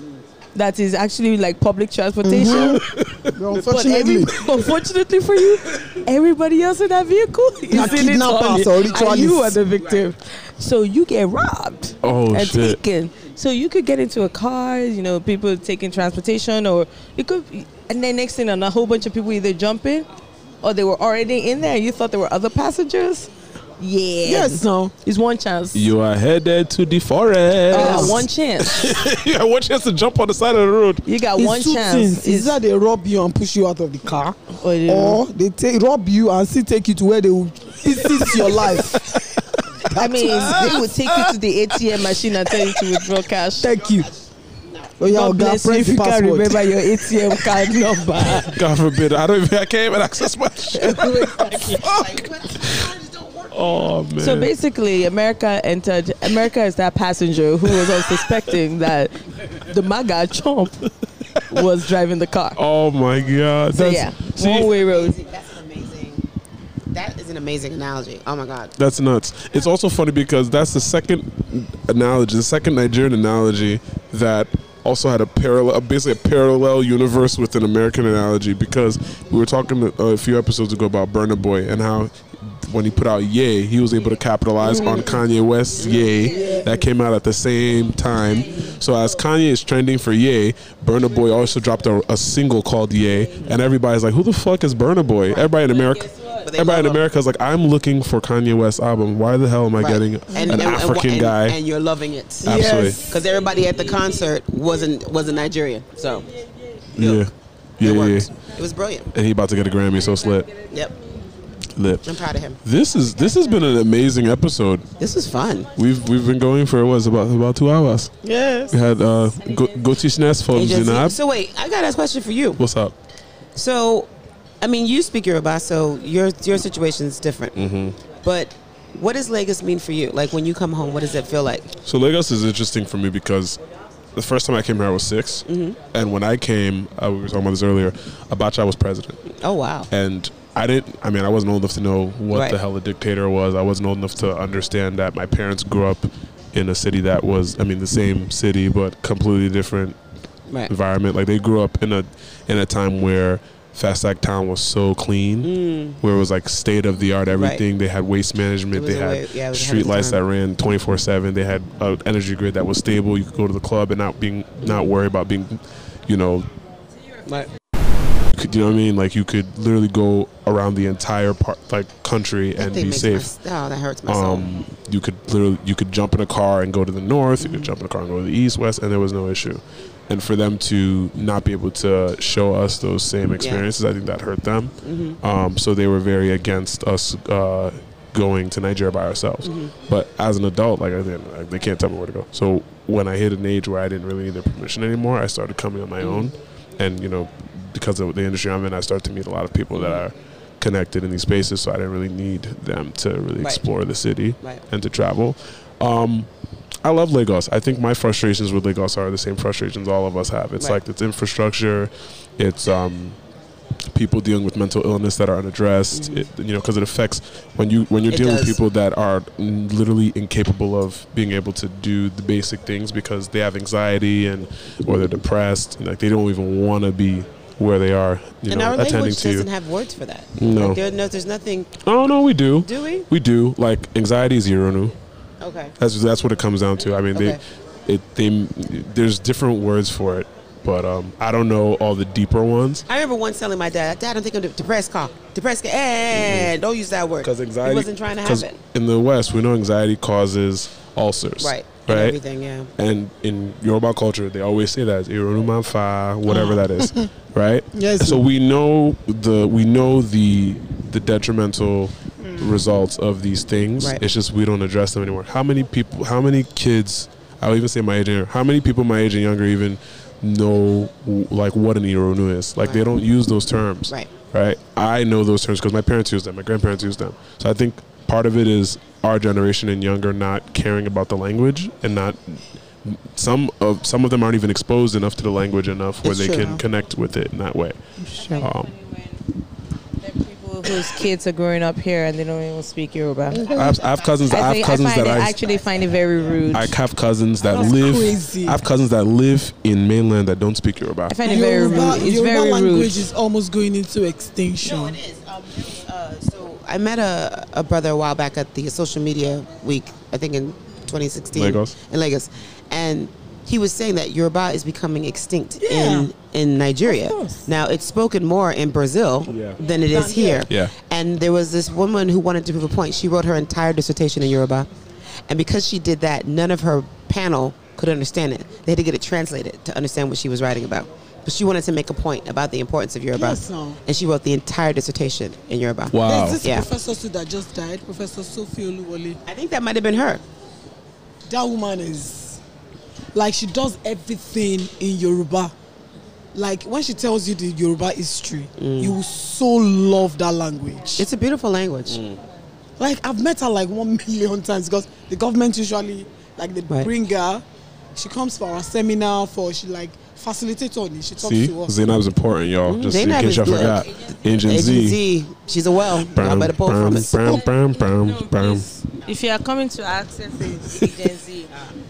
that is actually like public transportation. But every,
Unfortunately,
unfortunately for you, everybody else in that vehicle is
Are
in it on
kidnappers
it,
or
and you are
ritualists.
the victim. So you get robbed
Oh
and
shit!
taken. So you could get into a car, you know, people taking transportation, or it could, be- and then next thing, and a whole bunch of people either jump in, or they were already in there, and you thought there were other passengers,
Yeah.
Yes, no.
It's one chance.
You are headed to the forest.
You
Uh,
got one chance.
yeah, what chance to jump on the side of the road?
You got
It's
one
two
chance.
things. Is that they rob you and push you out of the car,
Oh,
Or they-
or they take rob you and still take you to where they will insist your life.
I mean, they will take you to the ATM machine and tell you to withdraw cash.
Thank you. Oh yeah,
God
Oga,
bless you
press
if you
the
can
password.
remember your ATM card number.
God forbid. I don't even. I can't even access my shit. Oh man.
So basically, America entered. America is that passenger who was unsuspecting that the MAGA chump was driving the car.
oh my God. That's,
So yeah, one way road.
Amazing. That's an amazing. That is an amazing analogy. Oh my god.
That's nuts. It's also funny because that's the second analogy, the second Nigerian analogy that also had a parallel, basically a parallel universe with an American analogy because we were talking a few episodes ago about Burna Boy and how when he put out Yay, he was able to capitalize on Kanye West's Yay that came out at the same time. So as Kanye is trending for Yay, Burna Boy also dropped a, a single called Yay, and everybody's like, "Who the fuck is Burna Boy?" Everybody in America.
But they
Everybody in
love him.
America is like, I'm looking for Kanye West album. Why the hell am I
Right.
getting an African
and,
guy?
and you're loving it
Absolutely.
because everybody at the concert wasn't wasn't Nigerian. So
yeah. Yeah,
it
yeah,
worked.
yeah.
It was brilliant.
And he about to get a Grammy, so slit.
Yep,
Lip.
I'm proud of him.
This is this has been an amazing episode.
This was fun.
We've we've been going for what's about about two hours.
Yes.
We had uh Go- Gotish Ness from
Agency.
Zinab.
So wait, I got a question for you.
What's up?
So, I mean, you speak Yoruba, so your your situation is different.
Mm-hmm.
But what does Lagos mean for you? Like when you come home, what does it feel like?
So Lagos is interesting for me because the first time I came here I was 6
Mm-hmm.
and when I came, uh, we were talking about this earlier. Abacha was president.
Oh wow,
and I didn't. I mean, I wasn't old enough to know what
Right.
the hell a dictator was. I wasn't old enough to understand that my parents grew up in a city that was, I mean, the same city but completely different
right?
environment. Like they grew up in a in a time where Fast Act Town was so clean, where it was like state of the art everything. They had waste
Mm. It
management.
was
They
a
had
way- yeah, it was ahead
street
of
lights
time.
that ran twenty four seven. They had an energy grid that was stable. You could go to the club and not being not worry about being, you know.
Right.
You could- you know what I mean? Like you could literally go around the entire part, like country,
That
and
thing
be
makes
safe.
My, oh, that hurts my soul.
Um, you could literally you could jump in a car and go to the north. You could jump in a car and go to the east, west, and there was no issue. And for them to not be able to show us those same experiences, I think that hurt them. Um, so they were very against us uh, going to Nigeria by ourselves. But as an adult, like I didn't, like, they can't tell me where to go. So when I hit an age where I didn't really need their permission anymore, I started coming on my own. And you know, because of the industry I'm in, I start to meet a lot of people that are connected in these spaces. So I didn't really need them to really
Right.
explore the city
Right.
and to travel. Um, I love Lagos. I think my frustrations with Lagos are the same frustrations all of us have. It's
Right.
like it's infrastructure, it's um, people dealing with mental illness that are unaddressed. It, you know, because it affects when you when you're
Mm-hmm. It
dealing with
does.
people that are n- literally incapable of being able to do the basic things because they have anxiety and or they're depressed. Like they don't even want to be where they are. You
and
know,
our
attending
language
to you.
doesn't have words for that.
No.
Like, there, no, there's nothing.
oh no, we do.
Do we?
We do. Like anxiety is Yorunu.
Okay.
That's that's what it comes down to. I mean,
Okay.
they, it they, there's different words for it, but um, I don't know all the deeper ones.
I remember once telling my dad, "Dad, I'm thinking of depressed car. Depressed car. Eh, don't use that word.
Because anxiety.
He wasn't trying to
Mm-hmm. 'cause
have it.
In the West, we know anxiety causes ulcers.
Right. And
Right.
everything. Yeah.
And in Yoruba culture, they always say that "irunumanfa," whatever that is, right?
Yes.
So we know the we know the the detrimental results of these things.
Mm. Right.
It's just we don't address them anymore. How many people? How many kids? I'll even say my age. and younger- How many people my age and younger even know w- like what an ironu is? Like they
Right.
don't use those terms
Right.
right? I know those terms because my parents use them, my grandparents use them. So I think part of it is our generation and younger not caring about the language and not some of some of them aren't even exposed enough to the language enough where
It's
they
true.
can connect with it in that way. Um,
People whose kids are growing up here and they don't even speak Yoruba.
I, have, I have cousins. I,
I,
have
think, I
cousins
find
that
it,
I.
actually find it very rude.
I have cousins that
That's
live.
crazy.
I have cousins that live in mainland that don't speak Yoruba.
I find it very rude.
Yoruba,
It's
Yoruba
very
language
rude.
is almost going into extinction.
No, it is. Um, uh, so I met a, a brother a while back at the social media week, I think in 2016.
Lagos?
In Lagos. And he was saying that Yoruba is becoming extinct
Yeah.
in, in Nigeria. Now, it's spoken more in Brazil
Yeah.
than it is here.
Yeah.
And there was this woman who wanted to prove a point. She wrote her entire dissertation in Yoruba. And because she did that, none of her panel could understand it. They had to get it translated to understand what she was writing about. But she wanted to make a point about the importance of Yoruba.
Yes, no.
And she wrote the entire dissertation in Yoruba.
There's
Wow.
this
Yeah.
professor too that just died, Professor Sophie Oluwole.
I think that might have been her.
That woman is like she does everything in Yoruba. Like when she tells you the Yoruba history, you will so love that language.
Mm. It's a beautiful language.
Mm.
Like I've met her like one million times because the government usually like they
Right.
bring her. She comes for our seminar for she like facilitates on it. She talks
See,
to us.
Zainab's important, y'all. Just in
Zainab
case
is
y'all
good.
forgot. Engine
Agent
Z.
Z, she's a well. Y'all
Bam,
better pull
bam,
from us.
bam, bam, bam,
No,
bam.
please. If you are coming to access it, Gen Z, um,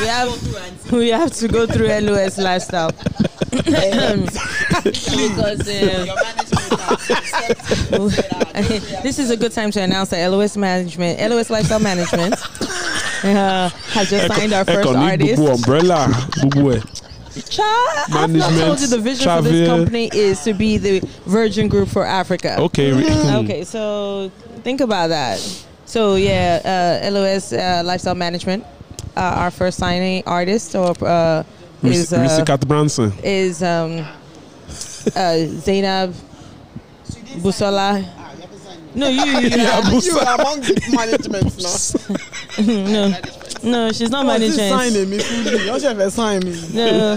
we have we have to go through LOS lifestyle Um, because um, this is a good time to announce that LOS management, LOS lifestyle management, uh, has just signed our first
Echo ni
artist.
bubu umbrella. bubu eh.
Cha- I've not told you the vision for
Management,
this
travel.
company is to be the Virgin Group for Africa.
Okay.
okay, so think about that. So yeah, uh, LOS uh, Lifestyle Management, uh, our first signing artist or uh, is uh,
hmm. Risikat Branson.
is um, uh, Zainab Busola. No, you, you, um, you
you are among the management now.
no, no, she's not
Oh, Sign
managing.
him if you do. You should have signed him.
No,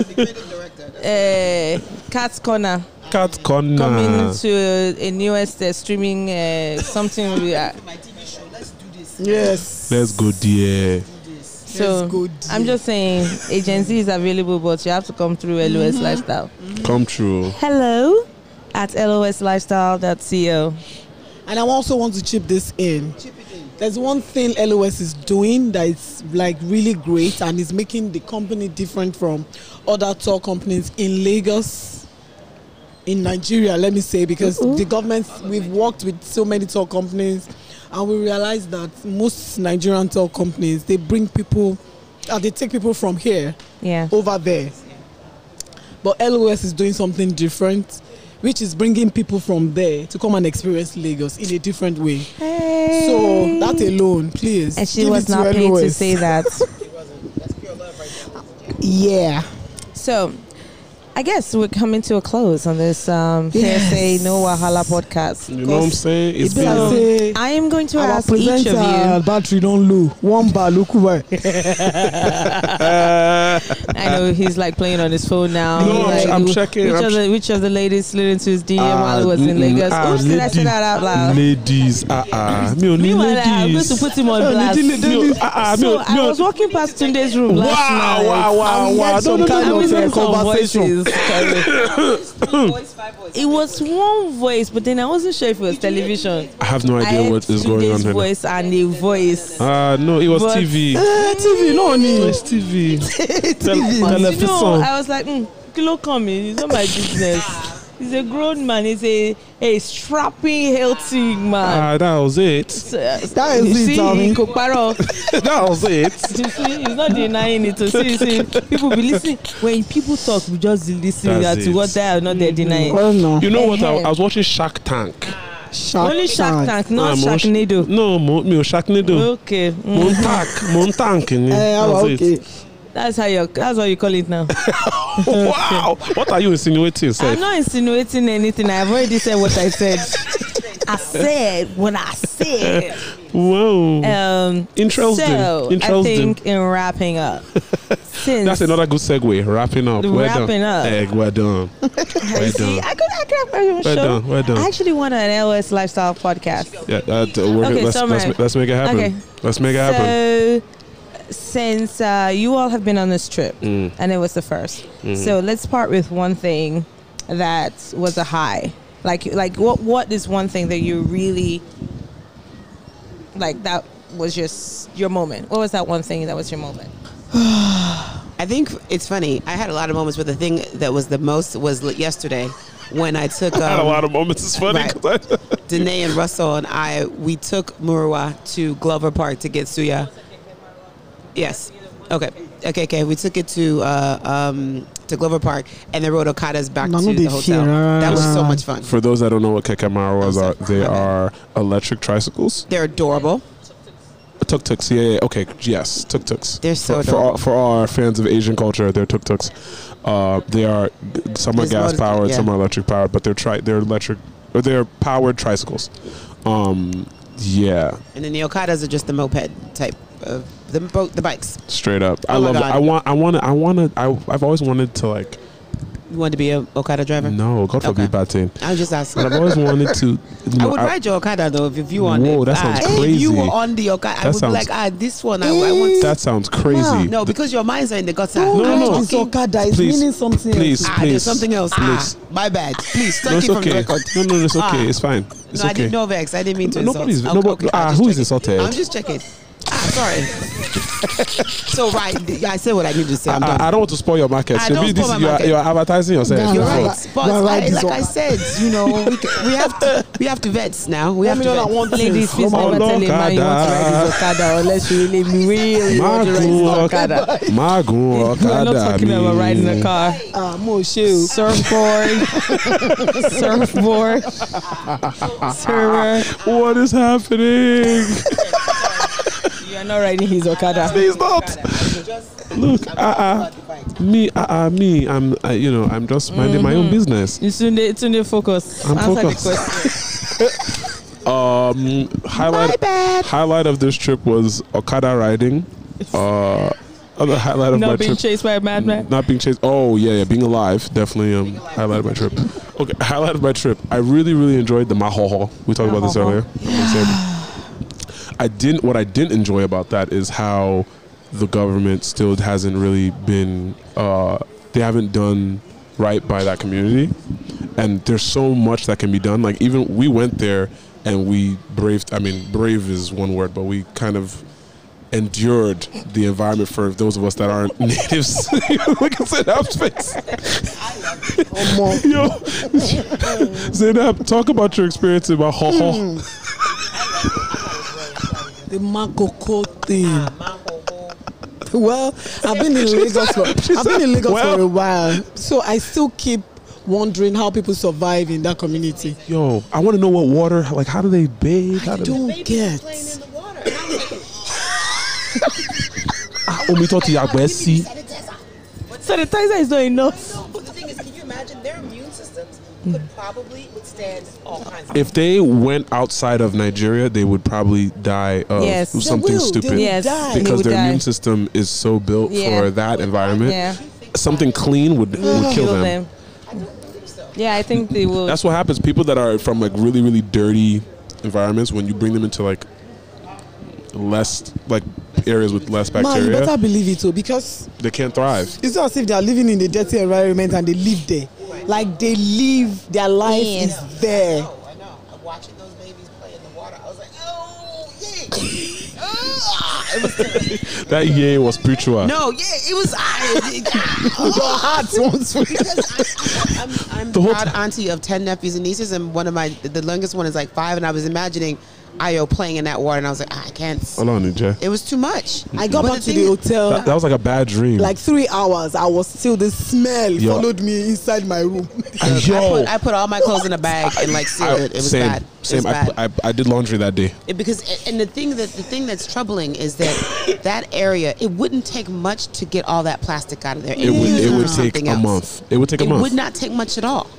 uh, Cat's Corner.
Cat
coming
Corner.
to a, a newest uh, streaming uh, something. We are,
Yes.
Let's go there.
so
good.
I'm just saying, agency is available, but you have to come through LOS Lifestyle.
Come true.
Hello at loslifestyle.co.
And I also want to chip this in. There's one thing LOS is doing that is like really great and is making the company different from other tour companies in Lagos, in Nigeria, let me say, because the government, we've worked with so many tour companies and we realize that most Nigerian tour companies, they bring people, uh, they take people from here
Yeah.
over there. But LOS is doing something different, which is bringing people from there to come and experience Lagos in a different way. So that alone, please.
and she
give
was
it to
not paid to
LOS.
say that.
Yeah.
so I guess we're coming to a close on this um, Thursday No Wahala podcast.
You know what I'm saying? It's
be like-
So
been.
Say,
I am going to
Our
ask each of you.
presenter battery don't low. One bar look over.
I know he's like playing on his phone now.
No, I'm-
Like,
I'm
wh-
checking,
Which,
I'm Ah,
of the, which of the ladies slid into his DM while he was in
mm-mm,
Lagos?
ah,
Oops, did I say that out loud?
Ladies, ah ah, mi ò ní
Meanwhile, I'm going
ladies.
to put him on blast.
Oh, lady, lady, ah, ah, mi
so
ò- mi
I
ò-
was walking past Tunde's room
Wow,
last night.
wow, wow,
I'm
wow!
yet
No, no,
some
no,
I'm
kind
no,
of
no,
listening
no,
to some
conversation.
voices. it was one voice, but then I wasn't sure if it was television.
I have no
I
idea
heard
what is going on
Tunde's
here.
voice and a voice.
Ah, no, it was
But-
TV.
TV, no
It
need.
was TV.
But you know,
Television.
I was like, mm, Kilo coming, it's not my business. He's a grown man, he's a, a strapping, healthy man. uh,
Ah, that was it.
That is
you
it,
see,
Tommy.
in Koparo,
That was it.
you see, he's not denying it. So see, you see, people be listening. When people talk, we just listen
That's
to
it.
what they are not they denying.
Well, no.
You know what? I,
Ehem.
I was watching Shark Tank.
Shark
Only Oh, Shark Tank, not
I'm watch-
Sharknado.
No, mo, mi ò Sharknado.
Okay, mm,
Mo ń tank, mo ń tank ni.
Eh,
That was it.
okay.
that's how you that's what you call it now.
Wow! What are you insinuating, sir?
I'm not insinuating anything. I've already said what I said. I said what I said.
Whoa!
Um,
Interesting.
So I
Interesting.
think in wrapping up, since
That's another good segue. Wrapping up.
Wrapping
well
up.
done. Eh, well done. well
see,
done.
I could, I could have
Well
show.
done, well done.
I actually want an LOS lifestyle podcast.
Yeah, that, uh,
Okay,
we're gonna- let's, let's,
summary.
ma- let's make it happen.
Okay.
Let's make it happen.
So, since uh, you all have been on this trip,
Mm.
and it was the first,
Mm-hmm.
so let's part with one thing that was a high. Like, like what what is one thing that you really like that was just your moment? What was that one thing that was your moment?
I think it's funny. I had a lot of moments, but the thing that was the most was l- yesterday when I took um,
I had a lot of moments. It's funny.
right.
'cause I-
Danae and Russell and I. We took Murwa to Glover Park to get Suya. Yes. Okay. Okay. Okay. We took it to uh, um, to Glover Park, and they rode okadas back
Mama
to the
dey
hotel.
fear.
That was so much fun.
For those that don't know what kekemaras are, they
Okay.
are electric tricycles.
They're adorable.
Tuk tuks, yeah, yeah, okay, yes, tuk tuks.
They're
for,
so
for, all,
adorable.
for all our fans of Asian culture, they're tuk tuks. Uh, they are some are
There's
gas
motors,
powered, some
yeah.
are electric powered, but they're tri- they're electric or they're powered tricycles. Um, yeah,
And then the okadas are just the moped type of the boat, the bikes.
straight up. I
Oh my
love. It.
God.
I want. I want. I want to. I, I've always wanted to like.
You want to be a okada driver?
No, God forbid,
Okay.
bad thing.
I was just asking.
But I've always wanted to. you
I
know,
would ride your Okada though if, if you on
Whoa,
it.
that sounds
Ah, If you were
crazy.
on the Okada, I
That
would be
sounds-
like, ah, this one I, I want.
that sounds crazy. The-
no, because your minds are in the gutter.
No,
I'm
no.
It's
talking-
Okada. It's
Please,
meaning something
please,
else.
Ah, there's
please,
something else.
Please.
Ah, my bad. Please, strike
No,
it
it's
from the
okay.
record.
No, no, it's okay.
Ah.
It's fine. It's
no, I
okay.
didn't know Vex. I didn't mean to.
Nobody's-
insult.
nobody-
I'll
ah,
just
who is
check it.
insulted?
I'm just checking. Ah, sorry. so right, I said what I need to say. I'm done.
I, I don't want to spoil your market.
I don't
Maybe this-
spoil my
you are-
market.
you are advertising yourself.
You're
You're
right.
right.
But
You're right,
I,
this
like
one.
I said, you know, we, c- we have to we have to vets now. We have
me
to
know that
vet.
one thing.
Ladies, please
Come
never
on,
tell a man you want to ride his
Okada.
Okada unless you really, really want to ride his
Magun
Okada.
Okada. Magun
We are
Okada.
not talking about riding a car.
Ah, mo ṣe o.
Surfboard, surfboard, surfer.
What is happening?
You are not riding his Okada.
Please not. Look, uh, uh, me, uh, uh, me. I'm, uh, you know, I'm just minding my
Mm-hmm.
own business.
Tunde, Tunde, focus.
I'm
Answer
focused.
the question.
Um, highlight, highlight of this trip was Okada riding. Uh, other highlight of my
Not being
trip.
chased by a madman.
Not being chased. Oh yeah, yeah. Being alive definitely um highlight of my trip. Okay, highlight of my trip. I really really enjoyed the mahoho. We talked about this
Mahoho.
earlier. I didn't. What I didn't enjoy about that is how the government still hasn't really been. Uh, they haven't done right by that community, and there's so much that can be done. Like even we went there and we braved. I mean, brave is one word, but we kind of endured the environment for those of us that aren't natives. Look at Zainab's face. Yo, Zainab, talk about your experience in Mahoho.
The Makoko thing.
Ah,
Well, I've been in Lagos for I've been in Lagos
Well.
for a while, so I still keep wondering how people survive in that community.
Yo, I want to know what water. Like, how do they bathe? How
I
do
don't get.
Omi tó ti yàgbẹ́ sí.
Sanitizer is not enough.
But the thing is, can you imagine their immune systems could probably withstand all kinds of
If they went outside of Nigeria, they would probably die of
Yes. They
something
will, they
stupid
will
Yes,
die.
they
because
would
their
die.
immune system is so built
Yeah.
for that environment.
Yeah.
Something clean would, would kill them.
Yeah, I think they will.
That's what happens. People that are from like really really dirty environments when you bring them into like less like areas with less
Man, you
bacteria,
better believe it, oh, because
they can't thrive.
it's not as if they are living in a dirty environment and they live there. Like they live, their life
Yeah.
is there.
I know. I'm watching those babies play in the water. I was like, oh, yeah.
That yay was spiritual.
No, yeah, it was. I,
Your heart wants to.
because I'm, I'm, I'm
The whole
proud auntie of 10 nephews and nieces, and one of my, the youngest one is like five, and I was imagining Io playing in that water, and I was like, ah, I can't. s-
Hold on, Ninja.
It was too much.
I got
But
back to
thing
the
is-
hotel.
That, that was like a bad dream.
like three hours, I was still the smell
Yo.
followed me inside my room.
yo,
I put, I put all my clothes in a bag and like sealed
I-
it. It was
same,
bad. It
Same.
was
I,
bad.
put- I, I did laundry that day.
It- because and the thing that the thing that's troubling is that that area it wouldn't take much to get all that plastic out of there.
It would.
use
It
for
would take
something
a
else.
month. It would take a
It
month.
would not take much at all.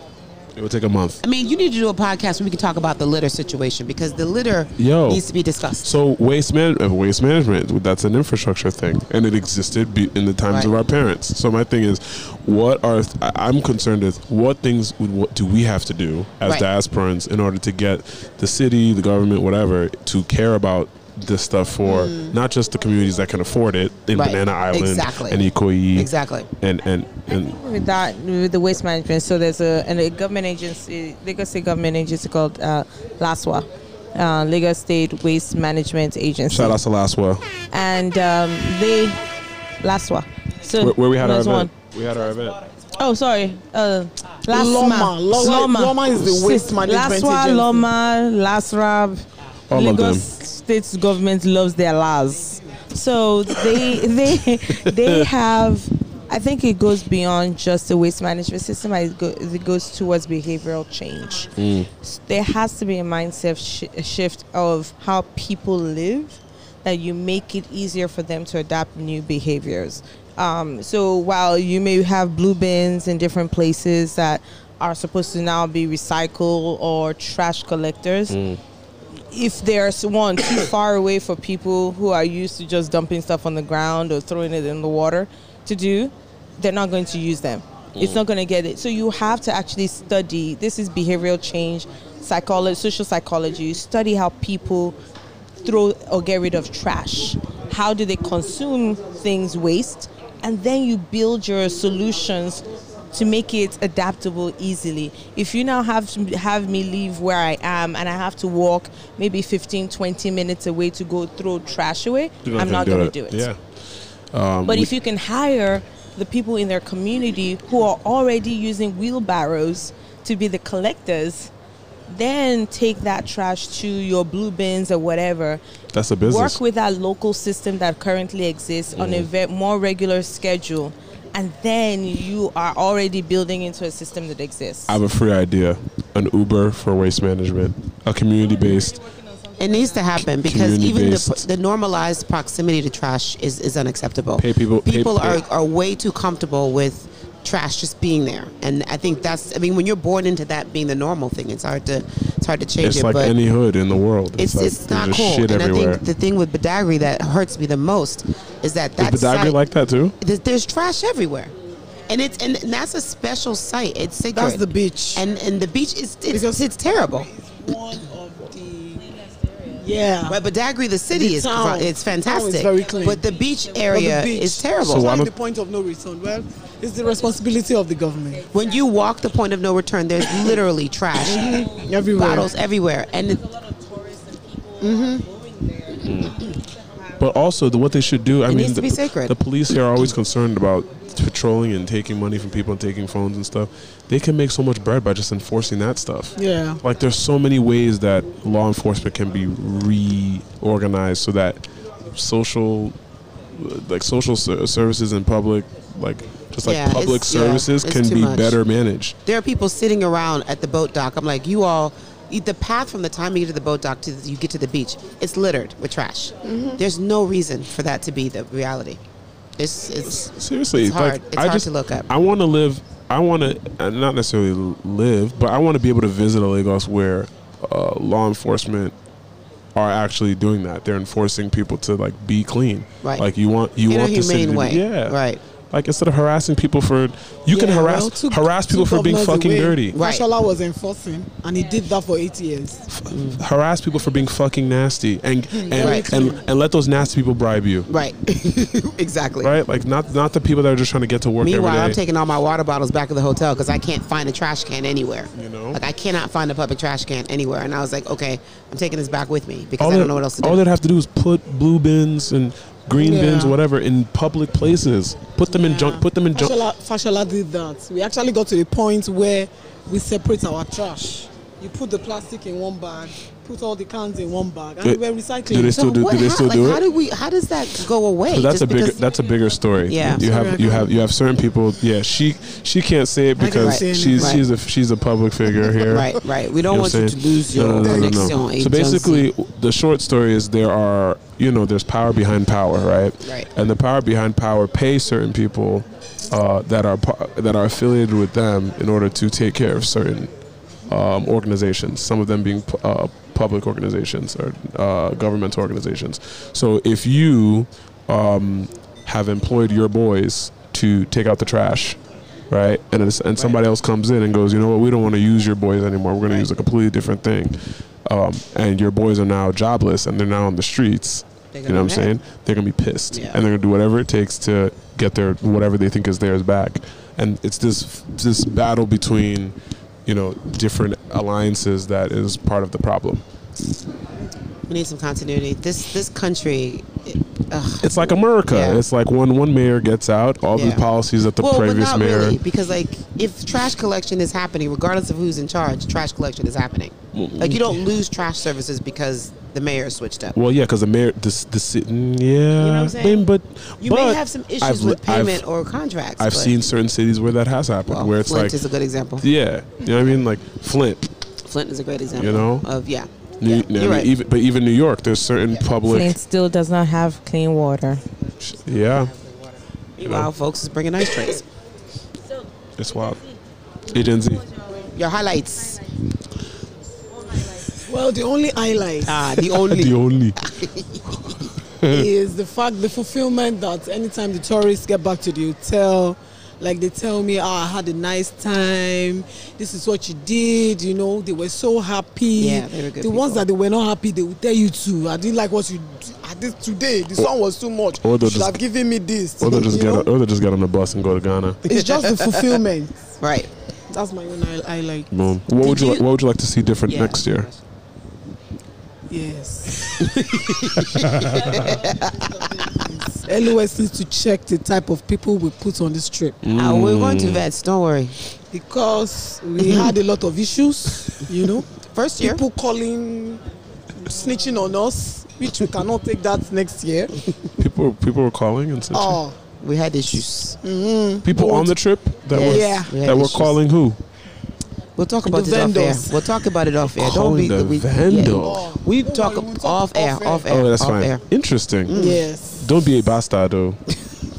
It would take a month.
I mean, you need to do a podcast where we can talk about the litter situation because the litter
Yo.
needs to be discussed.
So waste man, uh, waste management. That's an infrastructure thing, and it existed be- in the times of
Right.
our parents. So my thing is, what are th- I- I'm concerned with? What things would, what do we have to do as
Right.
diasporans in order to get the city, the government, whatever, to care about this stuff for not just the communities that can afford it in
Mm. Right.
Banana Island
Exactly.
and Ikoyi,
Exactly.
and and and
with that with the waste management so there's a, and a government agency lagos state government agency called uh, laswa uh, lagos state waste management agency
shout out to Laswa,
and um, they laswa so
where, where we had our
there's
event.
one.
We had our event.
Oh, sorry uh,
Loma.
lasma
Loma- Loma is the waste management
laswa
agency.
loma lasrab
All of
lagos
them.
state's government loves their las so they they they have
I think it goes beyond just the waste management system. I go, it goes towards behavioral change. S- There has to be a mindset sh- shift of how people live that you make it easier for them to adapt new behaviors. Um, so while you may have blue bins in different places that are supposed to now be recycle or trash collectors, if there's one too far away for people who are used to just dumping stuff on the ground or throwing it in the water to do, they're not going to use them. It's not going to get it. So you have to actually study. This is behavioral change, psychology, social psychology. Study how people throw or get rid of trash. How do they consume things waste? And then you build your solutions to make it adaptable easily. If you now have to have me leave where I am and I have to walk maybe 15, 20 minutes away to go throw trash away, I'm not going to do it.
Yeah.
But if you can hire the people in their community who are already using wheelbarrows to be the collectors, then take that trash to your blue bins or whatever.
That's a business.
Work with that local system that currently exists on
Mm.
a ve- more regular schedule, and then you are already building into a system that exists.
I have a free idea: an Uber for waste management, a community-based.
It needs to happen because even the,
Community-based.
the normalized proximity to trash is, is unacceptable.
Pay people- pay-
people
pay-
are, are way too comfortable with trash just being there, and I think that's. I mean, when you're born into that being the normal thing, it's hard to it's hard to change
It's
it.
like
but
any hood in the world.
it's,
like
it's not
there's just
cool.
Shit
and
everywhere.
I think the thing with Badagry that hurts me the most is that that
Is Badagry
site-
like that too?
there's, there's trash everywhere, and it's and that's a special site. It's sacred.
That's the beach.
and and the beach is it's,
Because-
it's terrible.
one of the yeah.
But Badagry, the city
The
is
town.
it's
The town is
fantastic,
very clean.
but the beach
But the
area
beach,
is terrible.
So
It's
why
like
not-
the point of no return. Well, it's the responsibility of the government.
when you walk the point of no return, there's literally trash,
Everywhere.
bottles everywhere, and it,
But also, the, what they should do, I mean,
needs to
the,
be sacred.
the police here are always concerned about patrolling and taking money from people and taking phones and stuff. They can make so much bread by just enforcing that stuff.
Yeah.
Like, there's so many ways that law enforcement can be reorganized so that social, like, social ser- services and public, like, just like
Yeah, it's-
public
yeah,
services
it's
can
too
be
much.
better managed.
there are people sitting around at the boat dock. I'm like, you all, you- the path from the time you get to the boat dock to you get to the beach, it's littered with trash. There's no reason for that to be the reality. It's it's
Seriously,
It's hard.
like
It's
I
hard
just
to look up.
I want to live. I want to not necessarily l- live, but I want to be able to visit a Lagos where uh, law enforcement are actually doing that. They're enforcing people to like be clean.
Right.
Like you want you
In a
want the city
humane
to be-
way.
yeah.
Right.
Like instead of harassing people for you can
Yeah,
harass
well, two-
harass
two
people for being
governors
fucking
away,
dirty.
Right.
Fashola was enforcing, and he did that for eight years.
Harass people for being fucking nasty and and,
Right.
and and let those nasty people bribe you.
right, exactly.
Right? Like not not the people that are just trying to get to work every
Meanwhile,
day.
I'm taking all my water bottles back to the hotel because I can't find a trash can anywhere. You
know?
like I cannot find a public trash can anywhere. And I was like, okay, I'm taking this back with me because
all
I
they
don't know what else to do.
All they'd have to do is put blue bins and green bins,
Yeah.
whatever, in public places. Put them in junk. Put them in junk.
Fashola, Fashola did that. We actually got to the point where we separate our trash. You put the plastic in one bag, put all the cans in one bag, and
Do-
we're
do
recycling.
they still do?
what
Do they
hap-
still
like,
do
How
it?
do we? How does that go away?
So that's
Just
a bigger.
because-
That's a bigger story.
Yeah.
You have you have you have certain people. Yeah. She she can't say it
I can
because
say
she's
anything.
she's a she's a public figure here.
right, right. We don't
You know what
want you
I'm
to
saying?
lose your connection. et
So basically, the short story is there are you know there's power behind power, right?
Right.
And the power behind power pays certain people uh, that are pa- that are affiliated with them in order to take care of certain um, organizations. Some of them being pu- uh, public organizations or uh, governmental organizations. So if you um, have employed your boys to take out the trash. Right, and it's, and somebody else comes in and goes, you know what? We don't want to use your boys anymore. We're going to use a completely different thing. Um, and your boys are now jobless and they're now on the streets.
They're
You know what I'm
gonna be
saying? They're gonna be pissed,
Yeah.
and they're gonna do whatever it takes to get their whatever they think is theirs back. And it's this this battle between, you know, different alliances that is part of the problem.
we need some continuity. This this country. It, ugh.
It's like America.
Yeah.
It's like when one mayor gets out, all
Yeah.
the policies that the
well, but
previous
not
mayor.
really, because like if trash collection is happening, regardless of who's in charge, trash collection is happening. Like you don't lose trash services because the the mayor switched up.
Well, yeah, because the mayor, this, this, yeah,
what I'm saying?
but
You
but
may have some issues
I've-
with
I've-
payment or contracts.
I've
but-
seen certain cities where that has happened,
well,
where it's
Flint
like,
is a good example.
yeah, you know what I mean, like Flint,
Flint is a great example.
know?
of yeah.
New,
Yeah,
you know,
you're right.
even, but even New York, there's certain public,
Flint still does not have clean water.
yeah,
Meanwhile, folks is bringing ice trays.
it's wild. Agency,
Your highlights.
Well, the only highlight
Ah, the only.
the only,
is the fact, the fulfillment that anytime the tourists get back to the hotel, like they tell me, oh, I had a nice time. This is what you did. You know, they were so happy.
Yeah, they were
The
good
ones
people.
that they were not happy, they would tell you too. I didn't like what you d- I did today. The sun was too much.
Or
Or
they'll
you
just-
should have given me this.
or they just
You
get,
know?
or they just get on the bus and go to Ghana.
It's just the fulfillment.
right.
That's my own high- highlight.
Boom. What would
Did
you,
you-
like, what would you like to see different
Yeah.
next year?
Yes. LOS needs to check the type of people we put on this trip
Ah, we're going to
Mm.
vets. Don't worry.
because we had a lot of issues, you know.
First year.
People calling, snitching on us, which we cannot take that next year.
People, people were calling and such.
Oh,
We had issues.
Mm-hmm.
people on the trip that were
Yeah.
We had
that were
issues.
calling who?
We'll talk about
The
this off
vendors.
air. We'll talk about it off air. Don't
Calling
be
the
we,
vendor.
yeah. we
Don't
talk
worry, we'll talk
off air,
off air.
off air,
Oh, that's
off
fine.
air.
Interesting.
Mm. yes.
Don't be a bastard, though.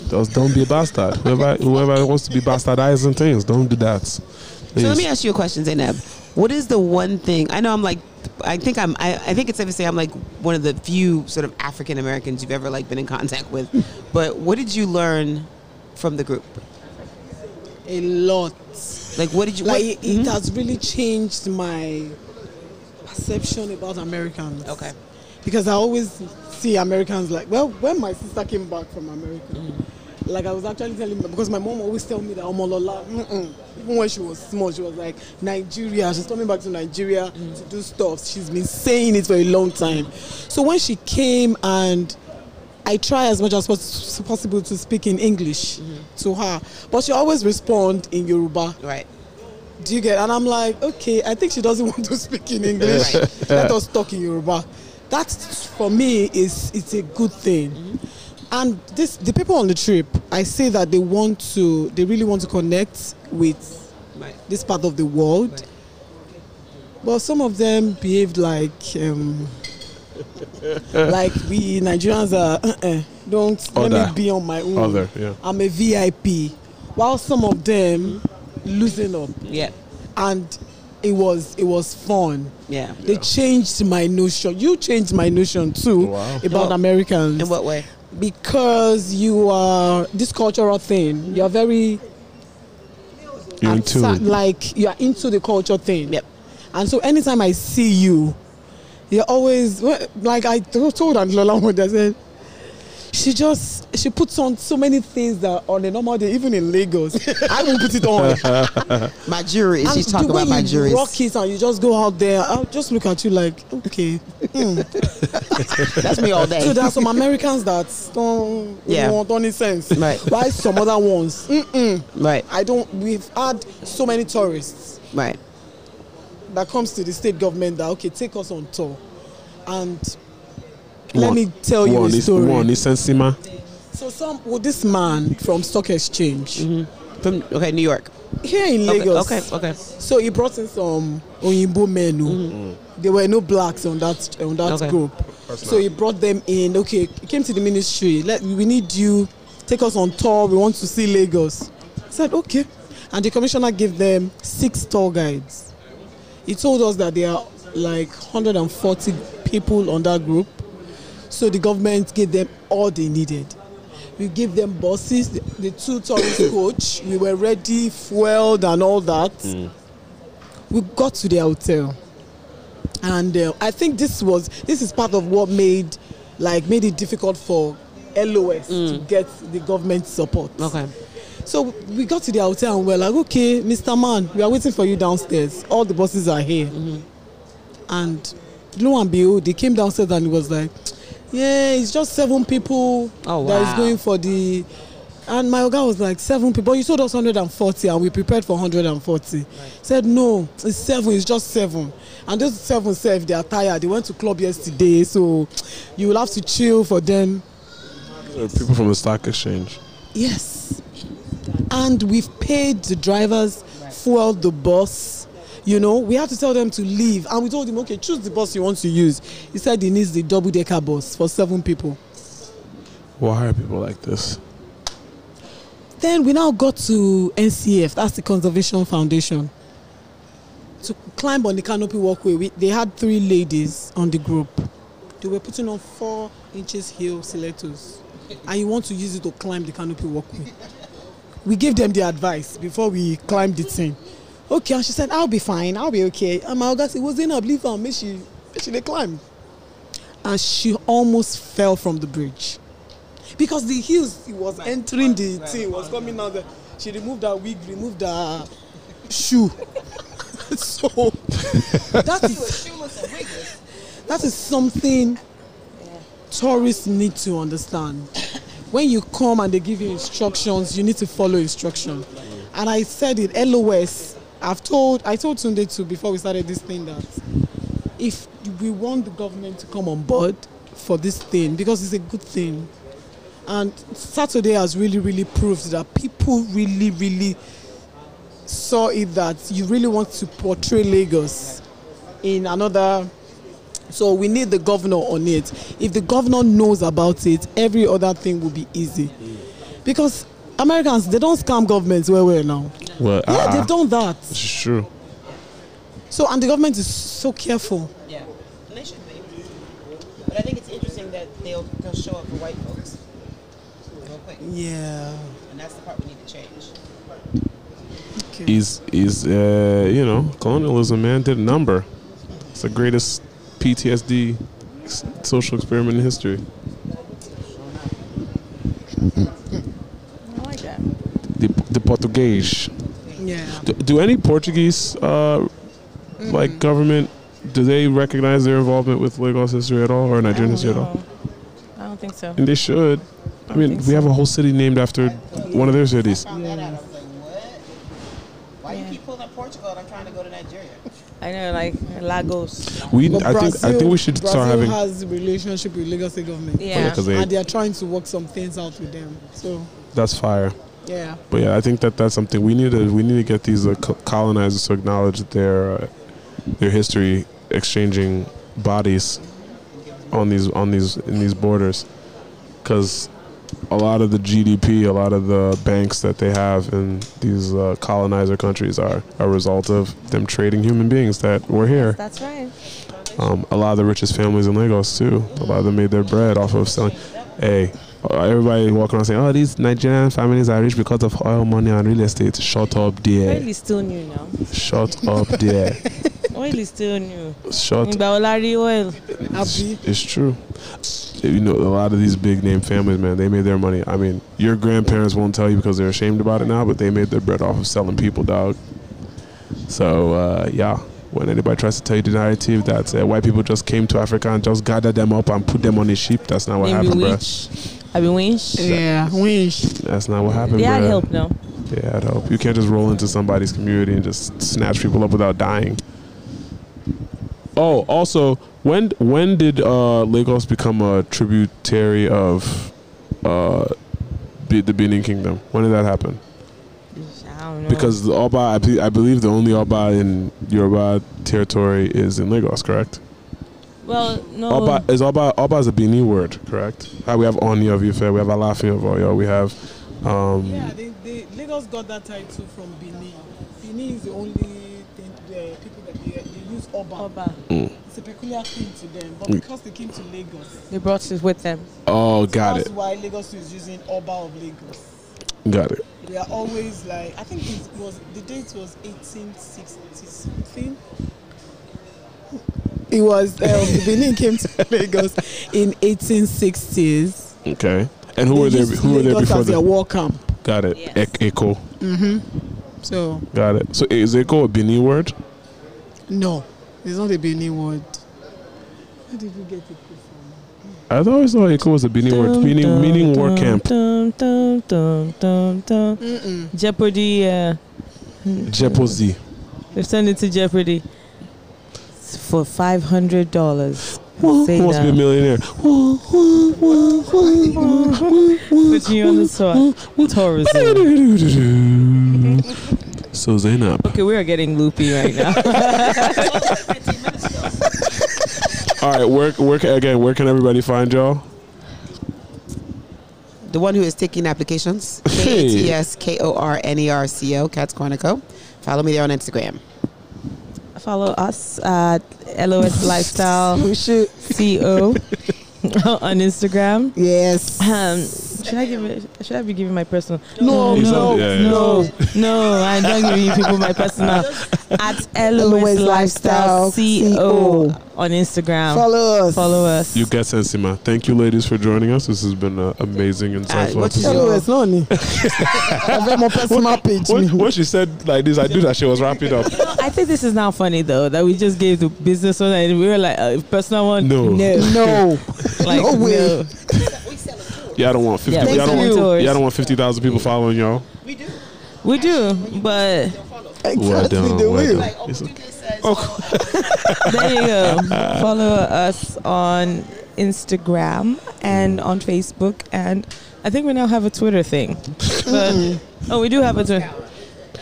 Just don't be a bastard. Whoever whoever wants to be bastardizing things, don't do that.
So let me
Please.
ask you a question, Zainab. What is the one thing I know? I'm like, I think I'm. I, I think it's safe to say I'm like one of the few sort of African Americans you've ever like been in contact with. but what did you learn from the group?
A lot.
Like, what did you?
Like,
what- Mm-hmm.
it, it has really changed my perception about Americans.
Okay.
because I always see Americans like, well, when my sister came back from America,
Mm-hmm.
like I was actually telling because my mom always tell me that Omolola, mm-mm. even when she was small, she was like Nigeria. She's coming back to Nigeria
Mm.
to do stuff. She's been saying it for a long time. So when she came and I try as much as pos- possible to speak in English
Mm-hmm.
to her, but she always respond in Yoruba.
right.
Do you get? And I'm like, okay, I think she doesn't want to speak in English. Let us talk in Yoruba. That for me is it's a good thing.
Mm-hmm.
And this the people on the trip, I say that they want to they really want to connect with
Right.
this part of the world.
Right.
But some of them behaved like um, like we Nigerians are uh-uh, don't
Other.
let me be on my own.
Other, yeah.
I'm a VIP. While some of them
Mm-hmm.
loosen up
Yeah.
and it was it was fun.
Yeah.
They changed my notion. You changed my notion too
Wow.
about
Well,
Americans
In what way?
because you are this cultural thing. You're very
You're in tune.
absa- like you're into the culture thing.
Yep.
And so anytime I see you, you're always well, like I to- told Angela one day. I said, she just she puts on so many things that on a normal day, even in Lagos, I won't put it on.
My jury. She's
And
talking
the way
about my
you
jury.
rock it and you just go out there. I'll just look at you like, okay.
That's me all day.
So there are some Americans that don't
Yeah.
want any sense.
Right.
Why some other ones? Mm-mm.
right.
I don't. We've had so many tourists
Right.
that comes to the state government that okay, take us on tour, and
One-
let me tell you
one
a
is-
story.
One is Sensima.
So some well, this man from stock exchange
From okay, New York.
here in
Mm-hmm. Okay,
Lagos.
Okay. Okay.
So he brought in some Oyinbo men. oh. There were no blacks on that on that
Okay.
group. So he brought them in. Okay, he came to the ministry. Let, we need you. Take us on tour. We want to see Lagos. I said okay, and the commissioner gave them six tour guides. He told us that there are like 140 people on that group. So the government gave them all they needed. We gave them buses, the, the two tourist coach. We were ready, fueled, and all that. We got to the hotel, and uh, I think this was this is part of what made like made it difficult for LOS to get the government support.
Okay.
So we got to the hotel and we're like, okay, Mr. Man, we are waiting for you downstairs. All the buses are here.
Mm-hmm.
And lo and behold, they came downstairs and it was like, yeah, it's just seven people
Oh,
that
wow.
is going for the And my guy was like, seven people. You sold us 140 and we prepared for 140. Said, no, it's seven, it's just seven. And those seven self, they are tired. They went to club yesterday, so you will have to chill for them.
People from the stock exchange.
Yes. And we've paid the drivers, fueled the bus. You know, we had to tell them to leave. And we told him, okay, choose the bus you want to use. He said he needs the double decker bus for seven people.
Why are people like this?
Then we now got to NCF, that's the Conservation Foundation. To climb on the canopy walkway, we, they had three ladies on the group. They were putting on four inches heel stilettos, and you want to use it to climb the canopy walkway. We gave them the advice before we climbed the thing. Okay, and she said, I'll be fine, I'll be okay. And my Oga said, Wasn't up, leave her, make she, make she dey climb. And she almost fell from the bridge because the heels he was entering the thing was coming out there. She removed her wig, removed her shoe. so that is that is something tourists need to understand. When you come and they give you instructions, you need to follow instruction. And I said it, LOS. I've told I told Tunde too before we started this thing that if we want the government to come on board for this thing because it's a good thing and saturday has really really proved that people really really saw it that you really want to portray lagos in another so we need the governor on it if the governor knows about it every other thing will be easy because americans they don't scam governments well well now
Well,
yeah
ah,
they've done that
this is true.
so and the government is so careful
Yeah, and they should be. But I think it's interesting that they'll, they'll show up for white folks real quick,
yeah
and that's the part we need to change.
He's he's uh, you know colonialism man did a number. It's the greatest PTSD s- social experiment in history.
I like that.
The, the Portuguese.
yeah
Do, do any Portuguese uh, like government? Do they recognize their involvement with Lagos history at all, or Nigerian history at all?
Oh,
I don't think so.
And they should. I mean, we have a whole city named after one of their cities.
found that out, I was like, what? Why do you keep pulling up Portugal and I'm trying to go to Nigeria?
I know, like Lagos.
We,
But
I think, I think we should
Brazil
start having.
has relationship with Lagos State government.
Yeah.
Yeah, 'cause they-
and they are trying to work some things out with them. So
that's fire.
yeah,
But yeah, I think that that's something we need to we need to get these uh, co- colonizers to acknowledge their uh, their history exchanging bodies on these on these in these borders because a lot of the GDP, a lot of the banks that they have in these uh, colonizer countries are a result of them trading human beings that were here.
That's right.
Um, a lot of the richest families in Lagos too. A lot of them made their bread off of selling. Hey, uh, everybody walking around saying, "Oh, these Nigerian families are rich because of oil money and real estate." Shut up,
Oil
dear.
is still new now.
Shut up, dear.
Oil is still new.
Shut.
Ngbaolari oil.
Abi.
It's true. You know, a lot of these big name families, man, they made their money. I mean, your grandparents won't tell you because they're ashamed about it now, but they made their bread off of selling people, dog. So, uh, yeah, when anybody tries to tell you the narrative that uh, white people just came to Africa and just gathered them up and put them on a ship, that's not what
They
happened, bro.
bewitch. I bewitch.
yeah, wish.
That's not what happened,
They had
bruh.
help now.
They had help. You can't just roll into somebody's community and just snatch people up without dying. Oh, also, when when did uh, Lagos become a tributary of uh, be, the Benin Kingdom? When did that happen?
I don't
Oh.
know.
Because the Oba, I, be, I believe the only Oba in Yoruba territory is in Lagos, correct?
well, no.
Oh.
Oba is Oba. Oba is a Benin word, correct? Uh, we have Oni of Ife, we have Alafi of Oyo, we have. Um,
Yeah, they, they, Lagos got that title from Benin. Benin is the only thing, the people that they, they use Oba.
Oba.
It's a peculiar thing to them, but
Mm.
because they came to Lagos,
They brought it with them.
Oh, got
that's
it,
why Lagos is using Oba of Lagos.
got it.
They are always like, I think it was the date was 1860 something. It was um, Benin came to Lagos in 1860s.
Okay. And who were there?
used
Who were there
Lagos
before
as their
the?
war camp.
Got it.
Yes.
Ek- Eko.
So
Got it. So is Eko a Benin word?
no, it's not a Benin word. Where did you get it from?
I always thought Eko was a meaning work, meaning meaning war camp.
Dum, dum, dum, dum, dum.
Mm-mm.
Jeopardy. Uh,
Jeopardy.
They've turned into Jeopardy. It's for five hundred dollars.
Who
Say
wants to be a
that.
millionaire?
Put you on the spot. Tourism.
So Zainab,
Okay, we are getting loopy right now.
all right, where, where can- again? Where can everybody find y'all?
The one who is taking applications.
Hey.
K T S K O R N E R C O, Cats Corner Co. Follow me there on Instagram.
Follow us at LOS Lifestyle
Oh, shoot.
CO on Instagram.
Yes.
Um, should I give it? Should I be giving my personal?
No,
He's
no,
on- yeah, yeah.
no.
No, no, I'm not giving you people my personal. At
LOS
LOS Lifestyle
Lifestyle CO.
CO on Instagram.
Follow us.
Follow us.
You got Sensima. Thank you, ladies, for joining us. This has been an amazing,
Uh,
insightful
what you
episode.
do?
Hello, it's not me. I've got my personal page.
What,
me.
what she said like this, I knew that she was wrapping up.
I think this is not funny though that we just gave the business one and we were like uh, personal one.
No.
No.
like
No
no.
way.
Y'all don't want fifty.
Yeah,
y'all, don't
thank
want,
you.
y'all don't want fifty thousand people following y'all.
We do, but
Exactly the way.
It's okay.
There you go. um, Follow us on Instagram and on Facebook, and
I think we now have a Twitter thing. But, oh, we do have a Twitter.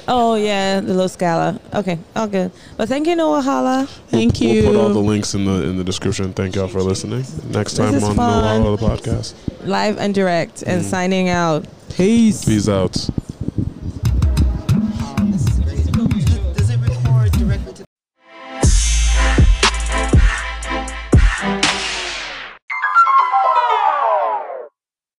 oh yeah, the Los Gala. Okay, all good. But thank you, Noah Hala.
Thank
We'll put all the
you.
links in the in the description. Thank y'all for listening. Next time
is
on
fun.
the Wild Wild podcast.
Live and direct, and signing out.
Peace.
Peace out.